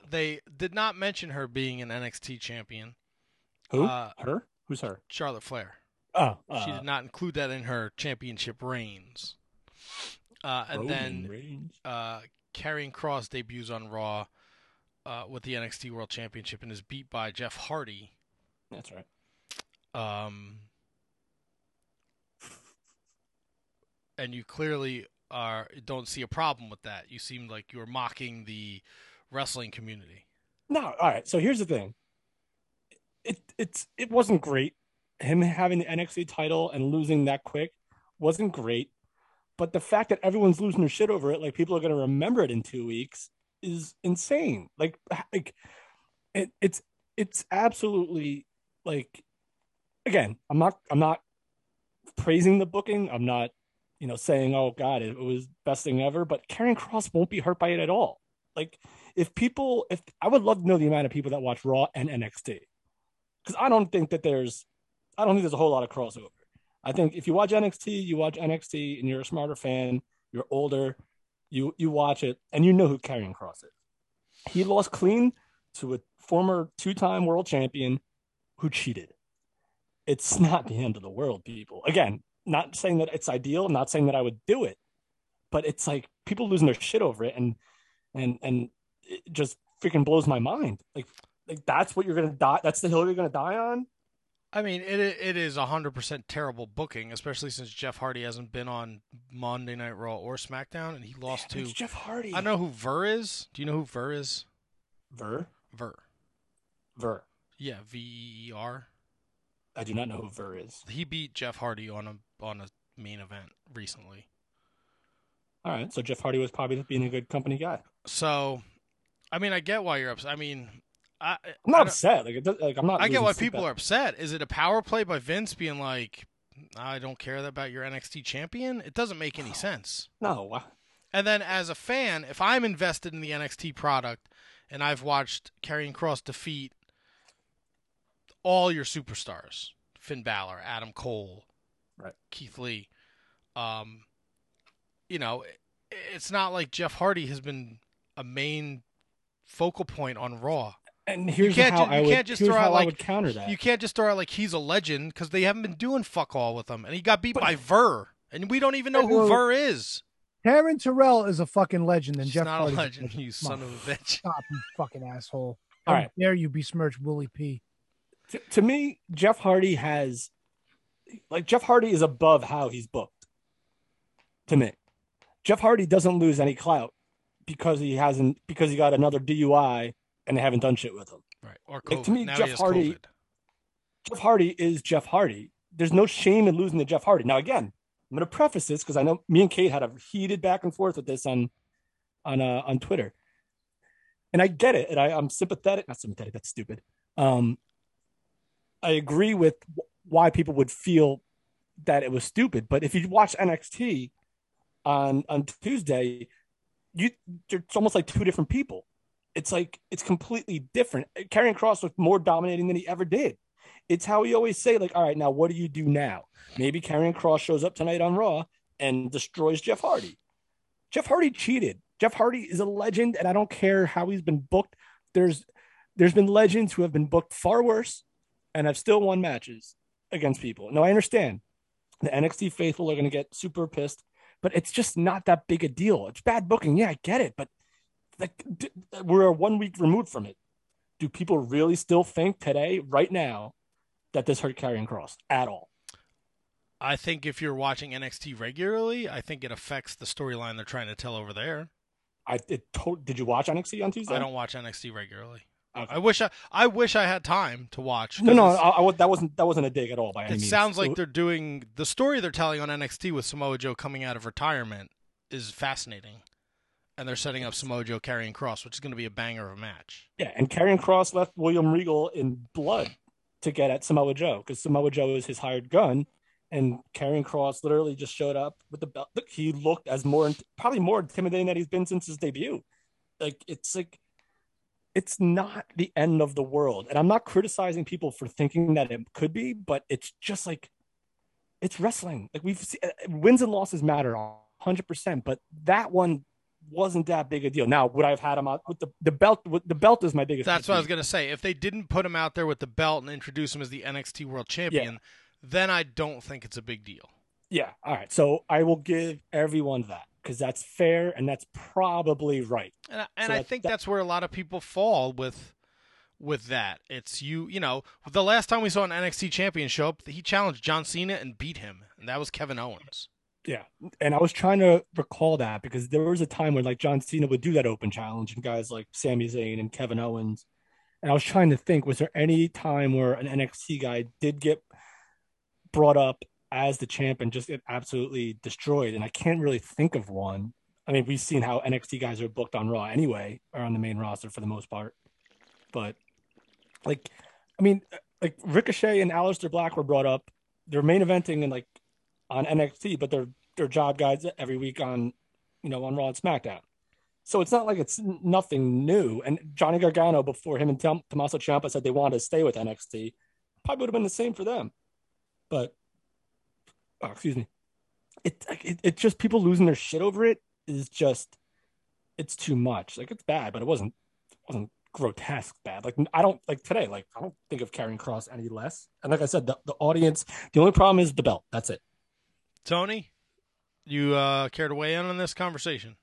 A: they did not mention her being an NXT champion.
B: Who?
A: Uh,
B: her? Who's her?
A: Charlotte Flair.
B: Oh,
A: she
B: uh,
A: did not include that in her championship reigns. Uh, and
B: Roman
A: then uh, Karrion Cross debuts on Raw uh, with the NXT World Championship and is beat by Jeff Hardy.
B: That's right.
A: Um, and you clearly are don't see a problem with that. You seem like you're mocking the wrestling community.
B: No, all right. So here's the thing. It it's it wasn't great. Him having the NXT title and losing that quick wasn't great. But the fact that everyone's losing their shit over it, like people are going to remember it in two weeks, is insane. Like like it, it's it's absolutely like again. I'm not I'm not praising the booking. I'm not you know saying oh god it was best thing ever. But Karen Cross won't be hurt by it at all. Like if people if i would love to know the amount of people that watch raw and nxt because i don't think that there's i don't think there's a whole lot of crossover i think if you watch nxt you watch nxt and you're a smarter fan you're older you you watch it and you know who carrying cross is he lost clean to a former two-time world champion who cheated it's not the end of the world people again not saying that it's ideal not saying that i would do it but it's like people losing their shit over it and and and it just freaking blows my mind like like that's what you're gonna die that's the hill you're gonna die on
A: I mean, it it is hundred percent terrible booking, especially since Jeff Hardy hasn't been on Monday Night Raw or SmackDown, and he lost
B: Damn,
A: to
B: it's Jeff Hardy.
A: I know who Ver is. Do you know who Ver is?
B: Ver.
A: Ver.
B: Ver.
A: Yeah, V E E R.
B: i do not know who ver is
A: He beat Jeff Hardy on a on a main event recently.
B: All right. So Jeff Hardy was probably just being a good company guy.
A: So, I mean, I get why you're upset. I mean, I,
B: I'm not upset. Like, it does, like I'm not.
A: I get
B: losing
A: why
B: sleep
A: people
B: at-
A: are upset. Is it a power play by Vince being like, I don't care about your NXT champion? It doesn't make any sense.
B: No.
A: And then as a fan, if I'm invested in the NXT product and I've watched Karrion Cross defeat all your superstars, Finn Balor, Adam Cole,
B: right.
A: Keith Lee, um, you know, it, it's not like Jeff Hardy has been a main focal point on Raw.
B: And here's how I would- here's how I would counter that.
A: You can't just throw out like he's a legend because they haven't been doing fuck all with him, and he got beat by Ver, and we don't even know who
C: Well,
A: Ver is.
C: Taryn Terrell is a fucking legend, and Jeff
A: not a
C: Hardy's
A: legend, you
C: Come
A: son
C: on. [laughs]
A: of a bitch.
C: Stop, you fucking asshole!
B: All
C: How
B: right.
C: dare you besmirch Willie P?
B: to, to me, Jeff Hardy has like Jeff Hardy is above how he's booked. To me, Jeff Hardy doesn't lose any clout because he hasn't because he got another DUI and they haven't done shit with him.
A: Right. Or
B: Like,
A: COVID.
B: to me,
A: now he
B: Jeff
A: has
B: Hardy,
A: COVID.
B: Jeff Hardy is Jeff Hardy. There's no shame in losing to Jeff Hardy. Now, again, I'm going to preface this because I know me and Kate had a heated back and forth with this on on uh, on Twitter, and I get it, and I, I'm sympathetic. Not sympathetic. That's stupid. Um, I agree with wh- why people would feel that it was stupid. But if you watch NXT on on Tuesday, you it's almost like two different people. It's like it's completely different. Karrion Cross was more dominating than he ever did. It's how we always say, like, all right, now what do you do now? Maybe Karrion Cross shows up tonight on Raw and destroys Jeff Hardy. Jeff Hardy cheated. Jeff Hardy is a legend, and I don't care how he's been booked. There's there's been legends who have been booked far worse and have still won matches against people. Now I understand the NXT faithful are going to get super pissed, but it's just not that big a deal. It's bad booking, yeah, I get it, but like d- we're one week removed from it. Do people really still think today, right now, that this hurt carrying cross at all?
A: I think if you're watching NXT regularly, I think it affects the storyline they're trying to tell over there.
B: I it to- did you watch NXT on Tuesday?
A: I don't watch NXT regularly.
B: Okay.
A: I wish I I wish I had time to watch.
B: No, no,
A: 'cause
B: I, I, wa- that wasn't that wasn't a dig at all by any
A: it
B: means.
A: sounds like
B: It-
A: they're doing the story they're telling on NXT with Samoa Joe coming out of retirement is fascinating, and they're setting up Samoa Joe carrying Cross, which is going to be a banger of a match.
B: Yeah, and Karrion Cross left William Regal in blood to get at Samoa Joe because Samoa Joe is his hired gun, and Karrion Cross literally just showed up with the belt. Look, He looked as more probably more intimidating than he's been since his debut. Like it's like it's not the end of the world, and I'm not criticizing people for thinking that it could be, but it's just like it's wrestling. Like we've seen, wins and losses matter 100%, but that one wasn't that big a deal. Now, would I have had him out with the, the belt? With, the belt is my biggest.
A: That's what I was
B: critique.
A: going to say. If they didn't put him out there with the belt and introduce him as the NXT World Champion, then I don't think it's a big deal.
B: Yeah. All right. So I will give everyone that because that's fair and that's probably right.
A: And I, and
B: So
A: I
B: that-
A: think that's where a lot of people fall with with that. It's you, you know, the last time we saw an NXT champion show up, he challenged John Cena and beat him, and that was Kevin Owens.
B: Yeah. And I was trying to recall that because there was a time when like John Cena would do that open challenge and guys like Sami Zayn and Kevin Owens. And I was trying to think, was there any time where an NXT guy did get brought up as the champ and just get absolutely destroyed? And I can't really think of one. I mean, we've seen how NXT guys are booked on Raw anyway, or on the main roster for the most part. But like, I mean, like Ricochet and Aleister Black were brought up. They're main eventing and like on NXT, but they're they're job guys every week on you know on Raw and SmackDown. So it's not like it's n- nothing new. And Johnny Gargano before him and Tom- Tommaso Ciampa said they wanted to stay with NXT, probably would have been the same for them. But oh, excuse me, it, it it just people losing their shit over it is just it's too much. Like it's bad, but it wasn't it wasn't grotesque bad. Like I don't like today. Like I don't think of carrying Cross any less. And like I said, the, the audience. The only problem is the belt. That's it.
A: Tony, you uh, care to weigh in on this conversation?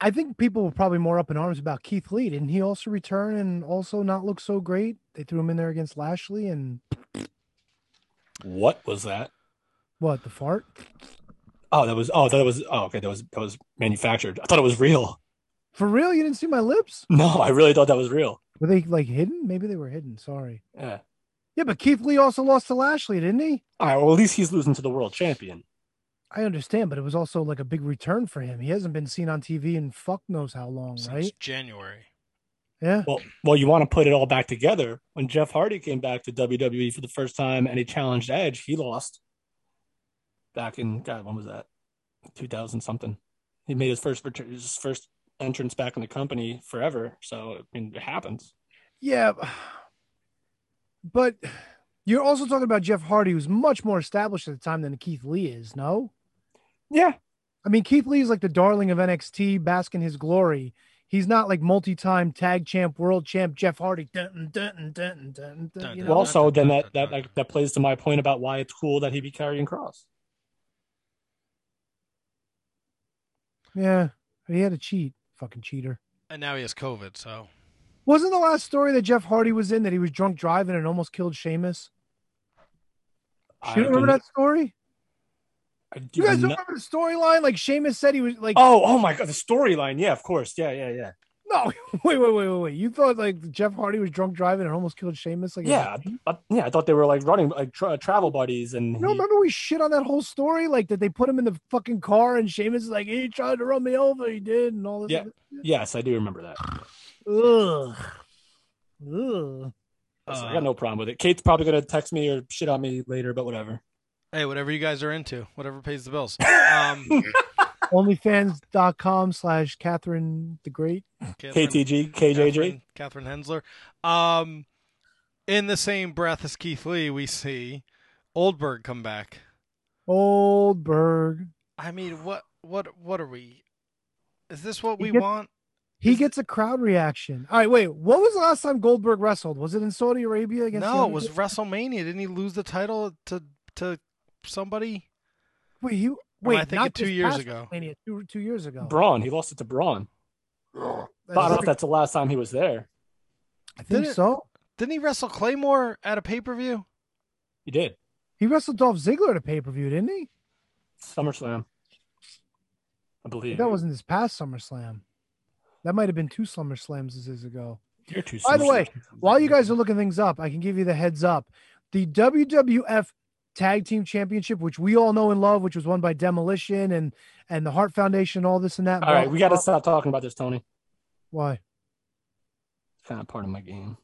C: I think people were probably more up in arms about Keith Lee. Didn't he also return and also not look so great? They threw him in there against Lashley and
B: What was that?
C: what the fart?
B: Oh, that was oh that was oh okay that was that was manufactured. I thought it was real. [laughs]
C: For real, you didn't see my lips?
B: No, I really thought that was real.
C: Were they like hidden? Maybe they were hidden. Sorry.
B: Yeah.
C: Yeah, but Keith Lee also lost to Lashley, didn't he?
B: All right. Well, at least he's losing to the world champion.
C: I understand, but it was also like a big return for him. He hasn't been seen on TV in fuck knows how long, right?
A: January.
C: Yeah.
B: Well, well, you want to put it all back together. When Jeff Hardy came back to WWE for the first time and he challenged Edge, he lost. Back in God, when was that? Two thousand something. He made his first return, his first entrance back in the company forever. So I mean, it happens.
C: Yeah. But you're also talking about Jeff Hardy, who's much more established at the time than Keith Lee is, no?
B: Yeah.
C: I mean, Keith Lee is like the darling of NXT, bask in his glory. He's not like multi-time tag champ, world champ Jeff Hardy. Dun, dun, dun, dun, dun, dun, you know?
B: well, also, then that that like, that plays to my point about why it's cool that he be carrying Cross.
C: yeah, he had a cheat, fucking cheater.
A: And now he has COVID, so
C: Wasn't the last story that Jeff Hardy was in that he was drunk driving and almost killed Sheamus?
B: I
C: You remember
B: didn't-
C: that story?
B: I do
C: You guys don't
B: not-
C: remember the storyline? Like Sheamus said he was like,
B: oh, oh my God, the storyline. Yeah, of course. Yeah, yeah, yeah.
C: no, [laughs] wait, wait, wait, wait, wait. You thought like Jeff Hardy was drunk driving and almost killed Sheamus? Like,
B: Yeah, but yeah, I thought they were like running like tra- travel buddies, and
C: You know,
B: he-
C: remember we shit on that whole story? Like that they put him in the fucking car and Sheamus is like, he tried to run me over, he did, and all this.
B: yeah, yes, I do remember that.
C: Ugh.
B: So
C: Ugh.
A: uh,
B: I got no problem with it. Kate's probably gonna text me or shit on me later, but whatever.
A: hey, whatever you guys are into, whatever pays the
B: [laughs]
A: bills. Um,
C: Onlyfans.com slash Catherine the Great.
B: KTG, KJJ.
A: Catherine Hensler. Um, in the same breath as Keith Lee, we see Oldberg come back.
C: Oldberg.
A: I mean, what, what, what are we? Is this what we
C: gets-
A: want?
C: He gets a crowd reaction. All right, wait. What was the last time Goldberg wrestled? Was it in Saudi Arabia against? the
A: No, it was
C: Undertaker?
A: WrestleMania. Didn't he lose the title to to somebody?
C: Wait, he
A: I
C: wait.
A: thinking
C: not
A: two
C: this
A: years
C: past
A: ago?
C: WrestleMania, two, two years ago.
B: Braun, he lost it to Braun. But I don't know if that's the last time he was there.
C: I think
A: Didn't-
C: so.
A: Didn't he wrestle Claymore at a pay per view?
B: He did
C: He wrestled Dolph Ziggler at a pay per view, didn't he?
B: SummerSlam, I believe.
C: That wasn't this past SummerSlam. That might have been two SummerSlams this is ago.
B: You're too
C: By the way,
B: SummerSlam.
C: while you guys are looking things up, I can give you the heads up. The WWF Tag Team Championship, which we all know and love, which was won by Demolition and and the Heart Foundation, all this and that.
B: All right, we got to
C: to.
B: stop talking about this, Tony.
C: Why?
B: It's kind of part of my game.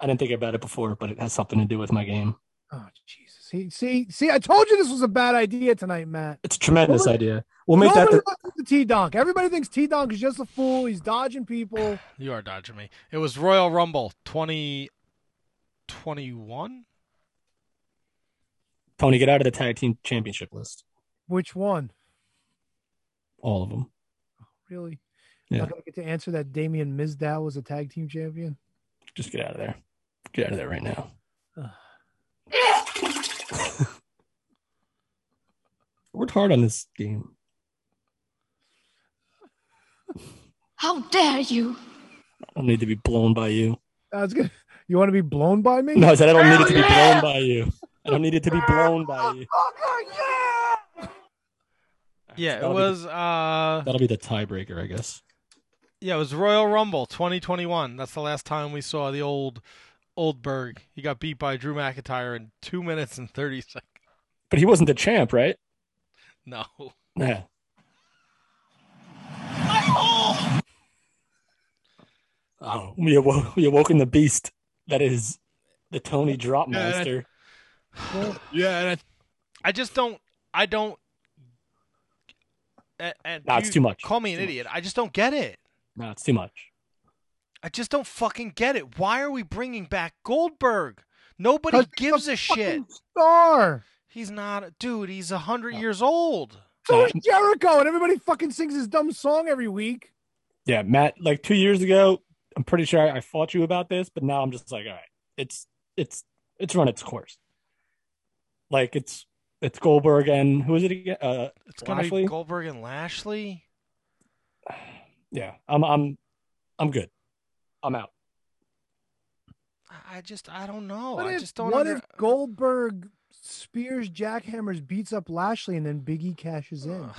B: I didn't think about it before, but it has something to do with my game.
C: Oh Jesus! See, see, see! I told you this was a bad idea tonight, Matt.
B: It's a tremendous
C: Nobody-
B: idea. We'll make that
C: Nobody
B: the,
C: listens to T Donk. Everybody thinks T Donk is just a fool. He's dodging people.
A: You are dodging me. It was Royal Rumble 2021.
B: Tony get out of the tag team championship list.
C: Which one?
B: All of them.
C: Really?
B: Yeah.
C: Not gonna get to answer that. Damian Mizdow was a tag team champion.
B: Just get out of there. Get out of there right now. [sighs] Worked hard on this game.
I: How dare you?
B: I don't need to be blown by you.
C: I was gonna. [laughs] You want to be blown by me?
B: No, I said I don't need it to be blown by you. I don't need it to be blown by you.
C: oh,
A: Yeah, it
B: that'll be
A: was. Uh,
B: That'll be the tiebreaker, I guess.
A: yeah, it was Royal Rumble 2021. That's the last time we saw the old Oldberg. He got beat by Drew McIntyre in two minutes and thirty seconds. [laughs]
B: But he wasn't the champ, right?
A: No,
B: Yeah. Oh, we awoke, we awoken the beast. That is the Tony Drop
Q: Yeah, that-
B: Master.
Q: Yeah, that's
A: I just don't. I don't. And, and
B: Nah, it's
A: you
B: too much.
A: Call me an
B: Too much.
A: idiot. I just don't get it.
B: No, it's too much.
A: I just don't fucking get it. Why are we bringing back Goldberg? Nobody gives a, shit.
C: Star.
A: He's not, a dude. He's a hundred years old.
C: So is Jericho, and everybody fucking sings his dumb song every week.
B: Yeah, Matt, like two years ago, I'm pretty sure I, I fought you about this, but now I'm just like, all right, it's it's it's run its course. Like it's it's Goldberg and who is it again? Uh,
A: It's gonna
B: Lashley.
A: be Goldberg and Lashley.
B: yeah, I'm I'm I'm good. I'm out.
A: I- I just, I don't know.
C: What
A: Oh, I
C: if,
A: just don't.
C: what
A: under-
C: if Goldberg spears jackhammers, beats up Lashley, and then Biggie cashes in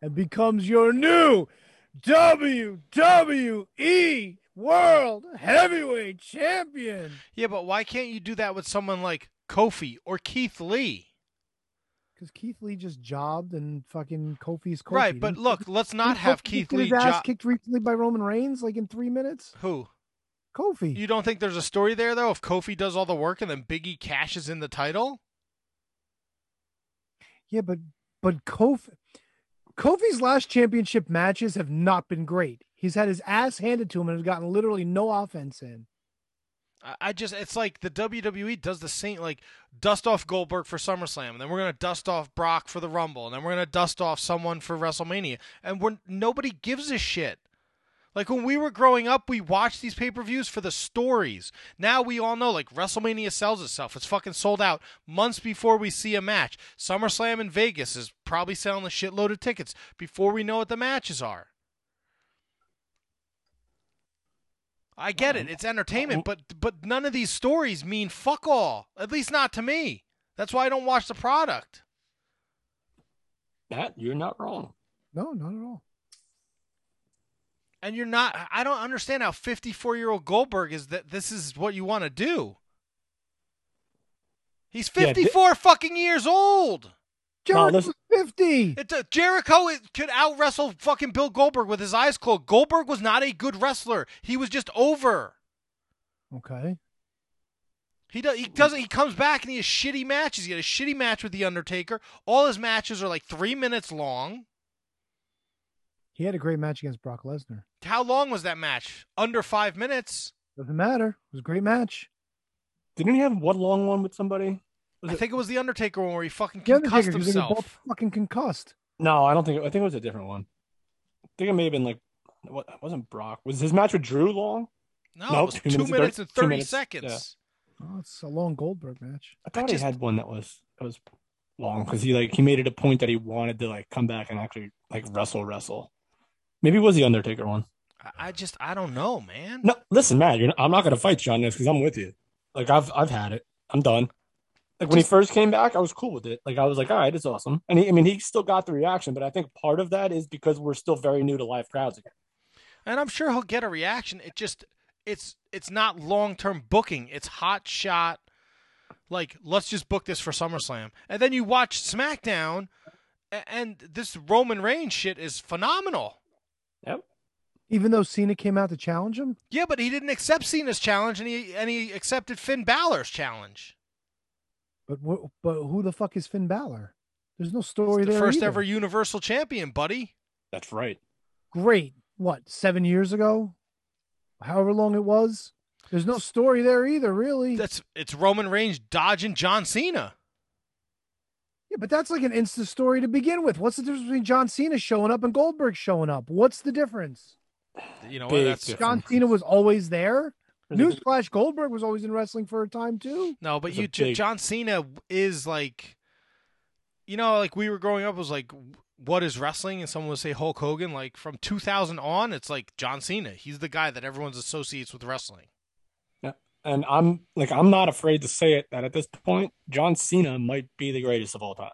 C: and becomes your new WWE E world heavyweight champion.
A: Yeah, but why can't you do that with someone like Kofi or Keith Lee?
C: Because Keith Lee just jobbed and fucking Kofi's Kofi.
A: Right, but
C: Didn't-
A: look, let's not
C: didn't
A: have
C: Kofi
A: Keith
C: get
A: Lee
C: his ass
A: job-
C: kicked recently by Roman Reigns, like in three minutes.
A: Who?
C: Kofi.
A: You don't think there's a story there though? If Kofi does all the work and then Biggie cashes in the title?
C: Yeah, but but Kofi, Kofi's last championship matches have not been great. He's had his ass handed to him and has gotten literally no offense in.
A: I- I just it's like the WWE does the same like dust off Goldberg for SummerSlam, and then we're gonna dust off Brock for the Rumble, and then we're gonna dust off someone for WrestleMania, and when nobody gives a shit. Like when we were growing up, we watched these pay per views for the stories. Now we all know like WrestleMania sells itself. It's fucking sold out months before we see a match. SummerSlam in Vegas is probably selling a shitload of tickets before we know what the matches are. I get
F: Uh-huh.
A: it. It's entertainment, but but none of these stories mean fuck all. At least not to me. That's why I don't watch the product.
B: That you're not wrong.
C: No, not at all.
A: And you're not I don't understand how 54-year-old Goldberg is that this is what you want to do. He's
F: Yeah, thi-
A: 54 fucking years old.
C: Jericho's listen- 50.
A: It, uh, Jericho is- could out wrestle fucking Bill Goldberg with his eyes closed. Goldberg was not a good wrestler. He was just over.
C: Okay.
A: He does. He doesn't. He comes back and he has shitty matches. He had a shitty match with the Undertaker. All his matches are like three minutes long.
C: He had a great match against Brock Lesnar.
A: How long was that match? Under five minutes.
C: Doesn't matter. It was a great match.
B: Didn't he have one long one with somebody?
A: I think it was the Undertaker one where he fucking
C: The
A: concussed
C: Undertaker, 'cause they were
A: himself.
C: both fucking concussed.
B: No, I don't think. I think it was a different one. I think it may have been like what it wasn't Brock. Was his match with Drew long?
A: No, it was two minutes, and
B: two
A: thirty
B: minutes.
A: seconds.
B: Yeah.
C: Oh, it's a long Goldberg match.
B: I thought he had one that was that was long because he like he made it a point that he wanted to like come back and actually like wrestle wrestle. Maybe it was the Undertaker one.
A: I- I just I don't know, man.
B: No, listen, Matt, you're not, I'm not gonna fight you on this because I'm with you. Like I've I've had it. I'm done. Like when he first came back, I was cool with it. Like I was like, all right, it's awesome. And he, I mean, he still got the reaction, but I think part of that is because we're still very new to live crowds again.
A: And I'm sure he'll get a reaction. It just it's it's not long term booking. It's hot shot. Like let's just book this for SummerSlam, and then you watch SmackDown, a- and this Roman Reigns shit is phenomenal.
B: Yep.
C: Even though Cena came out to challenge him,
A: Yeah, but he didn't accept Cena's challenge, and he and he accepted Finn Balor's challenge.
C: but wh- but who the fuck is Finn Balor? There's no story
A: The
C: there.
A: first
C: either.
A: ever Universal Champion, buddy.
B: That's right.
C: great. What seven years ago, however long it was. There's no story there either, really.
A: That's It's Roman Reigns dodging John Cena.
C: yeah, but that's like an Insta story to begin with. What's the difference between John Cena showing up and Goldberg showing up? What's the difference?
A: You know what?
B: Big
A: That's
C: John Cena was always there. Newsflash: Goldberg was always in wrestling for a time too.
A: No, but
C: That's a
A: you ju-
C: big-
A: John Cena is like, you know, like we were growing up was like, what is wrestling? And someone would say Hulk Hogan. Like from 2000 on, it's like John Cena. He's the guy that everyone's associates with wrestling.
B: Yeah. And I'm like, I'm not afraid to say it that at this point, John Cena might be the greatest of all time.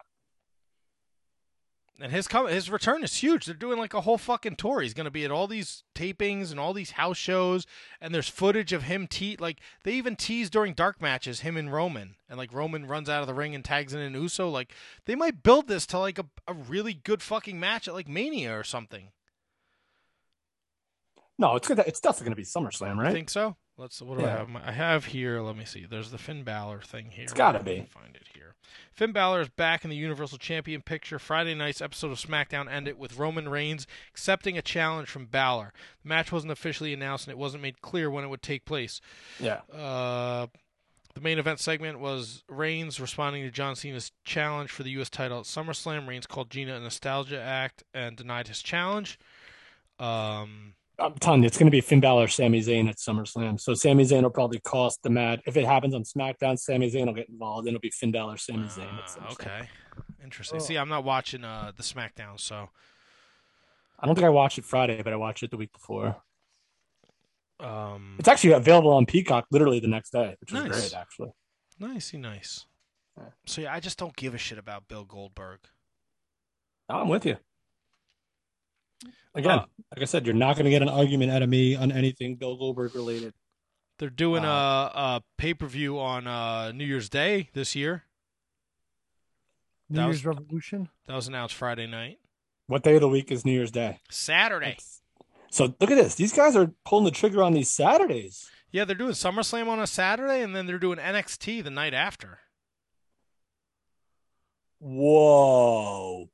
A: And his com- his return is huge. They're doing like a whole fucking tour. He's going to be at all these tapings and all these house shows. And there's footage of him te like they even tease during dark matches him and Roman. And like Roman runs out of the ring and tags in an Uso. Like they might build this to like a, a really good fucking match at like Mania or something.
B: No, it's good. It's definitely going to be SummerSlam, right?
A: I think so. Let's. What do I
B: Yeah.
A: have? I have here. Let me see. There's the Finn Balor thing here.
B: It's gotta
A: Let me
B: be.
A: Find it here. Finn Balor is back in the Universal Champion picture. Friday night's episode of SmackDown ended with Roman Reigns accepting a challenge from Balor. The match wasn't officially announced, and it wasn't made clear when it would take place.
B: Yeah.
A: Uh, the main event segment was Reigns responding to John Cena's challenge for the U.S. title at SummerSlam. Reigns called Gina a nostalgia act and denied his challenge. Um.
B: I'm telling you, it's going to be Finn Balor, Sami Zayn at SummerSlam. So Sami Zayn will probably cost the match. If it happens on SmackDown, Sami Zayn will get involved. Then it'll be Finn Balor, Sami Zayn. At SummerSlam.
A: Ah, Okay. Interesting. See, I'm not watching uh the SmackDown, so
B: I don't think I watched it Friday, but I watched it the week before.
A: um
B: It's actually available on Peacock literally the next day, which was
A: Nice.
B: great, actually.
A: nicey nice. So yeah, I just don't give a shit about Bill Goldberg.
B: I'm with you. Again,
A: Uh,
B: like I said, you're not going to get an argument out of me on anything Bill Goldberg related.
A: They're doing a, a pay per view on uh, New Year's Day this year.
C: New
A: That was-
C: Year's Revolution.
A: That was announced Friday night.
B: What day of the week is New Year's Day?
A: Saturday.
B: So look at this. These guys are pulling the trigger on these Saturdays.
A: Yeah, they're doing SummerSlam on a Saturday, and then they're doing NXT the night after.
B: Whoa.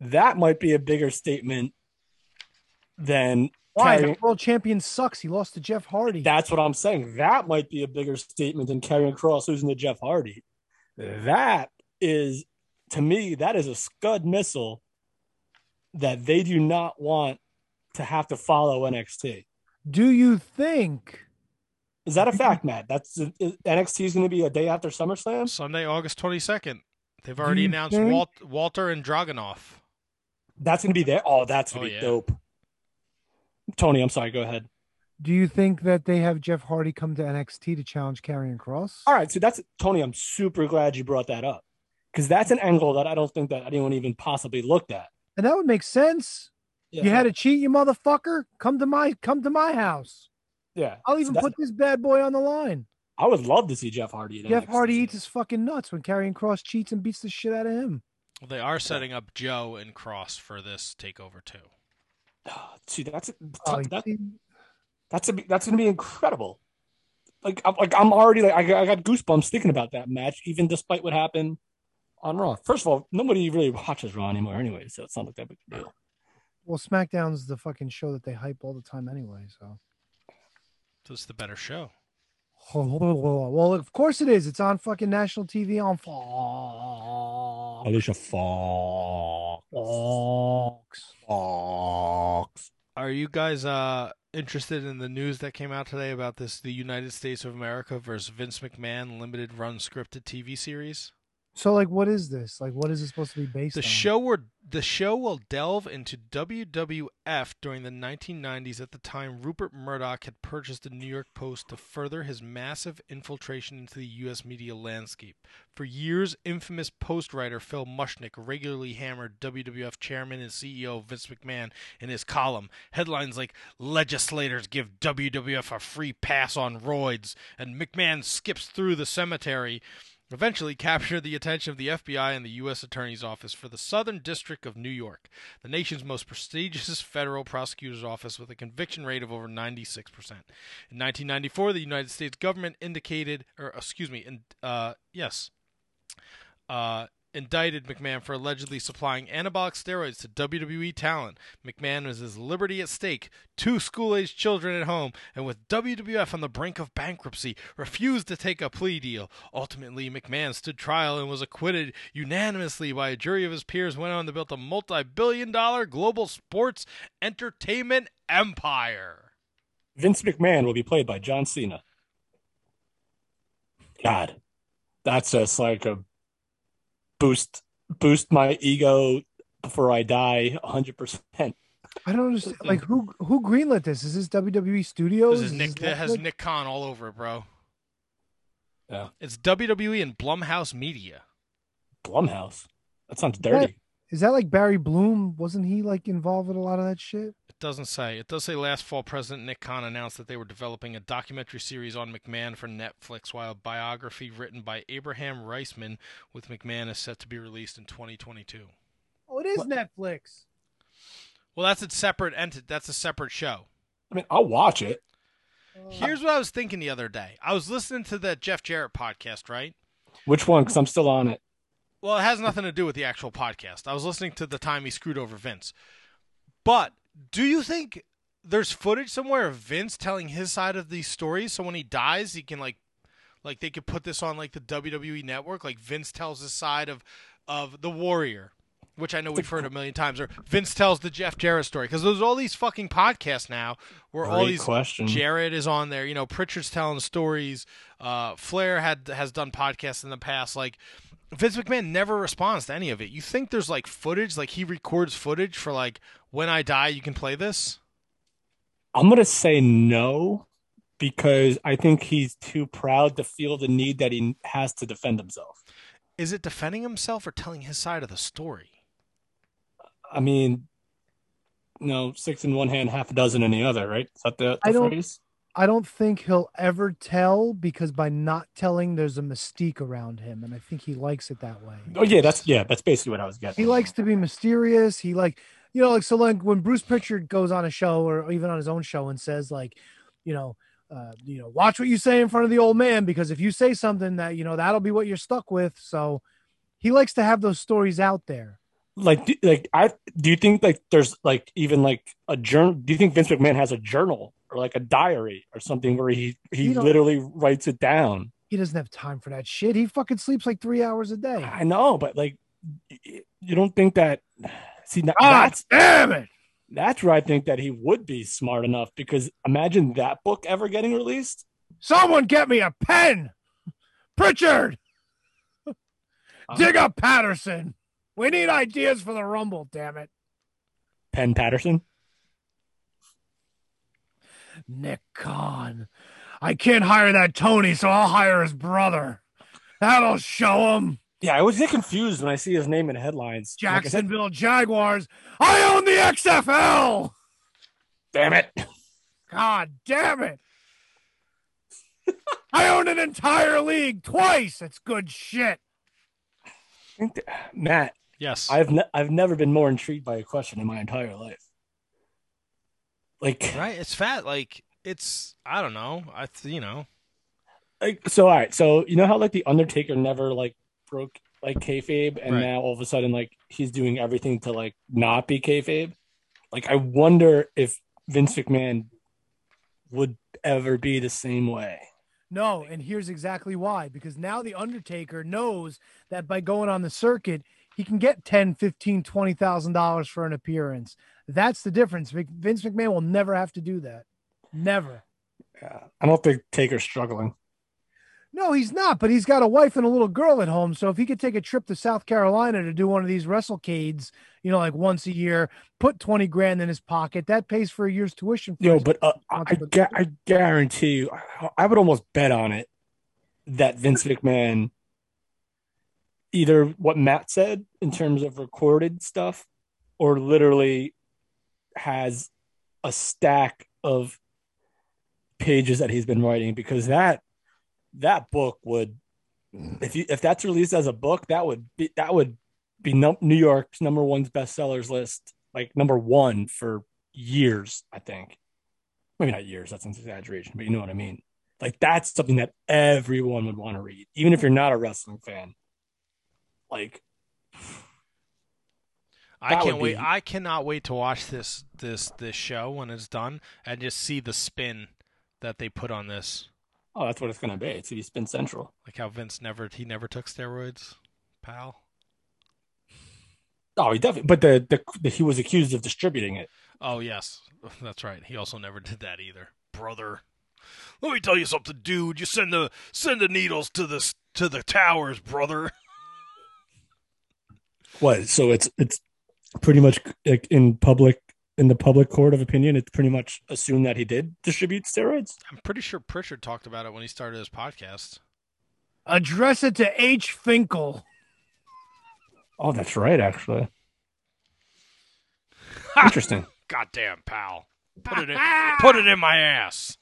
B: That might be a bigger statement than
C: Why?
B: carrying-
C: The world champion sucks. He lost to Jeff Hardy.
B: That's what I'm saying. That might be a bigger statement than carrying Cross losing to Jeff Hardy. That is, to me, that is a scud missile that they do not want to have to follow NXT.
C: Do you think?
B: Is that a fact, Matt? That's is- NXT is going to be a day after SummerSlam.
A: Sunday, August 22nd. They've already
B: you
A: announced
B: think-
A: Walt, Walter and Dragunov.
B: That's going to be there. Oh, that's going
A: Oh,
B: to be
A: yeah.
B: dope. Tony, I'm sorry. Go ahead.
C: Do you think that they have Jeff Hardy come to NXT to challenge Karrion Cross?
B: All right, so that's Tony. I'm super glad you brought that up because that's an angle that I don't think that anyone even possibly looked at.
C: And that would make sense.
B: Yeah.
C: You had to cheat, you motherfucker. Come to my come to my house.
B: Yeah,
C: I'll even put this bad boy on the line.
B: I would love to see Jeff Hardy. at
C: Jeff
B: NXT.
C: Hardy eats his fucking nuts when Karrion Cross cheats and beats the shit out of him.
A: Well, they are setting up Joe and Cross for this takeover too.
B: Ah, See, that's
C: Oh, you
B: that, that's a, that's going to be incredible. Like, I'm, like I'm already like I, got- I got goosebumps thinking about that match, even despite what happened on Raw. First of all, nobody really watches Raw anymore, anyway, so it's not like that big a deal.
C: Well, SmackDown's the fucking show that they hype all the time anyway, so
A: So it's the better show.
C: well, of course it is. It's on fucking national TV on Fox.
B: Alicia Fox. Fox. Fox.
A: Are you guys uh interested in the news that came out today about this the United States of America versus Vince McMahon limited run scripted TV series?
C: So, like, what is this? Like, what is it supposed to be based
A: The
C: on?
A: show were, the show will delve into WWF during the 1990s at the time Rupert Murdoch had purchased the New York Post to further his massive infiltration into the US media landscape. For years, infamous Post writer Phil Mushnick regularly hammered WWF chairman and CEO Vince McMahon in his column. Headlines like legislators give WWF a free pass on roids and McMahon skips through the cemetery eventually captured the attention of the FBI and the U.S. Attorney's Office for the Southern District of New York, the nation's most prestigious [laughs] federal prosecutor's office with a conviction rate of over 96%. In 1994, the United States government indicated, or excuse me, in, uh, yes, uh, indicted McMahon for allegedly supplying anabolic steroids to WWE talent. McMahon was his liberty at stake, two school aged children at home, and with WWF on the brink of bankruptcy, refused to take a plea deal. Ultimately, McMahon stood trial and was acquitted unanimously by a jury of his peers, went on to build a multi billion dollar global sports entertainment empire.
B: Vince McMahon will be played by John Cena. God, that's just like a boost boost my ego before I die 100%.
C: I don't understand. Like, who who greenlit this? Is this WWE Studios?
A: This is Nick that has Nick Khan all over it, bro.
B: Yeah.
A: It's WWE and Blumhouse Media.
B: Blumhouse. That sounds
C: Is that- Is that like Barry Bloom? Wasn't he like involved with a lot of that shit?
A: It doesn't say. It does say last fall, President Nick Khan announced that they were developing a documentary series on McMahon for Netflix, while a biography written by Abraham Reisman with McMahon is set to be released in 2022.
C: Oh, it is Netflix.
A: Well, that's a separate entity. That's a separate show.
B: I mean, I'll watch it.
A: Here's what I was thinking the other day. I was listening to that Jeff Jarrett podcast, right?
B: Which one? Because I'm still on it.
A: Well, it has nothing to do with the actual podcast. I was listening to the time he screwed over Vince. But do you think there's footage somewhere of Vince telling his side of these stories so when he dies he can like like they could put this on like the WWE network like Vince tells his side of of the warrior which I know we've heard a million times or Vince tells the Jeff Jarrett story cuz there's all these fucking podcasts now where all
B: Great
A: these
B: question.
A: Jarrett is on there, you know, Pritchard's telling stories, uh Flair had has done podcasts in the past like Vince McMahon never responds to any of it. You think there's like footage, like he records footage for like when I die, you can play this.
B: I'm going to say no because I think he's too proud to feel the need that he has to defend himself.
A: Is it defending himself or telling his side of the story?
B: I mean, no, six in one hand, half a dozen in the other, right? Is that the, the
C: I don't-
B: phrase?
C: I don't think he'll ever tell because by not telling, there's a mystique around him, and I think he likes it that way.
B: Oh yeah, that's yeah, that's basically what I was getting.
C: He likes to be mysterious. He like, you know, like so like when Bruce Pritchard goes on a show or even on his own show and says like, you know, uh, you know, watch what you say in front of the old man because if you say something that you know that'll be what you're stuck with. So he likes to have those stories out there.
B: Like, do, like I do you think like there's like even like a journal? Do you think Vince McMahon has a journal or like a diary or something where he he
C: You don't-
B: literally writes it down?
C: He doesn't have time for that shit. He fucking sleeps like three hours a day.
B: I know, but like, you don't think that? See, now,
C: God
B: that's
C: damn it.
B: That's where I think that he would be smart enough because imagine that book ever getting released.
C: Someone get me a pen,
B: [laughs]
C: Pritchard.
B: Um,
C: Dig up Patterson. We need ideas for the Rumble. Damn it.
B: Penn Patterson.
C: Nick Khan. I can't hire that Tony, so I'll hire his brother. That'll show him.
B: Yeah, I always get confused when I see his name in headlines. Like I said,
C: Jacksonville Jaguars. I own the XFL.
B: damn it.
C: God damn it. [laughs] I own an entire league twice. That's good shit.
B: Matt.
A: Yes.
B: I've ne- I've never been more intrigued by a question in my entire life. Like
A: right? It's fat. Like it's I don't know. I th- you know
B: like so all right, so you know how like the Undertaker never like broke like kayfabe and
A: Right.
B: now all of a sudden like he's doing everything to like not be kayfabe? Like I wonder if Vince McMahon would ever be the same way.
C: No, and here's exactly why. Because now the Undertaker knows that by going on the circuit, he can get 10, 15, 20,000 dollars for an appearance. That's the difference. Mc- Vince McMahon will never have to do that. Never.
B: I don't think Taker's struggling.
C: No, he's not, but he's got a wife and a little girl at home. So if he could take a trip to South Carolina to do one of these WrestleCades, you know, like once a year, put 20 grand in his pocket, that pays for a year's tuition. For
B: Yo,
C: his-
B: but uh, I, I gu- I guarantee you, I- I would almost bet on it that Vince McMahon, either what Matt said in terms of recorded stuff, or literally has a stack of pages that he's been writing because that that book would if you if that's released as a book that would be that would be num- New York's number one's bestsellers list like number one for years I think maybe not years that's an exaggeration but you know what I mean like that's something that everyone would want to read even if you're not a wrestling fan like
A: I
B: That
A: can't
B: would
A: wait.
B: be-
A: I cannot wait to watch this this this show when it's done and just see the spin that they put on this.
B: oh that's what it's gonna be it's gonna be Spin Central
A: Like how Vince never he never took steroids, pal.
B: oh he definitely but the, the, the he was accused of distributing it
A: Oh yes, [laughs] that's right. He also never did that either, brother. Let me tell you something, dude. You send the send the needles to the s- to the towers, brother. [laughs]
B: What? So it's it's pretty much like in public in the public court of opinion, it's pretty much assumed that he did distribute steroids.
A: I'm pretty sure Pritchard talked about it when he started his podcast.
C: address it to H. Finkel.
B: Oh, that's right, actually. Interesting.
A: Goddamn, pal. Put [laughs] it in, put it in my ass.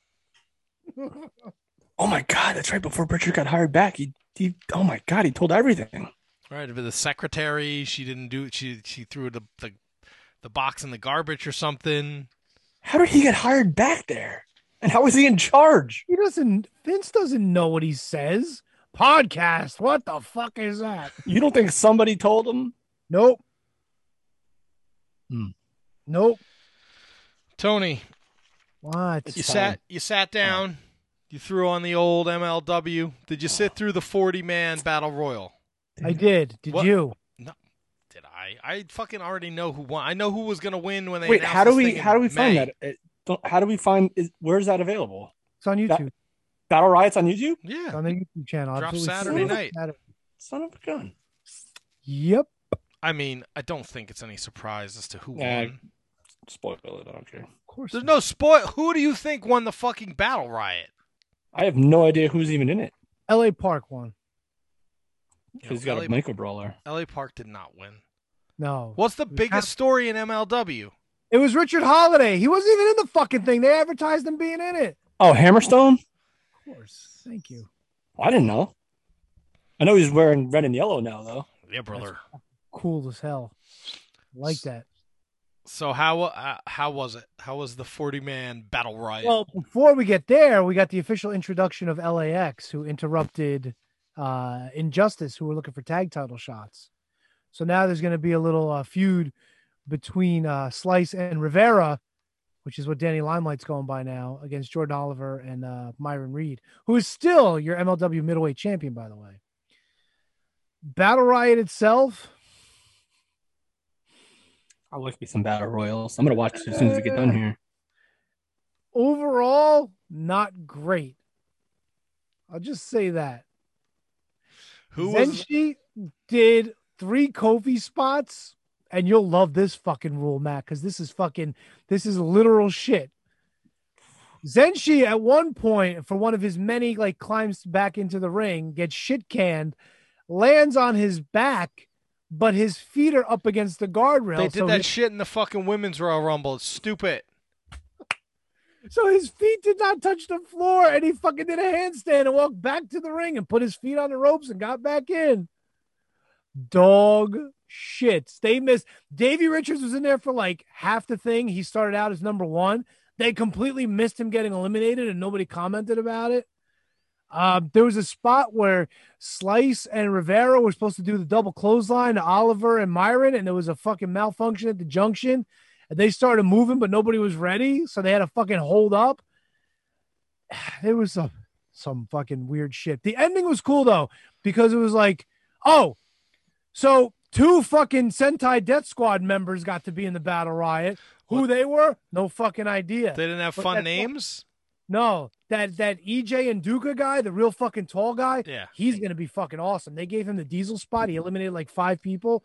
B: Oh my god, that's right. Before Pritchard got hired back, he he. Oh my god, he told everything.
A: Right, but the secretary, she didn't do it. She she threw the the the box in the garbage or something.
B: How did he get hired back there? And how was he in charge?
C: He doesn't, Vince doesn't know what he says. Podcast. What the fuck is that?
B: You don't think somebody told him?
C: Nope.
B: Hmm.
C: Nope.
A: Tony,
C: What?
A: you sat you sat down. You threw on the old MLW. Did you sit through the 40 man battle royal?
C: I did. Did
A: What-
C: you?
A: No, did I? I fucking already know who won. I know who was gonna win when they.
B: Wait,
A: announced
B: how do
A: this
B: we
A: thing in
B: how do we find
A: May.
B: that? It, don't, how do we find? Is, where is that available?
C: It's on YouTube.
B: Battle riots on YouTube.
A: Yeah,
C: It's on the YouTube channel.
A: Drops
C: Absolutely
A: Saturday
C: free.
A: night.
C: Saturday.
B: Son of a gun.
C: Yep.
A: I mean, I don't think it's any surprise as to who
B: Yeah,
A: won.
B: Spoil it. I don't care.
C: course
A: There's no spoil. Who do you think won the fucking battle riot?
B: I have no idea who's even in it.
C: L.A. Park one.
B: He's got
A: LA
B: a micro brawler.
A: LA Park did not win.
C: No.
A: What's the biggest story in MLW?
C: It was Richard Holiday. He wasn't even in the fucking thing. They advertised him being in it.
B: Oh, Hammerstone?
C: Of course. Thank you.
B: I didn't know. I know he's wearing red and yellow now, though.
A: Yeah, brother.
C: Cool as hell. Like that.
A: So how uh, how was it? How was the forty man battle riot?
C: Well, before we get there, we got the official introduction of LAX, who interrupted uh, Injustice, who were looking for tag title shots. So now there's going to be a little uh, feud between uh, Slice and Rivera, which is what Danny Limelight's going by now, against Jordan Oliver and uh, Myron Reed, who is still your MLW middleweight champion, by the way. Battle Riot itself,
B: I'll look me some battle royals. I'm gonna watch it as soon as we get done here.
C: overall, not great. I'll just say that.
A: Who
C: then
A: was-
C: she did three Kofi spots, and you'll love this fucking rule, Matt, because this is fucking this is literal shit. Zenshi at one point for one of his many like climbs back into the ring, gets shit canned, lands on his back, but his feet are up against the guardrail.
A: They did
C: so
A: that
C: his-
A: shit in the fucking women's Royal Rumble. It's stupid.
C: So his feet did not touch the floor, and he fucking did a handstand and walked back to the ring and put his feet on the ropes and got back in. Dog shit. They missed. Davey Richards was in there for like half the thing. He started out as number one. They completely missed him getting eliminated, and nobody commented about it. Um, there was a spot where Slice and Rivera were supposed to do the double clothesline to Oliver and Myron, and there was a fucking malfunction at the junction. And they started moving, but nobody was ready, so they had to fucking hold up. [sighs] There was some some fucking weird shit. The ending was cool though, because it was like, oh, so two fucking Sentai Death Squad members got to be in the battle riot. Who they were? No fucking idea.
A: They didn't have
C: But
A: fun
C: that fu-
A: names?
C: no, that that EJ and Duca guy, the real fucking tall guy,
A: Yeah.
C: he's gonna be fucking awesome. They gave him the diesel spot. He eliminated like five people.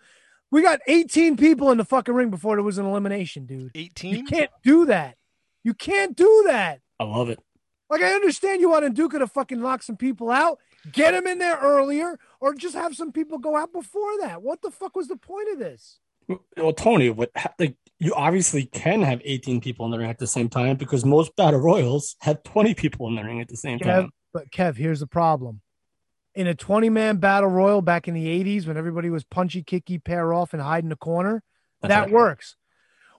C: We got 18 people in the fucking ring before there was an elimination, dude.
A: 18?
C: You can't do that. You can't do that.
B: I love it.
C: Like I understand you want Duca to fucking knock some people out, get him in there earlier, or just have some people go out before that. What the fuck was the point of this?
B: Well, Tony, what like you obviously can have 18 people in the ring at the same time because most battle royals have 20 people in the ring at the same
C: Kev,
B: time.
C: but Kev, here's the problem. In a 20 man battle royal back in the 80s, when everybody was punchy, kicky, pair off, and hide in the corner, that works.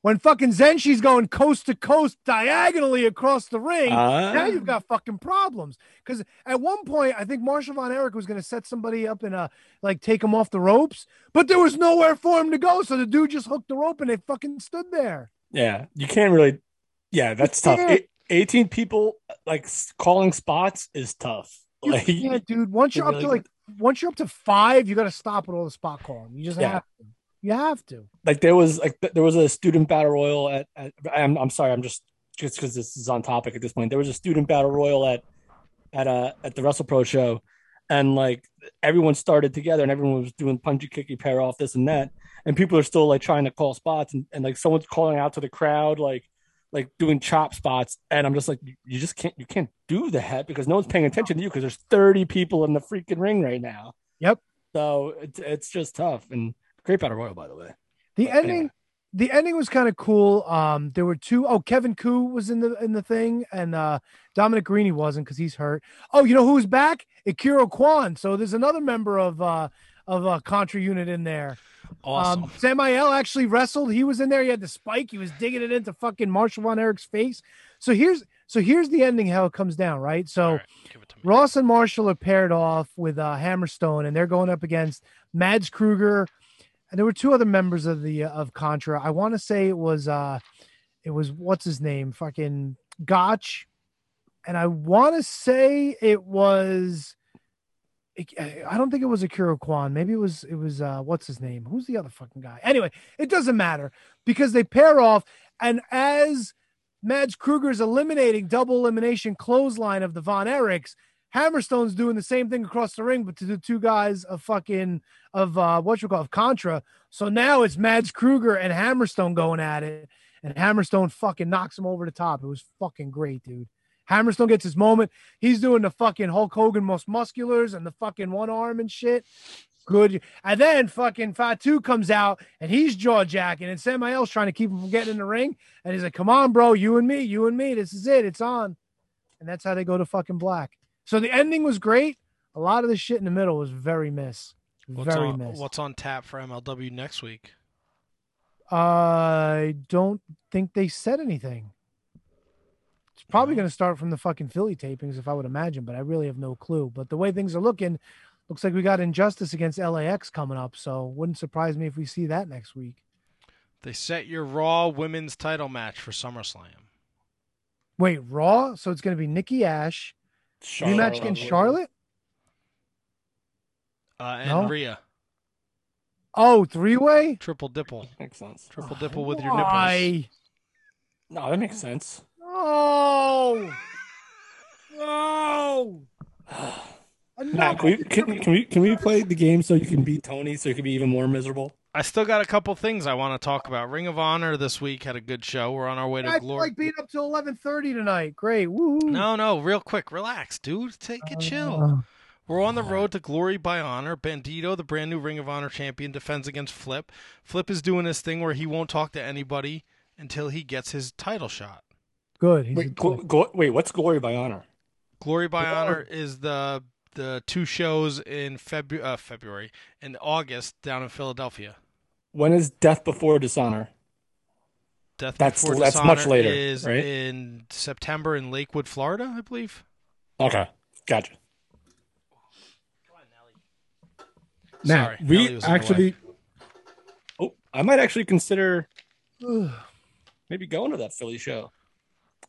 C: When fucking Zenshi's going coast to coast diagonally across the ring,
B: Uh-huh. Uh,
F: Ah.
C: now you've got fucking problems. Because at one point, I think Marshall Von Erich was going to set somebody up and uh, like take him off the ropes, but there was nowhere for him to go. So the dude just hooked the rope and they fucking stood there.
B: Yeah, you can't really. Yeah, that's tough.
C: can't.
B: Eight- 18 people like s- calling spots is tough.
C: You
B: Like,
C: can't, dude.
B: [laughs]
C: Once
B: you
C: you're up
B: really
C: to like, once you're up to five, you got to stop with all the spot calling. You just
B: Yeah.
C: have to. You have to.
B: like there was like th- there was a student battle royal at, at I'm, I'm sorry i'm just just because this is on topic at this point there was a student battle royal at at uh at the wrestle pro show and like everyone started together and everyone was doing punchy kicky pair off this and that and people are still like trying to call spots and, and like someone's calling out to the crowd like like doing chop spots and i'm just like you, you just can't you can't do that because no one's paying attention to you because there's 30 people in the freaking ring right now
C: yep
B: so it's it's just tough and great battle royal by the way
C: The ending, the ending was kind of cool. Um, there were two oh Kevin Koo was in the in the thing, and uh, Dominic Greeny wasn't because he's hurt. Oh, you know who's back? Akiro Kwan. So there's another member of uh of uh, Contra unit in there.
A: Awesome.
C: Um, Samael actually wrestled. He was in there. He had the spike. He was digging it into fucking Marshall Von Erich's face. So here's so here's the ending. How it comes down, right? So Ross and Marshall are paired off with uh, Hammerstone, and they're going up against Mads Kruger. And there were two other members of the uh, of Contra. I want to say it was uh, it was what's his name, fucking Gotch, and I want to say it was. I I don't think it was Akira Kwan. Maybe it was it was uh what's his name? Who's the other fucking guy? Anyway, it doesn't matter because they pair off and as Mads Kruger's eliminating double elimination clothesline of the Von Erichs, Hammerstone's doing the same thing across the ring, but to the two guys of fucking of uh what you call of Contra. So now it's Mads Kruger and Hammerstone going at it, and Hammerstone fucking knocks him over the top. It was fucking great, dude. Hammerstone gets his moment. He's doing the fucking Hulk Hogan most musculars and the fucking one arm and shit. good. And then fucking Fatu comes out and he's jaw jacking, and Samael's trying to keep him from getting in the ring. And he's like, "Come on, bro, you and me, you and me. This is it. It's on." And that's how they go to fucking black. So the ending was great. A lot of the shit in the middle was very miss,
A: What's
C: very
A: on,
C: miss.
A: What's on tap for MLW next week?
C: I don't think they said anything. It's probably going to start from the fucking Philly tapings, if I would imagine, but I really have no clue. But the way things are looking, looks like we got Injustice against LAX coming up, so wouldn't surprise me if we see that next week.
A: They set your Raw women's title match for SummerSlam.
C: Wait, Raw? So it's going to be Nikki Ash,
A: Charlotte.
C: rematch against Charlotte?
A: Uh, and
C: No?
A: Rhea.
C: Oh, three way?
A: Triple dipple.
B: Makes sense.
A: Triple dipple with your nipples.
C: Why?
B: No, that makes sense.
C: No. No.
B: Matt, can we, can, can we can we play the game so you can beat Tony so you can be even more miserable?
A: I still got a couple things I want to talk about. Ring of Honor this week had a good show. We're on our way to
C: I feel
A: glory.
C: like being up till 11.30 tonight. Great. Woo.
A: No, no, real quick, relax, dude. Take
C: Uh,
A: a
C: Oh,
A: chill. We're on the road to glory by honor. Bandito, the brand new Ring of Honor champion, defends against Flip. Flip is doing this thing where he won't talk to anybody until he gets his title shot.
C: Good. He's
B: Wait, glo- glo- wait, what's glory by honor?
A: Glory by Honor is the the two shows in Febu- uh, February and August down in Philadelphia.
B: When is death before dishonor?
A: Death
B: That's-
A: Before
B: that's
A: Dishonor
B: much later,
A: is
B: right?
A: in September in Lakewood, Florida, I believe.
B: Okay, gotcha.
A: Sorry,
B: Now we
A: Ellie was in the way.
B: actually. Oh, I might actually consider maybe going to that Philly show.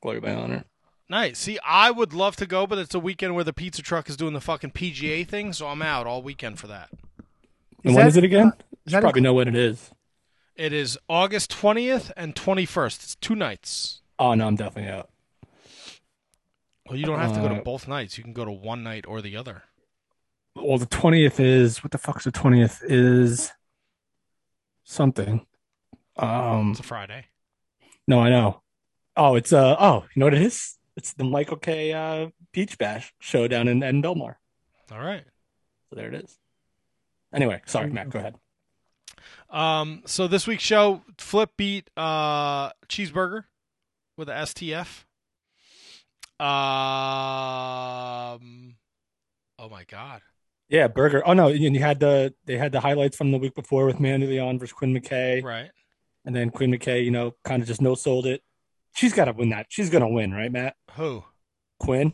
B: Glory by honor.
A: Nice. See, I would love to go, but it's a weekend where the pizza truck is doing the fucking PGA thing, so I'm out all weekend for that.
B: And when is it again? You should probably know when it is.
A: It is August 20th and 21st. It's two nights.
B: Oh no, I'm definitely out.
A: Well, you don't have to go to
B: Uh,
A: both nights. You can go to one night or the other.
B: Well, the twentieth is what the fuck's the twentieth is something. Um,
A: It's a Friday.
B: no, I know. Oh, it's uh oh, you know what it is? It's the Michael K. Uh, Peach Bash show down in, in Belmar.
A: All right.
B: So there it is. Anyway, sorry, Matt. Go ahead.
A: Um, so this week's show, Flip beat uh, Cheeseburger with a STF. Um, oh my god.
B: Yeah, Burger. Oh no, and you had the they had the highlights from the week before with Mandy Leon versus Quinn McKay,
A: Right.
B: and then Quinn McKay, you know, kind of just no sold it. She's got to win that. She's gonna win, right, Matt?
A: Who?
B: Quinn.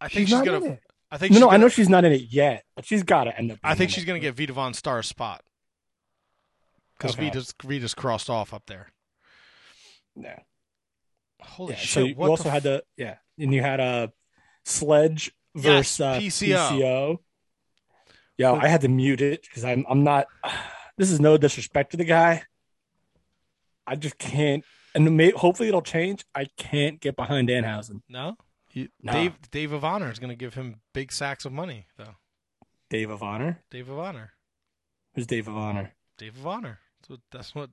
A: I think
B: She's
A: she's,
B: not
A: gonna.
B: in it.
A: I think
B: no,
A: she's
B: no, I
A: gonna-
B: know she's not in it yet, but she's got to end up.
A: I think she's gonna get Vita Von Star's spot because
B: Okay.
A: Vita's Vita's crossed off up there.
B: Yeah.
A: Holy
B: yeah,
A: shit!
B: So you
A: what
B: also
A: the
B: had the yeah, and you had uh, Sledge versus
A: Yes, PCO.
B: uh, PCO. Yo, I had to mute it because I'm I'm not. [sighs] This is no disrespect to the guy. I just can't, and may, hopefully it'll change. I can't get behind Danhausen.
A: No, You-
B: No.
A: Dave Dave of Honor is going to give him big sacks of money though.
B: Dave of Honor,
A: Dave of Honor,
B: who's Dave of Honor?
A: Dave of Honor. That's what that's, what,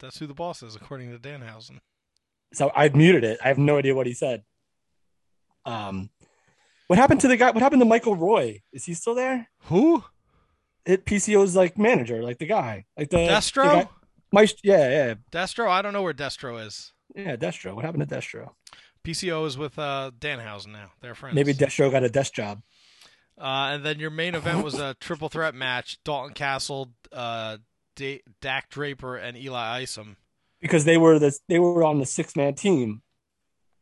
A: that's who the boss is according to Danhausen.
B: So I muted it. I have no idea what he said. Um, what happened to the guy? What happened to Michael Roy? Is he still there?
A: Who?
B: It PCO's like manager, like the guy, like the
A: Destro?
B: the guy- my, yeah, yeah,
A: Destro, I don't know where Destro is.
B: yeah. Destro. What happened to Destro?
A: PCO is with uh, Danhausen now. They're friends.
B: Maybe Destro got a desk job.
A: Uh, and then your main event was a triple threat match: Dalton Castle, uh, da- Dak Draper, and Eli Isom.
B: because they were the they were on the six man team.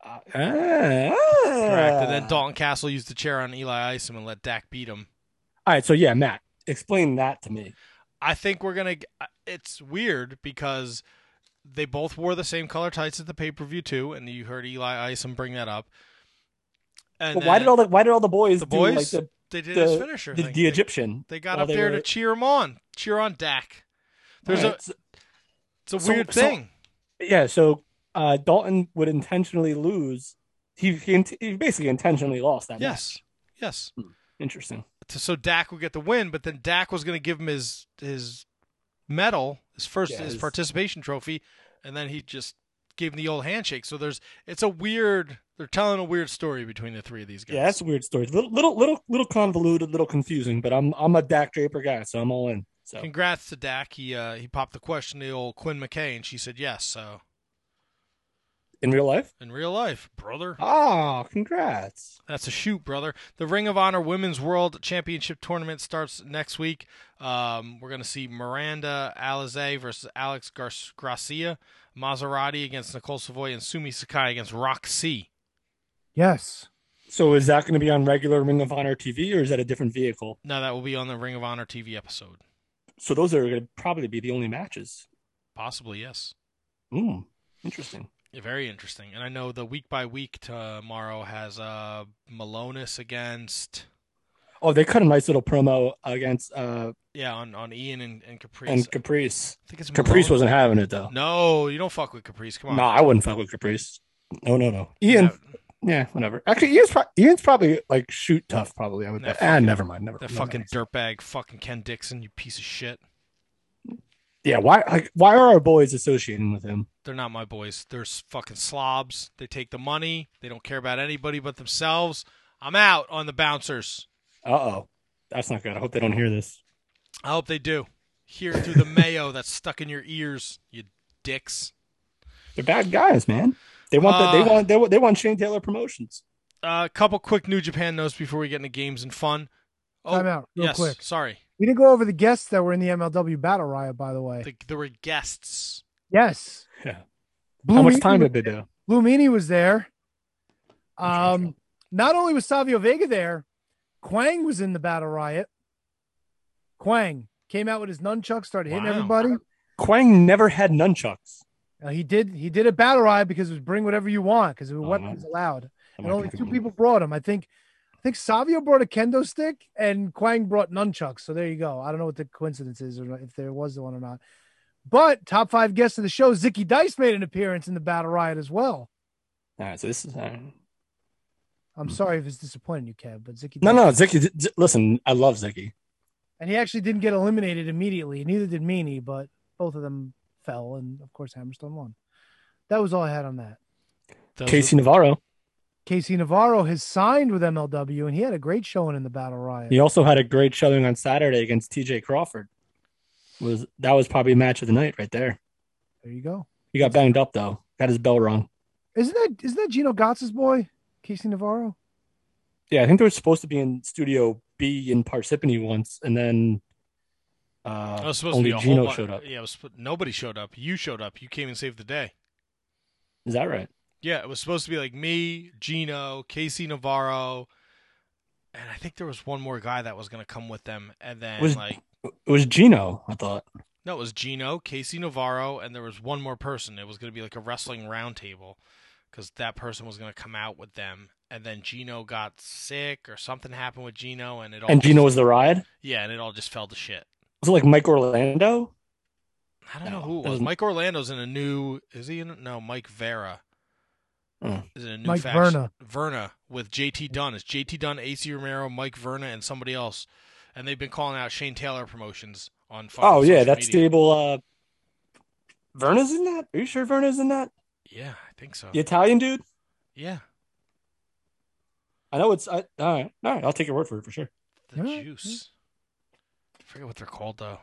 B: Uh, ah.
A: Correct. And then Dalton Castle used the chair on Eli Isom and let Dak beat him.
B: all right, so yeah, Matt, explain that to me.
A: I think we're gonna. uh, It's weird because they both wore the same color tights at the pay per view too, and you heard Eli Isom bring that up. And
B: But why did all the why did all the boys
A: the
B: do,
A: boys?
B: like, the-
A: they did
B: the-
A: his finisher.
B: the-
A: thing.
B: the
A: They-
B: Egyptian
A: They got
B: while
A: up
B: they
A: there
B: were-
A: to cheer him on, cheer on Dak. There's
B: All right,
A: a.
B: so-
A: It's a
B: so-
A: weird
B: so-
A: thing.
B: yeah, so uh, Dalton would intentionally lose. He he, int- he basically intentionally lost that. match.
A: Yes. Yes.
B: Interesting.
A: to- so Dak would get the win, but then Dak was going to give him his his medal, his first
B: Yeah,
A: his
B: his-
A: participation trophy, and then he just gave him the old handshake. So there's it's a weird They're telling a weird story between the three of these guys.
B: Yeah, that's a weird story. Little, little, little, little convoluted, little confusing. But I'm, I'm a Dak Draper guy, so I'm all in. So
A: Congrats to Dak. He uh, he popped the question to old Quinn McKay, and she said yes. So
B: in real life,
A: in real life, brother.
B: ah, congrats.
A: That's a shoot, brother. The Ring of Honor Women's World Championship tournament starts next week. Um, we're going to see Miranda Alizé versus Alex Gar- Gracia, Maserati against Nicole Savoy, and Sumi Sakai against Roxy.
B: Yes. So is that going to be on regular Ring of Honor TV, or is that a different vehicle?
A: Now that will be on the Ring of Honor TV episode.
B: So those are going to probably be the only matches.
A: Possibly, yes.
B: Mm, interesting.
A: Very interesting. And I know the week by week tomorrow has uh, Malonis against
B: Oh, they cut a nice little promo against uh
A: yeah on, on Ian and, and Caprice.
B: and Caprice.
A: I think it's
B: Caprice
A: Malonis.
B: wasn't having it though.
A: No, you don't fuck with Caprice. Come on.
B: No, I wouldn't fuck with Caprice. No, no, no. Ian, yeah, whatever. Actually, Ian's, pro- Ian's probably like shoot tough. Probably, I would.
A: That
B: bet. ah,
A: fucking-
B: never mind. Never.
A: That
B: never
A: fucking
B: mind.
A: dirtbag, fucking Ken Dixon, you piece of shit.
B: Yeah. Why? Like, why are our boys associating with him?
A: They're not my boys. They're s- fucking slobs. They take the money. They don't care about anybody but themselves. I'm out on the bouncers.
B: Uh oh, that's not good. I hope they don't hear this.
A: I hope they do. Hear through
C: [laughs]
A: the mayo that's stuck in your ears, you dicks.
B: They're bad guys, man. They want that. They
A: Uh,
B: want. They want. They want Shane Taylor promotions.
A: A couple quick New Japan notes before we get into games and fun. Oh,
C: Time out, real
A: yes,
C: quick.
A: Sorry,
C: We didn't go over the guests that were in the MLW Battle Riot, by the way.
A: the, there were guests.
C: yes.
B: Yeah.
C: Blue
B: How much
C: Meanie
B: time
C: was
B: did they
C: there.
B: do?
C: Blue Meanie was there. Um, not only was Savio Vega there, Quang was in the Battle Riot. Quang came out with his nunchucks, started hitting
B: Wow.
C: everybody.
B: Quang never had nunchucks.
C: Uh, he did. He did a battle riot because it was bring whatever you want because the weapon
B: man.
C: was allowed,
B: might
C: and
B: be
C: only two people brought him. I think, I think Savio brought a kendo stick and Quang brought nunchucks. So there you go. I don't know what the coincidence is or not- if there was one or not. But top five guests of the show, Zicky Dice made an appearance in the battle riot as well.
B: All right. So this is. uh, all right.
C: I'm sorry if it's disappointing you, Kev, but Zicky.
B: Hmm. No,
C: Dice-
B: no, Zicky. Z- Z- listen, I love Zicky.
C: And he actually didn't get eliminated immediately. Neither did Meanie, but both of them fell, and of course Hammerstone won. That was all I had on that.
B: Casey Navarro.
C: Casey Navarro has signed with MLW, and he had a great showing in the Battle Riot.
B: He also had a great showing on Saturday against T.J. Crawford. Was that was probably match of the night right there.
C: There you go.
B: He got banged up though. Got his bell rung.
C: Isn't that isn't that Gino Gotz's boy, Casey Navarro?
B: Yeah, I think they were supposed to be in Studio B in Parsippany once, and then uh,
A: I was supposed
B: only
A: to be a whole
B: Gino
A: bu-
B: showed up.
A: Yeah, it was, sp- nobody showed up. You showed up. You came and saved the day.
B: Is that right?
A: Yeah, it was supposed to be like me, Gino, Casey Navarro, and I think there was one more guy that was going to come with them. And then
B: It was
A: like,
B: it was Gino? I thought.
A: no, it was Gino, Casey Navarro, and there was one more person. It was going to be like a wrestling roundtable because that person was going to come out with them. And then Gino got sick or something happened with Gino, and it all
B: And Gino
A: just-
B: was the ride.
A: yeah, and it all just fell to shit.
B: Was it like Mike Orlando?
A: I don't know who it
B: that
A: was.
B: was-
A: Mike Orlando's in a new. Is he in? No, Mike Vera.
B: Hmm.
A: Is in a new
C: Mike
A: faction.
C: Verna.
A: Verna with JT Dunn. It's JT Dunn, AC Romero, Mike Verna, and somebody else. And they've been calling out Shane Taylor promotions on. fucking
B: Oh yeah,
A: social
B: that's
A: media.
B: stable. Uh, Verna's in that. Are you sure Verna's in that?
A: Yeah, I think so.
B: The Italian dude.
A: Yeah,
B: I know it's. I, all right, all right. I'll take your word for it for sure.
A: the juice. I forget what they're called though.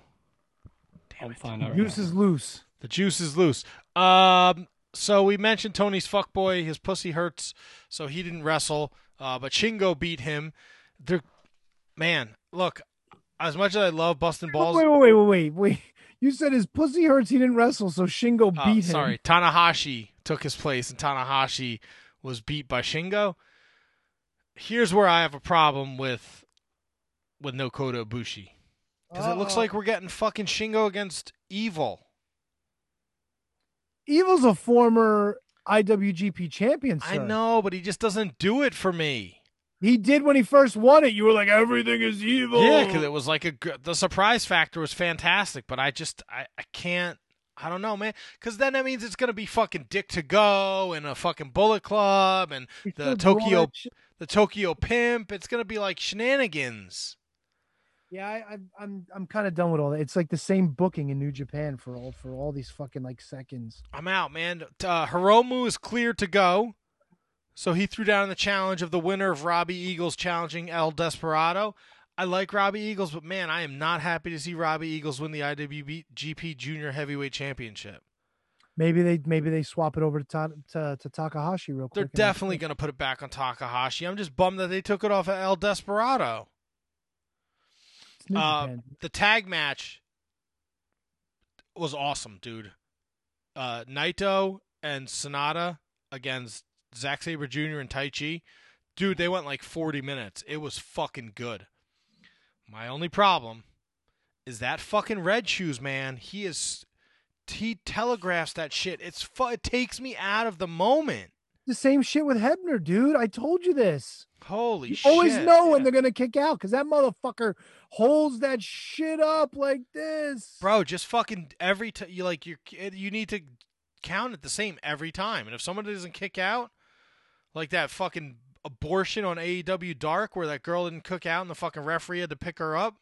B: I'll find out. right
C: Juice
B: now.
C: is loose.
A: The juice is loose. Um, so we mentioned Tony's fuckboy. His pussy hurts, so he didn't wrestle. Uh, but Shingo beat him. They're, man, look, as much as I love busting balls.
C: Wait, wait, wait, wait, wait, wait. You said his pussy hurts. He didn't wrestle, so Shingo
A: Uh,
C: beat him.
A: sorry, Tanahashi took his place, and Tanahashi was beat by Shingo. Here's where I have a problem with with no Kota Ibushi because it looks
C: Uh-oh.
A: like we're getting fucking Shingo against Evil.
C: Evil's a former IWGP champion.
A: I
C: sir.
A: know, but he just doesn't do it for me.
C: He did when he first won it. You were like, everything is evil.
A: Yeah, because it was like a gr- the surprise factor was fantastic, but I just I, I can't I don't know, man. Because then that means it's gonna be fucking Dick to Go and a fucking Bullet Club and the
C: should've brought
A: Tokyo
C: that shit-
A: the Tokyo Pimp. It's gonna be like shenanigans.
C: Yeah, I, I, I'm I'm kind of done with all that. It's like the same booking in New Japan for all for all these fucking like seconds.
A: I'm out, man. Uh, Hiromu is clear to go. So he threw down the challenge of the winner of Robbie Eagles challenging El Desperado. I like Robbie Eagles, but man, I am not happy to see Robbie Eagles win the IWGP Junior Heavyweight Championship.
C: Maybe they maybe they swap it over to Ta- to, to Takahashi real
A: They're
C: quick. and-
A: definitely going to put it back on Takahashi. I'm just bummed that they took it off of El Desperado.
C: It's New
A: Uh,
C: Japan.
A: the tag match was awesome, dude. Uh, Naito and Sonata against Zack Saber Jr. and Tai Chi. Dude, they went like 40 minutes. It was fucking good. My only problem is that fucking red shoes man. He is he telegraphs that shit. It's fu- it takes me out of the moment.
C: the same shit with Hebner, dude. I told you this.
A: Holy
C: You
A: shit.
C: always know when they're gonna kick out because that motherfucker holds that shit up like this.
A: bro just fucking every time you like you you need to count it the same every time and if someone doesn't kick out like that fucking abortion on AEW Dark where that girl didn't cook out and the fucking referee had to pick her up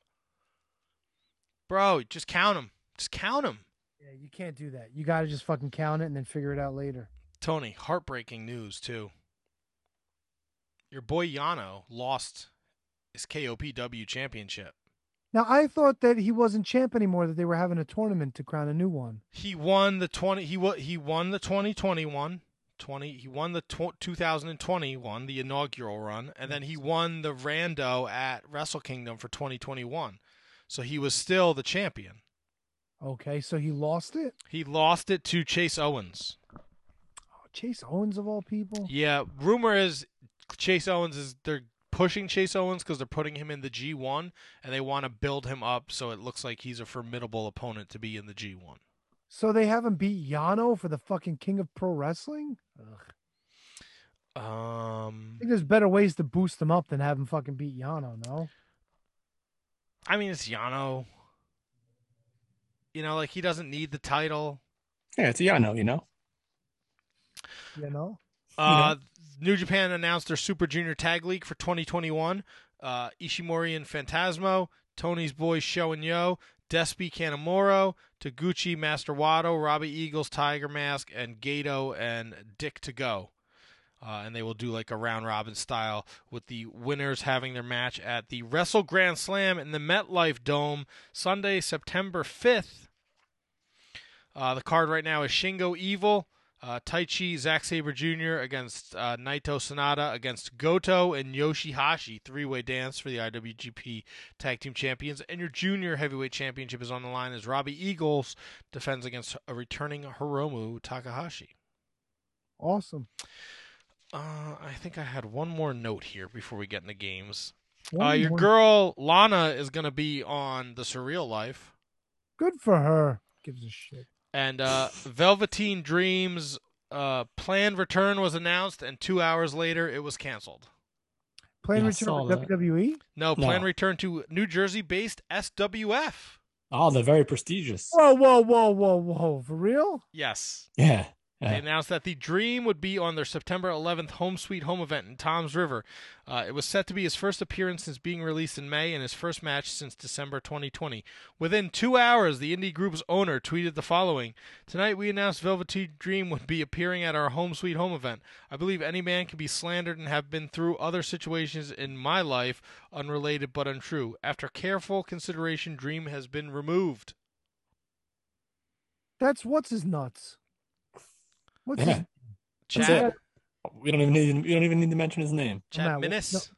A: bro just count them just count them
C: Yeah, you can't do that. You gotta just fucking count it and then figure it out later.
A: Tony heartbreaking news too your boy Yano lost his KOPW championship
C: Now I thought that he wasn't champ anymore. That they were having a tournament to crown a new one.
A: He won the 20 he wa- he won the 2021 20 he won the tw- 2021 the inaugural run and then he won the rando at Wrestle Kingdom for 2021. So he was still the champion.
C: Okay, so he lost it.
A: He lost it to Chase Owens.
C: Oh, Chase Owens of all people.
A: Yeah, rumor is Chase Owens is they're pushing Chase Owens cuz they're putting him in the G1 and they want to build him up so it looks like he's a formidable opponent to be in the G1.
C: So they haven't beat Yano for the fucking king of pro wrestling.
A: Um
C: I think there's better ways to boost them up than have them fucking beat Yano. No.
A: I mean, it's Yano. You know, like he doesn't need the title.
B: Yeah, it's a Yano, you know.
C: You know?
A: Uh, New Japan announced their Super Junior Tag League for 2021. Uh, Ishimori and Phantasmo, Tony's boys Show and Yo, Despi Kanemaru, Taguchi, Master Wado, Robbie Eagles, Tiger Mask, and Gato and Dick to Go. Uh, and they will do like a round robin style with the winners having their match at the Wrestle Grand Slam in the MetLife Dome Sunday, September 5th. Uh, the card right now is Shingo Evil, uh, Taichi, Zack Saber Jr. against uh, Naito Sonata against Goto and Yoshihashi. Three-way dance for the IWGP Tag Team Champions. And your junior heavyweight championship is on the line as Robbie Eagles defends against a returning Hiromu Takahashi.
C: Awesome.
A: Uh, I think I had one more note here before we get into games.
C: One
A: Uh, your
C: more-
A: girl Lana is going to be on The Surreal Life.
C: Good for her. Gives a shit.
A: And [laughs] uh, Velveteen Dreams' uh, planned return was announced, and two hours later, it was canceled.
C: Playing
B: Yeah, I saw
C: return
B: that.
C: with E? WWE.
A: No,
B: No.
A: planned return to New Jersey-based SWF.
B: Oh, they're very prestigious.
C: Whoa, whoa, whoa, whoa, whoa! For real?
A: Yes.
B: Yeah.
A: They announced that the Dream would be on their September 11th Home Sweet Home event in Tom's River. Uh, it was set to be his first appearance since being released in May and his first match since December 2020. Within two hours, the indie group's owner tweeted the following Tonight we announced Velveteen Dream would be appearing at our Home Sweet Home event. I believe any man can be slandered and have been through other situations in my life, unrelated but untrue. After careful consideration, Dream has been removed.
C: That's what's his nuts. What's
B: [laughs]
C: his-
B: Yeah. That's
A: Chad-
B: it. We don't even need. We don't even need to mention his name.
A: Chad Minnis?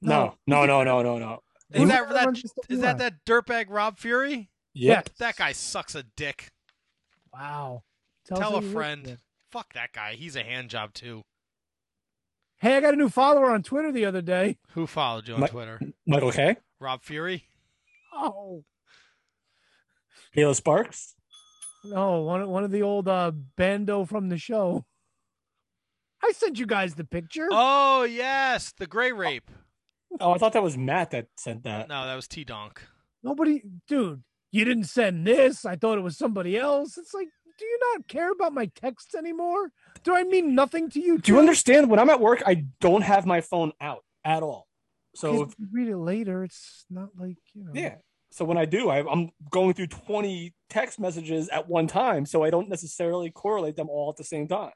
B: No, no, no, no, no, no.
A: Is that that is that that dirtbag Rob Fury?
B: Yeah.
A: That guy sucks a dick.
C: Wow.
A: Tell,
C: Tells
A: a
C: you what-
A: friend. Fuck that guy. He's a hand job too.
C: Hey, I got a new follower on Twitter the other day. [laughs]
A: Who followed you on
B: Mi-
A: Twitter?
B: Michael K.
A: Rob Fury.
C: Oh
B: Halo Sparks.
C: no, one of- one of the old uh, bando from the show. [laughs] I sent you guys the picture.
A: Oh yes, the gray rape.
B: Oh, I thought that was Matt that sent that.
A: No, that was T Donk.
C: Nobody, dude, you didn't send this. I thought it was somebody else. It's like, do you not care about my texts anymore? Do I mean nothing to you?
B: Do you
C: too?
B: understand? When I'm at work, I don't have my phone out at all. So
C: Because if you read it later, it's not like you know.
B: Yeah. So when I do, I, I'm going through 20 text messages at one time, so I don't necessarily correlate them all at the same time.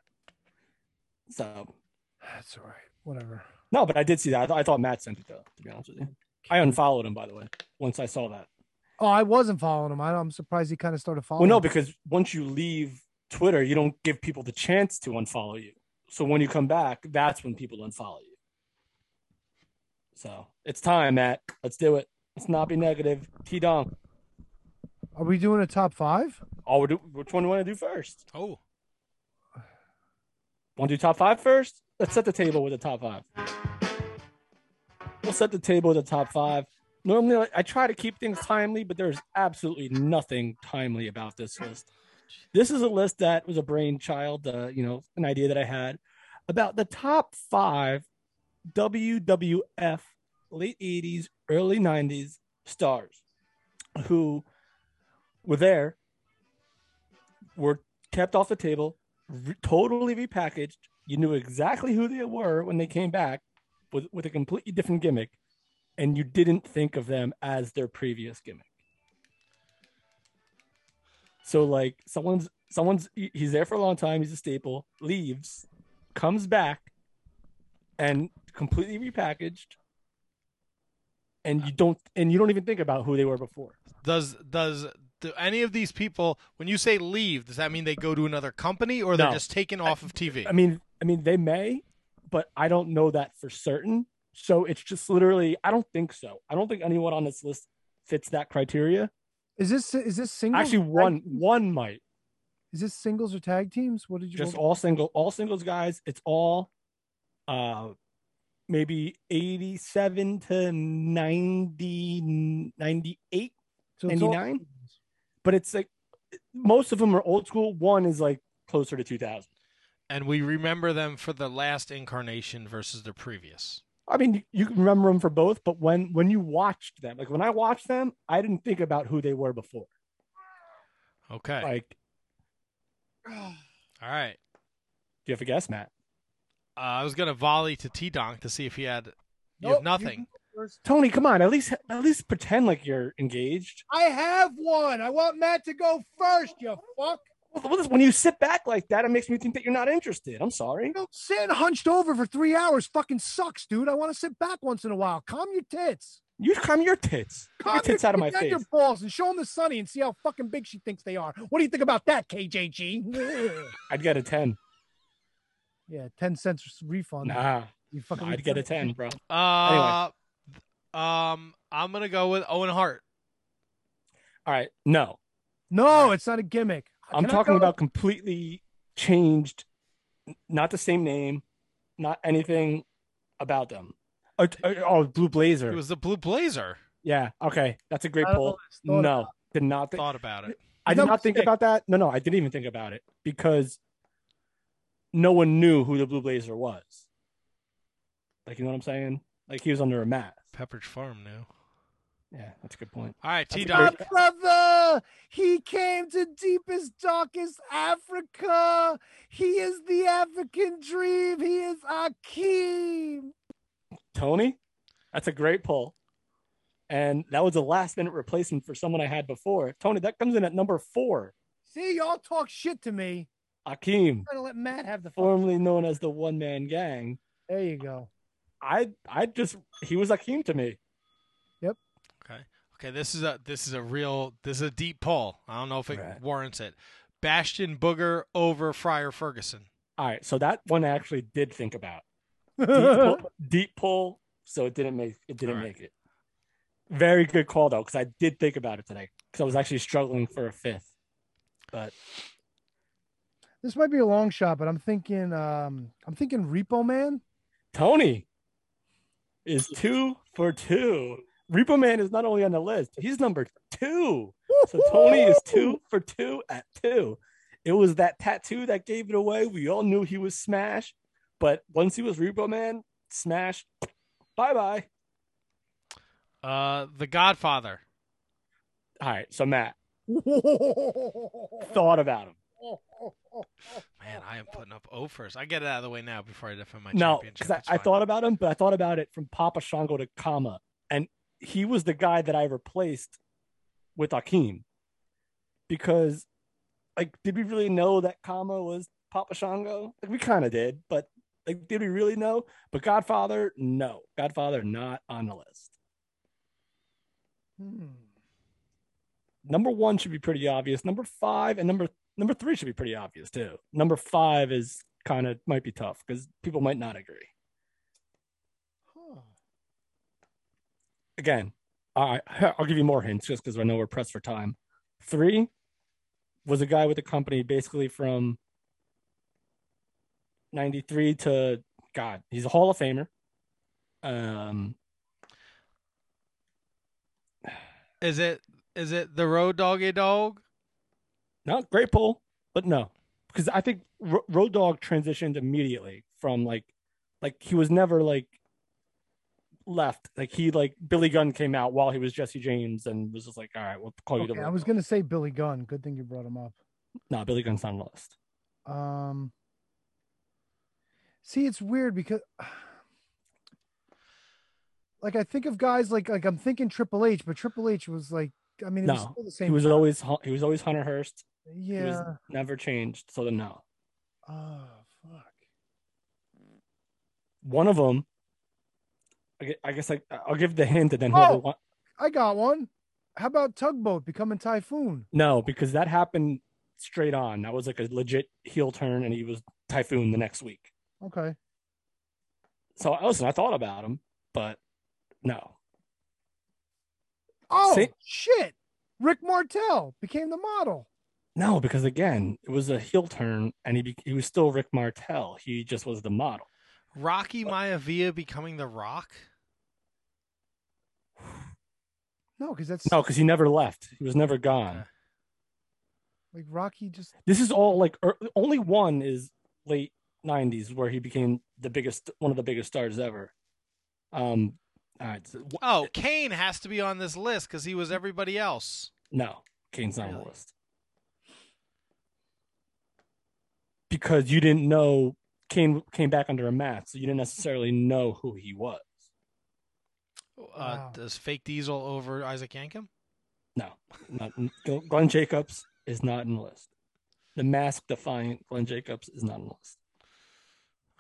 B: So
C: That's all right. Whatever.
B: No, but I did see that. I, thought I thought Matt sent it though. To be honest with you, I unfollowed him by the way. Once I saw that.
C: Oh, I wasn't following him. I, I'm surprised he kind of started following.
B: Well, no,
C: me.
B: because once you leave Twitter, you don't give people the chance to unfollow you. So when you come back, that's when people unfollow you. So it's time, Matt. Let's do it. Let's not be negative. T Dom.
C: are we doing a top five?
B: Oh, we do, which one do you want to do first?
A: Oh.
B: Want to do top five first? Let's set the table with the top five. We'll set the table with the top five. Normally, I- I try to keep things timely, but there's absolutely nothing timely about this list. This is a list that was a brainchild, uh, you know, an idea that I had about the top five WWF late 80s, early 90s stars who were there, were kept off the table, re- totally repackaged. You knew exactly who they were when they came back with, with a completely different gimmick, and you didn't think of them as their previous gimmick. So like someone's someone's he- he's there for a long time, he's a staple, leaves, comes back, and completely repackaged. And you don't and you don't even think about who they were before.
A: Does does do any of these people when you say leave, does that mean they go to another company or they're
B: No.
A: just taken off of TV?
B: I mean, I mean, they may, but I don't know that for certain. So it's just literally, I don't think so. I don't think anyone on this list fits that criteria.
C: Is this is this single?
B: Actually, one one might
C: Is this singles or tag teams? What did you
B: just all single, all singles guys. It's all, uh, maybe eighty-seven to 90, 98,
C: So it's all-
B: 99. But it's like most of them are old school. One is like closer to two thousand.
A: and we remember them for the last incarnation versus their previous.
B: I mean, you- you can remember them for both, but when when you watched them, like when I watched them, I didn't think about who they were before.
A: Okay.
B: Like,
A: All right.
B: do you have a guess, Matt?
A: Uh, I was gonna volley to T Donk to see if he had you have nothing.
B: Tony, come on, at least at least pretend like you're engaged.
C: I have one. I want Matt to go first. You fuck.
B: When you sit back like that, it makes me think that you're not interested. I'm sorry.
C: Sitting hunched over for three hours fucking sucks, dude. I want to sit back once in a while. Calm your tits.
B: You calm your tits. Get
C: Calm
B: your tits out of my
C: and
B: face.
C: Your balls and show them the sunny and see how fucking big she thinks they are. What do you think about
B: [laughs]
C: that, KJG?
B: I'd get a ten.
C: yeah, ten cents refund.
B: Nah,
C: you fucking.
B: I'd get a
C: refund.
B: ten, bro.
A: Uh, um, I'm gonna go with Owen Hart.
B: All right, no,
C: No, it's not a gimmick.
B: I'm
C: Can I
B: talking
C: go?
B: about completely changed, n- not the same name, not anything about them. Oh, t- oh, Blue Blazer.
A: It was the Blue Blazer.
B: Yeah. Okay. That's a great
A: Not on the
B: poll.
A: list. Thought about
B: No, did not think.
A: Thought about it.
B: I did not think about that. No, no, I didn't even think about it because no one knew who the Blue Blazer was. Like, you know what I'm saying? Like, he was under a mat.
A: Pepperidge Farm now.
B: Yeah, that's a good point.
A: All right, T
B: That's a
A: Donk.
B: great-
C: brother. He came to deepest, darkest Africa. He is the African dream. He is Akeem.
B: Tony, that's a great poll. And that was a last minute replacement for someone I had before. Tony, that comes in at number four.
C: See, y'all talk shit to me.
B: Akeem,
C: I'm gonna let Matt have the phone.
B: formerly known as the One Man Gang.
C: There you go.
B: I, I just, he was Akeem to me.
A: Okay. Okay. This is a this is a real this is a deep poll. I don't know if it warrants it. Bastion Booger over Friar Ferguson.
B: All right, so that one I actually did think about deep,
C: [laughs]
B: pull, deep pull, so it didn't make it didn't make it. Very good call though, because I did think about it today because I was actually struggling for a fifth, but
C: This might be a long shot, but I'm thinking, um, I'm thinking Repo Man.
B: Tony is two for two. Repo Man is not only on the list, he's number two. So Tony is two for two at two. It was that tattoo that gave it away. We all knew he was Smash, but once he was Repo Man, Smash, bye bye.
A: Uh, The Godfather.
B: All right, so Matt
C: Hmm.
B: thought about him.
A: Man, I am putting up offers. I get it out of the way now before I defend my
B: No,
A: championship.
B: because I,
A: It's
B: I
A: fine.
B: thought about him, but I thought about it from Papa Shango to Kama, and he was the guy that I replaced with Akeem, because like, did we really know that Kama was Papa Shango? Like, we kind of did, but Like, did we really know? But Godfather, no. Godfather, not on the list. Number one should be pretty obvious. Number five and number number three should be pretty obvious too. Number five is kind of might be tough because people might not agree. Again, I I'll give you more hints just because I know we're pressed for time. Three was a guy with a company basically from 93 to God, he's a Hall of Famer. Um,
A: Is it is it the road doggy dog?
B: not great pull, but no, because I think R- Road Dog transitioned immediately from like, like he was never like left. Like he like Billy Gunn came out while he was Jesse James and was just like, all right, we'll call you
C: Okay,
B: the.
C: I was gonna say Billy Gunn. Good thing you brought him up.
B: No, Billy Gunn's not on the list.
C: Um, see, it's weird because, [sighs] like, I think of guys like like I'm thinking Triple H, but Triple H was like, I mean, it was
B: No,
C: still the same.
B: he was
C: guy.
B: always Hun- he was always Hunter Hurst. He was
C: yeah.
B: never changed. So then no,
C: Oh,
B: one of them. I gue- I guess like I'll give the hint and then whoever
C: Oh!
B: wa-
C: I got one. How about Tugboat becoming Typhoon?
B: No, because that happened straight on. That was like a legit heel turn, and he was Typhoon the next week.
C: Okay.
B: So listen, I thought about him, but no.
C: Oh
B: Say-
C: shit! Rick Martel became the model.
B: No, because again, it was a heel turn, and he be- he was still Rick Martel. He just was the model.
A: Rocky Maivia becoming the Rock?
C: No, because that's
B: No, because he never left. He was never gone.
C: like Rocky just
B: This is all like er- only one is late '90s where he became the biggest, one of the biggest stars ever. Um, all right, so-
A: Oh, Kane has to be on this list because he was everybody else.
B: No, Kane's not on the list. Because you didn't know Kane came back under a mask, so you didn't necessarily know who he was.
A: Uh, Does Fake Diesel over Isaac Yankem?
B: No, not Glenn Jacobs is not on the list. The mask defiant Glenn Jacobs is not on the list.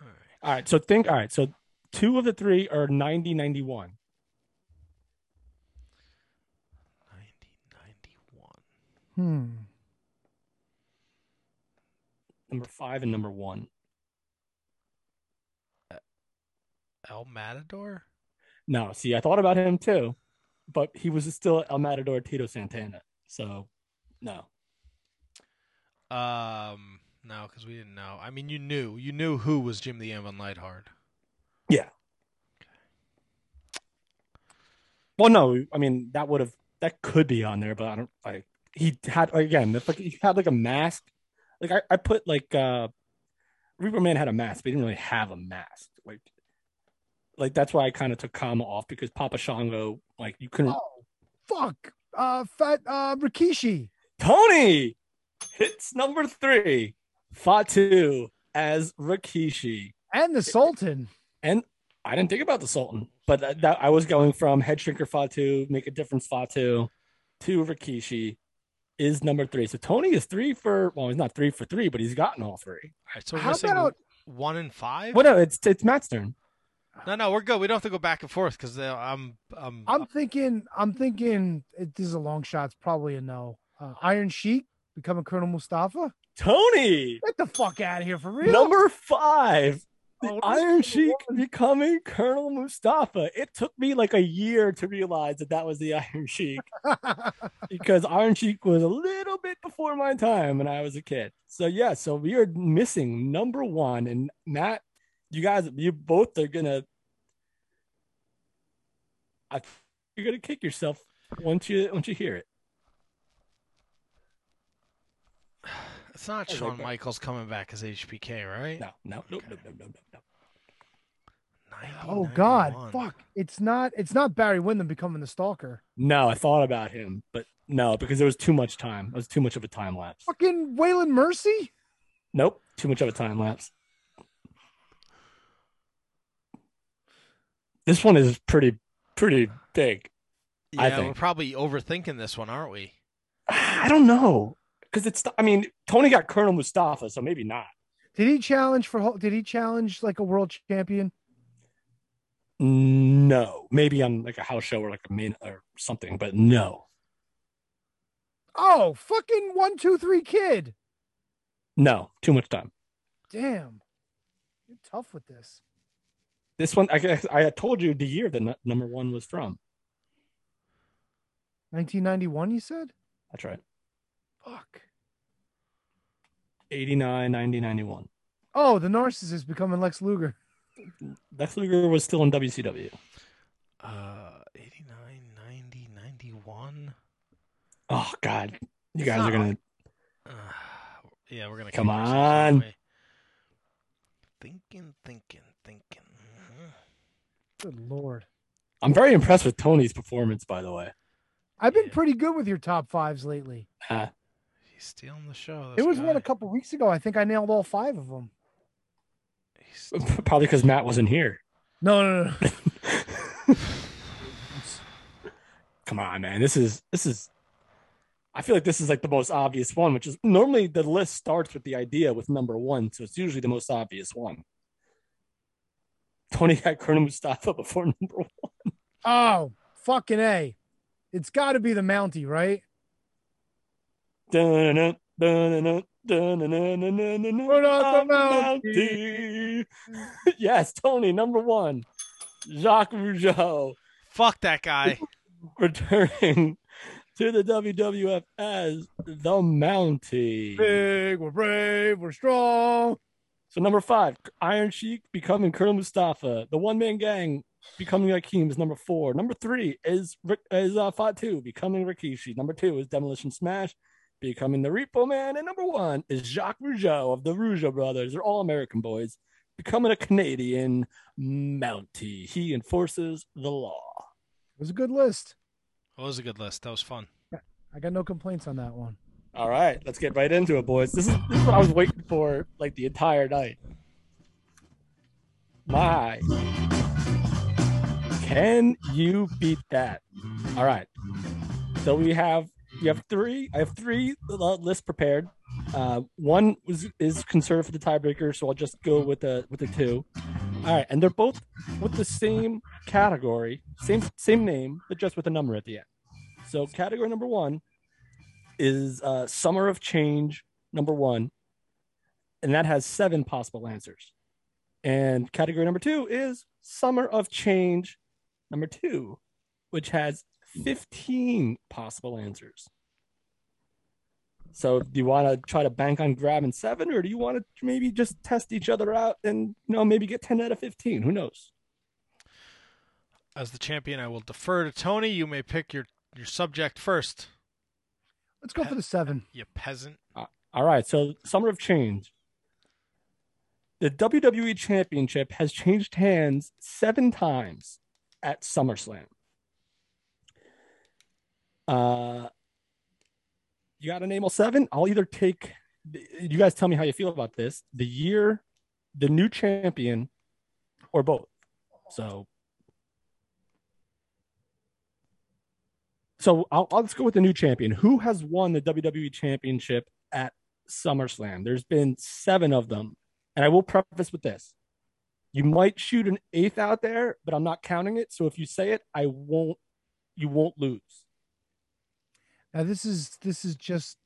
A: All right.
B: All right, so think. All right, so two of the three are 90 91.
C: Hmm.
B: Number five and number one.
A: El Matador?
B: No, see, I thought about him too, but he was still El Matador Tito Santana. So, no.
A: Um, no, because we didn't know. I mean, you knew. You knew who was Jim the Anvil Neidhart.
B: Yeah. Well, no, I mean that would have that could be on there, but I don't like he had again. If like he had like a mask, like I, I put like uh Reaper Man had a mask, but he didn't really have a mask. Like, like that's why I kind of took Kama off because Papa Shango, like you couldn't.
C: Oh, fuck. Uh, fat uh Rikishi.
B: Tony hits number three, Fatu as Rikishi.
C: And the Sultan.
B: And I didn't think about the Sultan, but that, that- I was going from head shrinker Fatu, make a difference Fatu, to Rikishi is number three. So Tony is three for, well, he's not three for three, but he's gotten all three.
A: All right, so we're
B: How
A: missing
B: about-
A: one and five.
B: Well, no, it's, it's Matt's turn.
A: No, no, we're good. We don't have to go back and forth because I'm, I'm,
C: I'm thinking. I'm thinking. It, this is a long shot. It's probably a no. Uh, Iron Sheik becoming Colonel Mustafa.
B: Tony,
C: Get the fuck out of here for real.
B: number five. The
C: Oh, this
B: Iron Sheik
C: [laughs]
B: becoming Colonel Mustafa. It took me like a year to realize that that was the [laughs] Iron Sheik because Iron Sheik was a little bit before my time when I was a kid. So yeah, so we are missing number one, and Matt, you guys, you both are gonna, I, you're gonna kick yourself once you once you hear it.
A: it's not
B: Oh,
A: Shawn
B: okay.
A: Michaels coming back as HBK, right?
B: No, no, no, no, no, no, no.
C: Oh God, fuck! It's not. It's not Barry Windham becoming the Stalker.
B: No, I thought about him, but no, because there was too much time. It was too much of a time lapse.
C: Fucking Waylon Mercy.
B: Nope, too much of a time lapse. This one is pretty pretty big.
A: Yeah,
B: I
A: we're
B: think.
A: probably overthinking this one, aren't we?
B: I don't know because it's. I mean, Tony got Colonel Mustafa, so maybe not.
C: Did he challenge for? Hul- Did he challenge like a world champion?
B: No, maybe on like a house show or like a main or something, but no,
C: Oh, fucking one, two, three, kid.
B: no, too much time.
C: Damn, you're tough with this.
B: This one, I guess I had told you the year that nu- number one was from.
C: 1991, you said?
B: That's right.
C: Fuck.
B: 89, 90, 91.
C: Oh, the narcissist becoming Lex Luger.
B: Lex Luger was still in WCW.
A: Uh, 89, 90, 91.
B: Oh, God. You
A: It's
B: guys
A: not
B: are going to.
A: [sighs] Yeah, we're gonna
B: Come
A: kill ourselves, aren't
B: on.
A: we? Thinking, thinking, thinking.
C: Good lord.
B: I'm very impressed with Tony's performance, by the way.
C: I've been pretty good with your top fives lately.
B: Uh,
A: He's stealing the show.
C: It was one a couple weeks ago. I think I nailed all five of them.
B: probably because Matt wasn't here.
C: No, no, no.
B: Come on, man. This is, this is, I feel like this is like the most obvious one, which is normally the list starts with the idea with number one. So it's usually the most obvious one. Tony got Colonel Mustafa before number one.
C: [laughs] Oh, fucking A. It's got to be the Mountie, right?
B: Dun-dun, dun-dun, dun-dun, dun-dun, dun-dun,
C: I'm
B: Mountie. [laughs] yes, Tony, number one. Jacques Rougeau.
A: [laughs] Fuck that guy.
B: Returning to the WWF as the Mountie.
C: Big, we're brave, we're strong.
B: So number five, Iron Sheik becoming Colonel Mustafa. The One Man Gang becoming Akeem is number four. Number three is Rick- is uh, Fatu becoming Rikishi. Number two is Demolition Smash becoming the Repo Man, and number one is Jacques Rougeau of the Rougeau Brothers. They're all American boys becoming a Canadian Mountie. He enforces the law.
C: It was a good list.
A: That was a good list. That was fun.
C: I got no complaints on that one.
B: All right, let's get right into it, boys. This is this is what I was waiting for like the entire night. My, can you beat that? All right. So we have you have three. I have three uh, lists prepared. Uh, one was is conserved for the tiebreaker, so I'll just go with the with the two. All right, and they're both with the same category, same same name, but just with a number at the end. So category number one is uh, Summer of Change number one, and that has seven possible answers. And category number two is Summer of Change number two, which has 15 possible answers. So, do you want to try to bank on grabbing seven, or do you want to maybe just test each other out and you know maybe get 10 out of 15? Who knows?
A: As the champion, I will defer to Tony. You may pick your your subject first.
C: Let's go for the seven.
A: You peasant.
B: All right, so Summer of Change. The WWE Championship has changed hands seven times at SummerSlam. Uh, you got to name all seven? I'll either take, you guys tell me how you feel about this the year, the new champion, or both. So, so I'll, I'll let's go with the new champion. Who has won the WWE Championship at SummerSlam? There's been seven of them, and I will preface with this: you might shoot an eighth out there, but I'm not counting it. So if you say it, I won't. You won't lose
C: Now this is this is just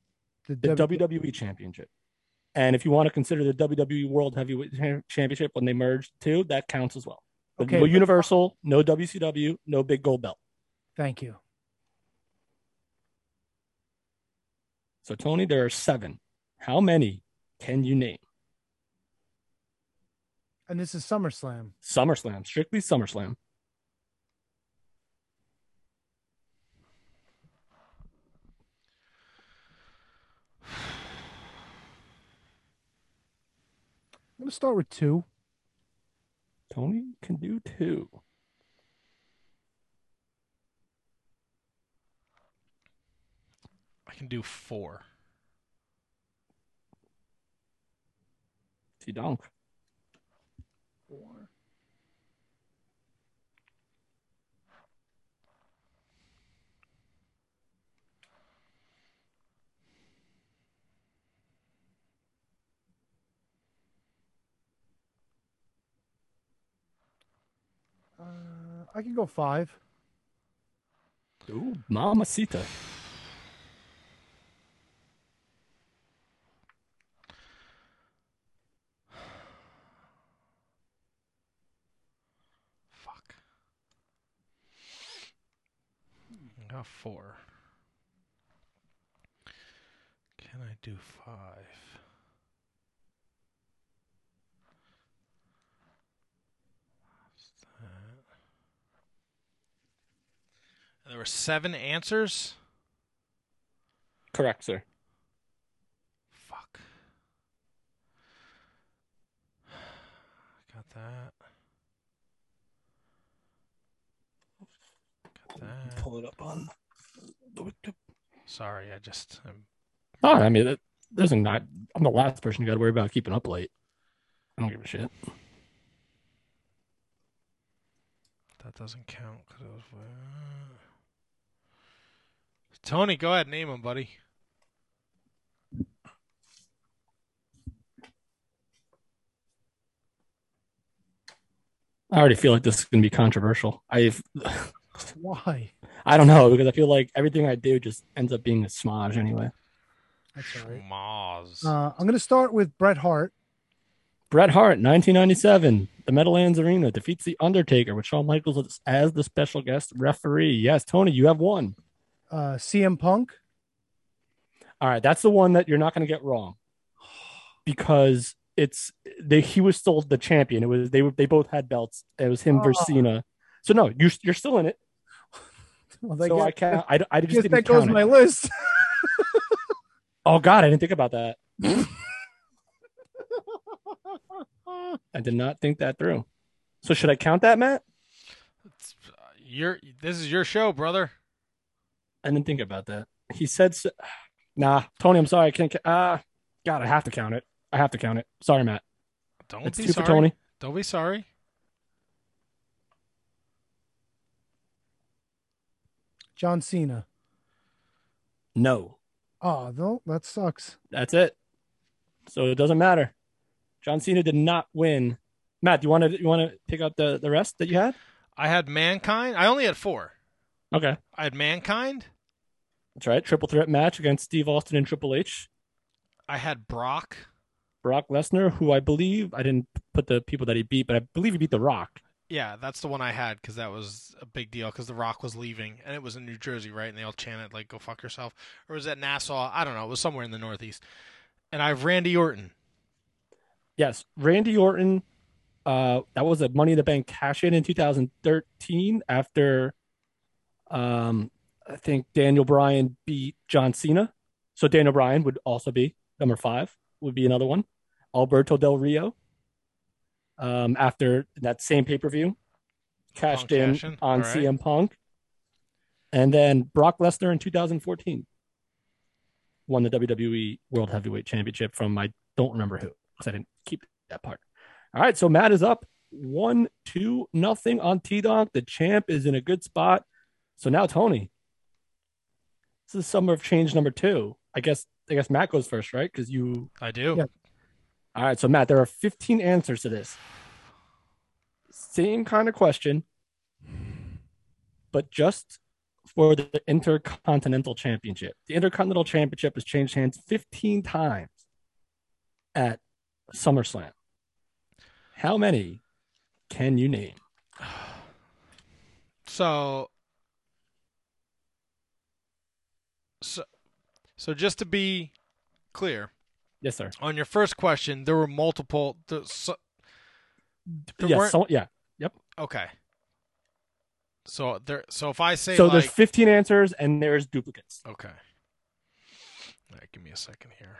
C: the,
B: the E
C: W- E
B: WWE Championship. And if you want to consider the WWE World Heavyweight Cha- Championship when they merged too, that counts as well. But
C: Okay,
B: no
C: but-
B: Universal, no WCW, no big gold belt.
C: Thank you.
B: So, Tony, there are seven. How many can you name?
C: And this is SummerSlam.
B: SummerSlam, strictly SummerSlam.
C: I'm gonna start with two.
B: Tony can do two.
A: I can do four.
B: See, donk.
C: Four. I can go five.
B: Ooh, mamacita.
A: I got four. Can I do five? And There were seven answers.
B: Correct, sir.
A: [sighs] Got that. Got that.
B: Pull it up on.
A: Sorry, I just um, I'm
B: Oh, I mean, that, there's a not. I'm the last person you got to worry about keeping up late. I don't give a shit.
A: That doesn't count 'cause it was. uh, Tony, go ahead, name him, buddy.
B: I already feel like this is going to be controversial. I've,
C: Why?
B: I don't know because I feel like everything I do just ends up being a smodge anyway.
A: Schmoz.
C: Uh, I'm going to start with Bret Hart.
B: Bret Hart, 1997, the Meadowlands Arena defeats the Undertaker with Shawn Michaels as the special guest referee. Yes, Tony, you have one.
C: Uh, CM Punk. [laughs]
B: All right, that's the one that you're not going to get wrong because it's they, he was still the champion. It was they were they both had belts. It was him versus
C: Oh.
B: Cena. So no, you're you're still in it.
C: Well, they
B: So
C: get-
B: I can't- I- I just
C: guess
B: didn't
C: that goes
B: count it.
C: my list. [laughs]
B: Oh God, I didn't think about that. I did not think that through. So should I count that, Matt?
A: Your uh, this is your show, brother.
B: I didn't think about that. He said, s "Nah, Tony, I'm sorry, I can't." ca- Ah, God, I have to count it. I have to count it. Sorry, Matt.
A: Don't
B: That's
A: be
B: two for
A: sorry.
B: Tony.
A: Don't be sorry.
C: John Cena.
B: No,
C: Oh, no, that sucks.
B: that's it. So it doesn't matter. John Cena did not win. Matt, do you want to you want to pick up the the rest that you had?
A: I had mankind. I only had four.
B: Okay,
A: I had mankind.
B: that's right. Triple threat match against Steve Austin and Triple H.
A: I had Brock.
B: Brock Lesnar, who I believe I didn't put the people that he beat, but I believe he beat The Rock.
A: Yeah, that's the one I had because that was a big deal because The Rock was leaving and it was in New Jersey, right? And they all chanted like "Go fuck yourself," or was that Nassau? I don't know. It was somewhere in the Northeast. And I have Randy Orton.
B: Yes, Randy Orton. Uh, that was a Money in the Bank cash in in 2013 after, um, I think Daniel Bryan beat John Cena. So Daniel Bryan would also be number five. Would be another one. Alberto Del Rio. Um, after that same pay per view, cashed in
A: cash in,
B: on
A: all right.
B: CM Punk, and then Brock Lesnar in 2014 won the WWE World Heavyweight Championship from I don't remember who because I didn't keep that part. All right, so Matt is up one, two, nothing on T Donk. The champ is in a good spot. So now Tony, this is summer of change number two. I guess I guess Matt goes first, right? Because you
A: I do.
B: All right, so Matt, there are 15 answers to this. Same kind of question, but just for the Intercontinental Championship. The Intercontinental Championship has changed hands 15 times at SummerSlam. How many can you name?
A: So, so, so just to be clear,
B: Yes, sir.
A: on your first question, there were multiple. The, so, there
B: yes,
A: weren't-
B: so- yeah. Yep.
A: Okay. So there. So if I say
B: So
A: like,
B: there's 15 answers and there's duplicates.
A: okay. All right, give me a second here.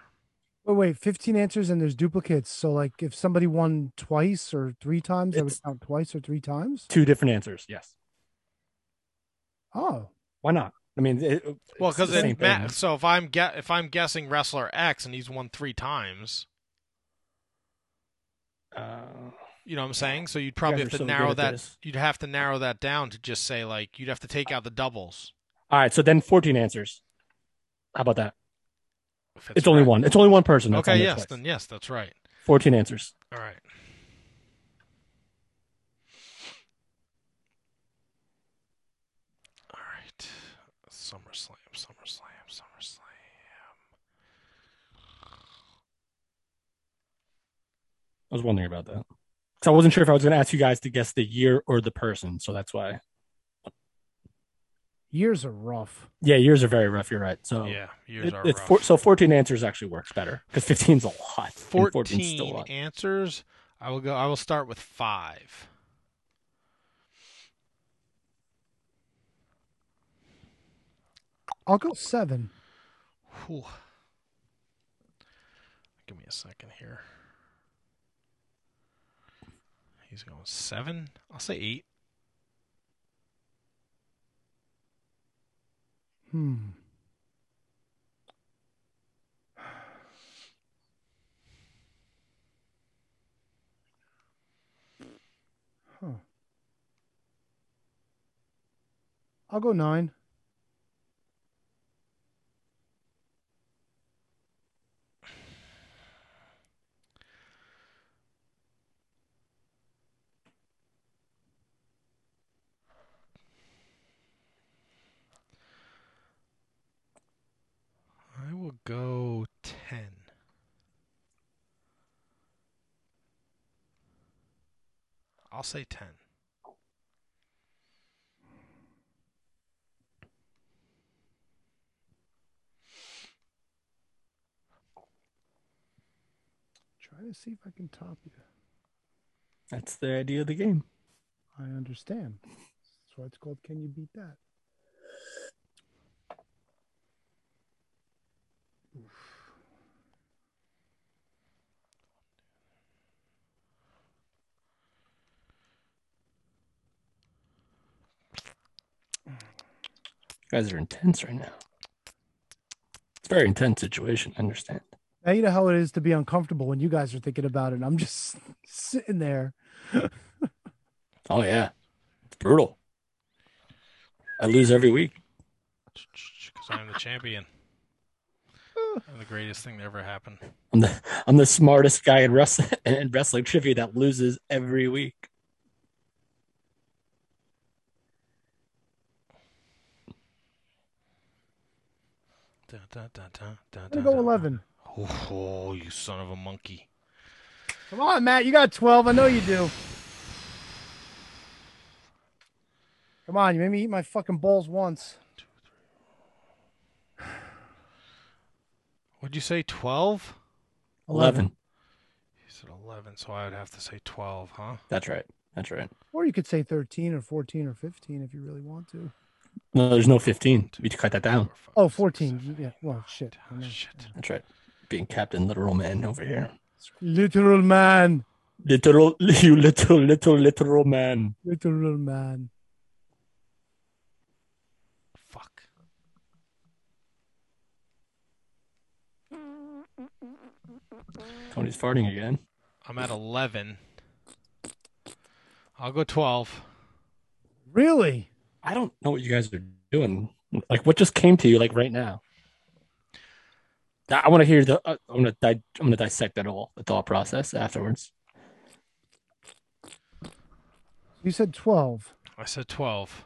C: Wait, wait, 15 answers and there's duplicates. So, like, if somebody won twice or three times, I would count twice or three times.
B: Two different answers. Yes.
C: Oh,
B: Why not? I mean, it,
A: Well,
B: it's the
A: because
B: same
A: it
B: thing.
A: ma- so if I'm get if I'm guessing wrestler X and he's won three times,
B: Uh,
A: you know what I'm saying. So you'd probably
B: guys
A: have to
B: are so good
A: narrow
B: at
A: that.
B: this.
A: You'd have to narrow that down to just say like you'd have to take out the doubles.
B: All right, so then 14 answers. How about that?
A: If
B: It's only
A: right.
B: one. It's only one person that's on
A: okay,
B: there
A: yes,
B: twice.
A: then yes, that's right.
B: 14 answers.
A: All right. SummerSlam, SummerSlam, SummerSlam.
B: I was wondering about that. So I wasn't sure if I was going to ask you guys to guess the year or the person. So that's why.
C: Years are rough.
B: Yeah, years are very rough. You're right. So
A: Yeah, years
B: Oh. it-
A: are
B: it's
A: rough.
B: Four, so 14 answers actually works better because 15 is a lot. and 14 is still a
A: Fourteen
B: lot.
A: answers. I will go. I will start with five.
C: I'll go seven.
A: Whew. Give me a second here. He's going seven. I'll say eight.
C: Hmm. Huh. I'll go nine.
A: I will go ten. I'll say ten.
C: Try to see if I can top you.
B: That's the idea of the game.
C: I understand. That's why it's called Can You Beat That?
B: You guys are intense right now. It's a very intense situation. I understand.
C: Now you know how it is to be uncomfortable when you guys are thinking about it. and I'm just sitting there.
B: Oh, yeah. It's brutal. I lose every week.
A: Because I'm the
C: [laughs]
A: champion. I'm the greatest thing to ever happen.
B: I'm the, I'm the smartest guy in wrestling, [laughs] in wrestling trivia that loses every week.
A: Dun, dun, dun, dun, dun,
C: I'm gonna
A: dun,
C: go
A: dun.
C: eleven.
A: Oh, you son of a monkey.
C: Come on, Matt. You got twelve. I know you do. Come on, you made me eat my fucking balls once.
A: What'd you say, 12?
B: 11.
A: You said 11, so I would have to say 12, huh?
B: That's right. That's right.
C: Or you could say thirteen or fourteen or fifteen if you really want to.
B: No, there's no 15. We cut that down.
C: Oh, 14. Yeah. Well, Oh, shit. I know.
B: That's right. Being Captain Literal Man over here.
C: Literal man.
B: Literal, [laughs] you little, little, literal man.
C: Literal man.
B: Tony's farting again.
A: I'm at 11. I'll go 12.
C: Really?
B: I don't know what you guys are doing. Like, what just came to you, like right now? I, want to hear the. I- I'm gonna. Di- I'm gonna dissect that all the thought process afterwards.
C: You said twelve.
A: I said 12.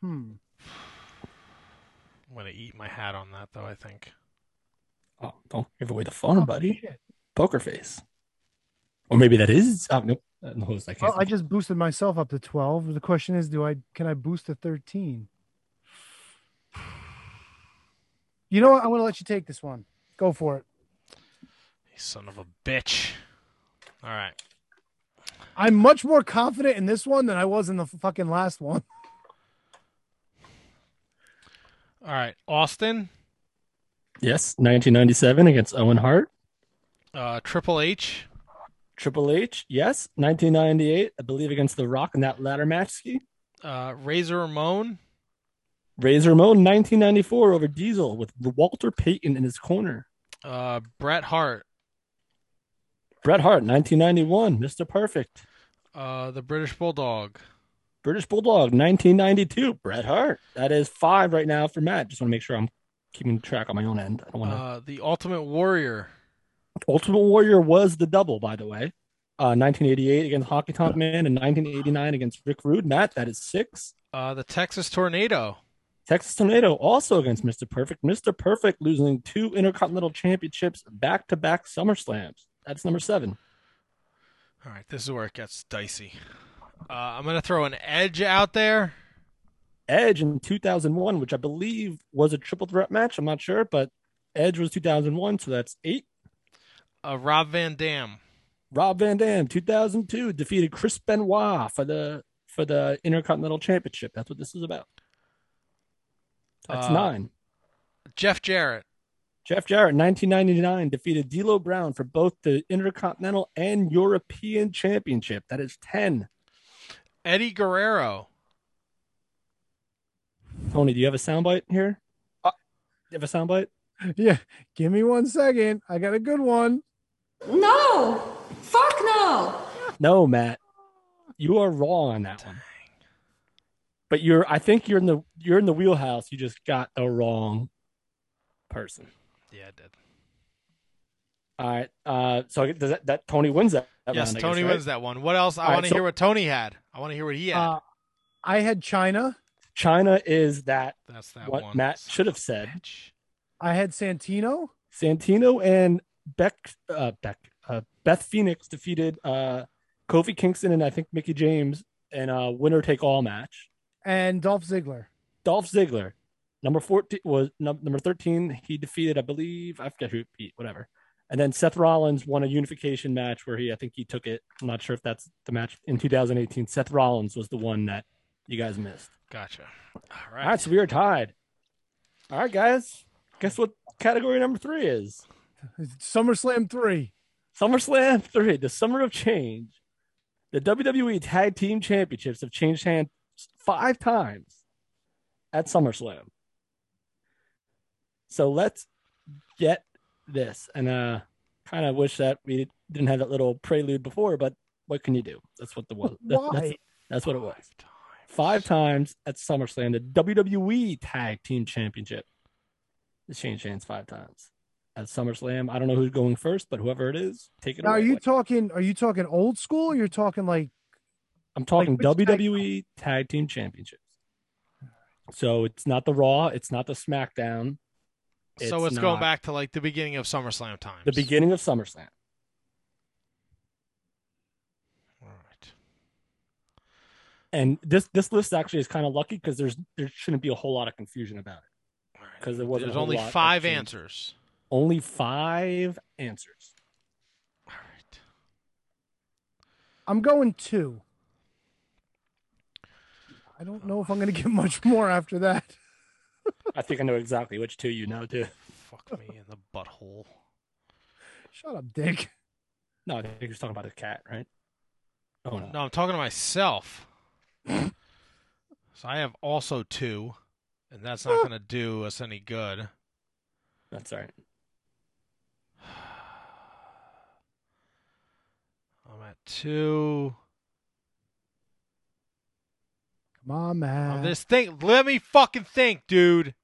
C: Hmm.
A: I'm going to eat my hat on that, though, I think.
B: Oh, don't give away the farm,
A: Oh,
B: buddy.
C: shit.
B: Poker face. Or maybe that is. Oh, nope. Uh, No, it's like
C: Well, I just boosted myself up to twelve. The question is, do I can I boost to thirteen? You know what? I'm gonna let you take this one. Go for it.
A: You son of a bitch. All right.
C: I'm much more confident in this one than I was in the fucking last one. [laughs]
A: All right. Austin,
B: yes, 1997 against Owen Hart.
A: uh, Triple H.
B: Triple H, yes, 1998, I believe against The Rock in that ladder match. Ski.
A: uh, Razor Ramon,
B: Razor Ramon, 1994 over Diesel with Walter Payton in his corner.
A: uh, Bret Hart,
B: Bret Hart, 1991, Mr. Perfect.
A: uh, the British Bulldog, uh,
B: British Bulldog, 1992, Bret Hart. That is five right now for Matt. Just want to make sure I'm keeping track on my own end. I don't want to.
A: uh, the Ultimate Warrior,
B: Ultimate Warrior was the double, by the way. Uh, 1988 against Hockey Tonk Man and 1989 against Rick Rude. Matt, that is six.
A: Uh, the Texas Tornado.
B: Texas Tornado also against Mr. Perfect. Mr. Perfect losing two Intercontinental Championships back to back Summer Slams. That's number seven.
A: All right, this is where it gets dicey. Uh, I'm going to throw an edge out there.
B: Edge in 2001, which I believe was a triple threat match. I'm not sure, but Edge was 2001, so that's eight.
A: Uh, Rob Van Dam.
B: Rob Van Dam, 2002, defeated Chris Benoit for the for the Intercontinental Championship. That's what this is about. That's
A: Uh,
B: nine.
A: Jeff Jarrett.
B: Jeff Jarrett, 1999, defeated D'Lo Brown for both the Intercontinental and European Championship. That is 10.
A: Eddie Guerrero.
B: Tony, do you have a soundbite here? Do you have a soundbite?
C: Yeah, give me one second. I got a good one.
I: No! Fuck no!
B: No, Matt, you are wrong on that one. But you're, I think you're in the you're in the wheelhouse. You just got the wrong person.
A: Yeah, I did.
B: All right. Uh, so I get- does that, that Tony wins that? that
A: yes,
B: round, I guess,
A: Tony
B: right?
A: wins that one. What else? I
B: All right,
A: want to
B: so-
A: hear what Tony had. I want to hear what he had.
C: Uh, I had China.
B: China is that.
A: That's that
B: what
A: one.
B: Matt should have said.
C: I had Santino.
B: Santino and Beck, uh, Beck, uh, Beth Phoenix defeated uh, Kofi Kingston and I think Mickey James in a winner take all match.
C: and Dolph Ziggler.
B: Dolph Ziggler, number fourteen was num- number thirteen. He defeated, I believe, I forget who it beat, whatever. And then Seth Rollins won a unification match where he, I think, he took it. I'm not sure if that's the match in 2018. Seth Rollins was the one that you guys missed.
A: Gotcha. All
B: All right, so we are tied. All right, guys. Guess what category number three is?
C: SummerSlam three.
B: SummerSlam three, the summer of change. The WWE Tag Team Championships have changed hands five times at SummerSlam. So let's get this. And uh kind of wish that we didn't have that little prelude before, but what can you do? That's what the was. That's, that's,
C: Why?
B: that's what it was. Five times at SummerSlam, the WWE Tag Team Championship has changed hands five times at SummerSlam. I don't know who's going first, but whoever it is, take it
C: Now, are
B: away.
C: you talking? Are you talking old school? Or you're talking like
B: I'm talking
C: which tag-
B: WWE Tag Team Championships. So it's not the Raw, it's not the SmackDown.
A: so it's going
B: not
A: back to like the beginning of SummerSlam time.
B: the beginning of SummerSlam.
A: All right.
B: And this this list actually is kind of lucky because there's there shouldn't be a whole lot of confusion about it because there wasn't. a
A: There's
B: whole
A: only
B: lot of
A: five
B: change.
A: answers.
B: Only five answers.
C: I'm going two. I don't know if I'm going to get [laughs] much more after that.
B: I think I know exactly which two you know too.
A: Fuck me in the butthole.
C: Shut up, Dick.
B: No, I think you're talking about the cat, right? Oh no.
A: No, I'm talking to myself. so I have also two, and that's not going to do us any good.
B: That's all right.
A: I'm at two.
C: Come on, man.
B: Uh.
A: I'm this thing. Let me fucking think, dude.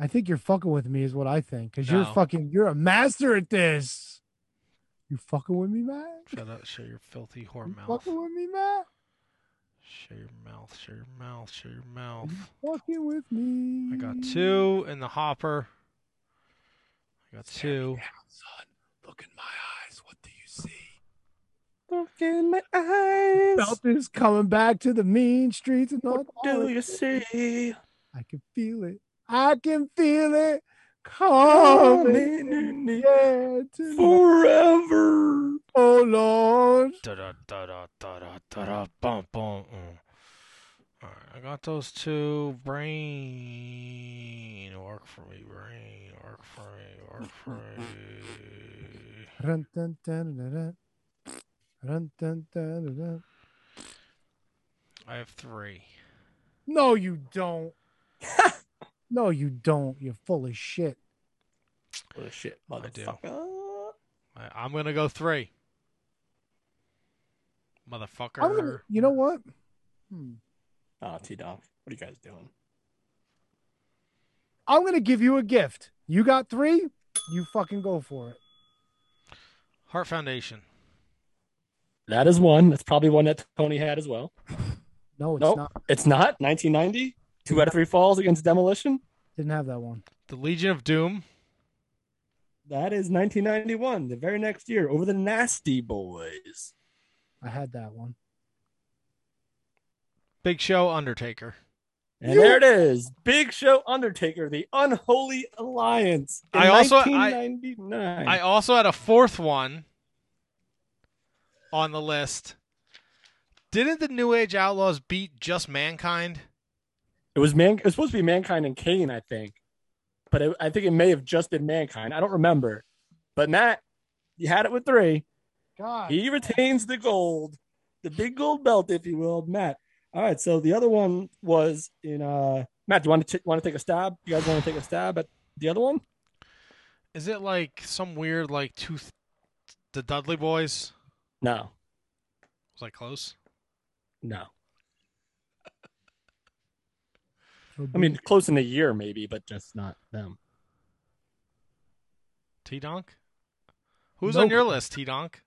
C: I think you're fucking with me, is what I think, because you're
A: No.
C: fucking. You're a master at this. You fucking with me, man.
A: Shut up. Show your filthy whore mouth.
C: Fucking with me, man.
A: Show your mouth. Show your mouth. Show your mouth.
C: Fucking with me.
A: I got two in the hopper. I got two.
B: Look in my eyes.
C: Belt is coming back to the mean streets and
B: What do you see?
C: I can feel it. I can feel it
B: Coming
C: coming. Yeah, tonight.
B: forever.
C: Oh Lord.
A: Da da da da da da da da. Bum bum. mm. All right, I got those two. Brain work for me. Brain work for me. Work for me.
C: Run, dun, dun, dun, dun. Run, dun, dun, dun, dun.
A: I have three.
C: No, you
B: [laughs]
C: don't. no, you don't. You're full of shit.
B: Full of Oh, shit,
A: I do. I, I'm gonna go three. Motherfucker.
C: I'm gonna, you know what? Hmm.
B: Oh, T Dog, what are you guys doing?
C: I'm gonna give you a gift. You got three. You fucking go for it.
A: Heart Foundation.
B: That is one. That's probably one that Tony had as well.
C: No, it's
B: Nope.
C: not.
B: It's not 1990. Two out of three falls against Demolition.
C: Didn't have that one.
A: The Legion of Doom.
B: That is 1991. The very next year, over the Nasty Boys.
C: I had that one.
A: Big Show, Undertaker.
B: And there it is, Big Show, Undertaker, the Unholy Alliance. in
A: I also I,
B: 1999.
A: I also had a fourth one on the list. Didn't the New Age Outlaws beat just Mankind?
B: It was man. It was supposed to be mankind and Kane, I think, but it, I think it may have just been mankind. I don't remember. But Matt, you had it with three.
C: God.
B: He retains the gold, the big gold belt, if you will, Matt. All right. So the other one was in. uh Matt, do you want to want to take a stab? You guys want to take a stab at the other one?
A: Is it like some weird like tooth the Dudley Boys?
B: No,
A: Was I close?
B: no. I mean, close in a year maybe, but just not them.
A: T Donk? Who's
C: No.
A: on your list, T Donk?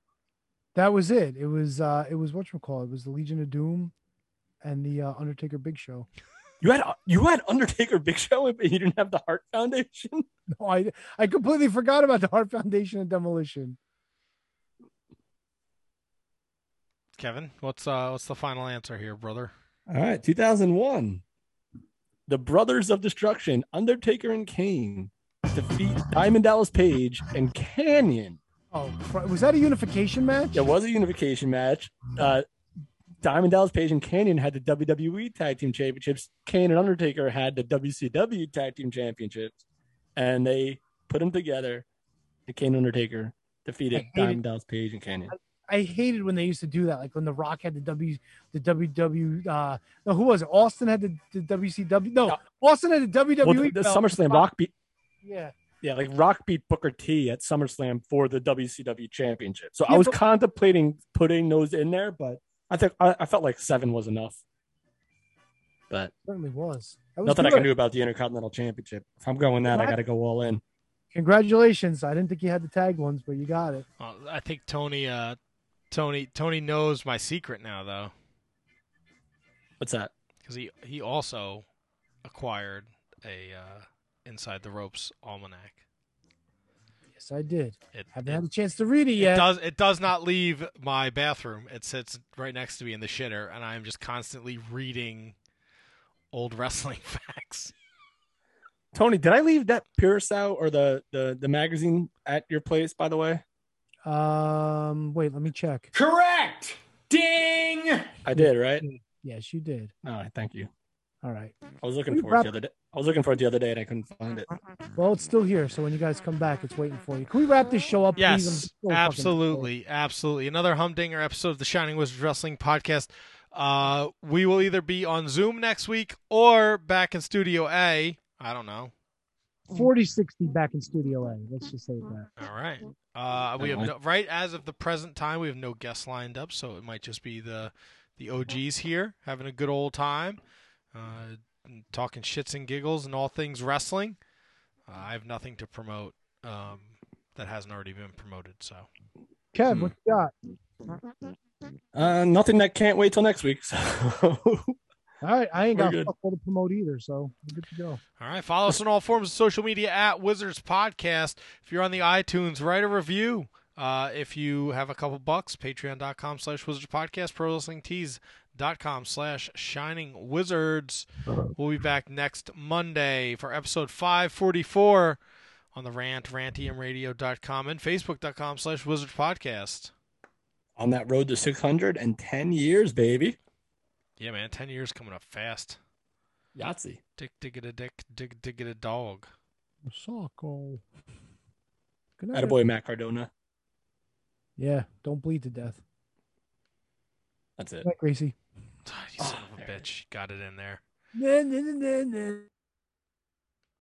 C: That was it. It was uh it was whatchamacallit. It was the Legion of Doom and the uh, Undertaker Big Show. [laughs]
B: You had you had Undertaker Big Show, but you didn't have the Heart Foundation.
C: No, I I completely forgot about the Heart Foundation and Demolition.
A: Kevin, what's uh what's the final answer here, brother?
B: All right, 2001. The Brothers of Destruction, Undertaker and Kane defeat Diamond Dallas Page and Canyon.
C: Oh, was that a unification match?
B: It was a unification match. Uh, Diamond Dallas Page and Canyon had the WWE Tag Team Championships. Kane and Undertaker had the WCW Tag Team Championships, and they put them together. And Kane and Undertaker defeated
C: I hated-
B: Diamond Dallas Page and Canyon.
C: I hated when they used to do that, like when The Rock had the W, the WW. Uh, no, who was it? Austin had the, the WCW. No, Austin had the WWE.
B: Well, the, the
C: belt.
B: SummerSlam Rock beat
C: Yeah,
B: Yeah, like Rock beat Booker T at SummerSlam for the WCW Championship. So I
C: Yeah,
B: was
C: but-
B: contemplating putting those in there, but I think I, I felt like seven was enough. But
C: certainly was. That was
B: nothing I can
C: good.
B: do about the Intercontinental Championship. If I'm going that, I got to go all in.
C: Congratulations! I didn't think you had the tag ones, but you got it.
A: Uh, I think Tony uh Tony Tony knows my secret now though.
B: What's that?
A: Because he he also acquired a uh Inside the Ropes almanac.
C: Yes, I did.
A: It-
C: Haven't had a chance to read it
A: It
C: yet.
A: does it does not leave my bathroom. It sits right next to me in the shitter, and I am just constantly reading old wrestling [laughs] facts.
B: Tony, did I leave that Curacao or the, the the magazine at your place? By the way,
C: Um, wait, let me check.
B: correct. Ding.
C: Mm-hmm.
B: I did right.
C: Yes, you did.
B: All right, thank you.
C: All right.
B: I was looking
C: We
B: for it
C: wrap-
B: the other day. I was looking for it the other day and I couldn't find it.
C: Well, it's still here, so when you guys come back, it's waiting for you. Can we wrap this show up? please? I'm
A: Yes,
C: so fucking-
A: absolutely, absolutely. Another humdinger episode of the Shining Wizards Wrestling Podcast. Uh, we will either be on Zoom next week or back in Studio A. I don't know.
C: 40 60 back in Studio A. Let's just say that.
A: All right. Uh, we have no, right as of the present time, we have no guests lined up, so it might just be the the OGs here having a good old time, uh, talking shits and giggles and all things wrestling. Uh, I have nothing to promote um, that hasn't already been promoted. So
C: Kev,
A: Hmm.
C: what you got?
B: Uh, nothing that can't wait till next week. [laughs] So.
C: All right. I ain't
B: We're
C: got
B: good.
C: fuck all to promote either, so we're good to go.
A: All right. Follow us on all forms of social media at Wizards Podcast. If you're on the iTunes, write a review. Uh, if you have a couple bucks, patreon.com slash wizards podcast, pro wrestling com slash shining wizards. We'll be back next Monday for episode 544 on the rant, rantiumradio.com and facebook.com slash wizards podcast.
B: on that road to 610 years, baby.
A: Yeah, man. 10 years coming up fast.
B: Yahtzee.
A: Dick, diggity, dick, dig, diggity, [sighs] dog.
C: Socko. Good night.
B: Attaboy, Matt Cardona.
C: Yeah. Don't bleed to death.
B: That's it.
C: Good night, Gracie.
A: You son of a bitch. Got it in there.
C: Nah, nah, nah, nah, nah.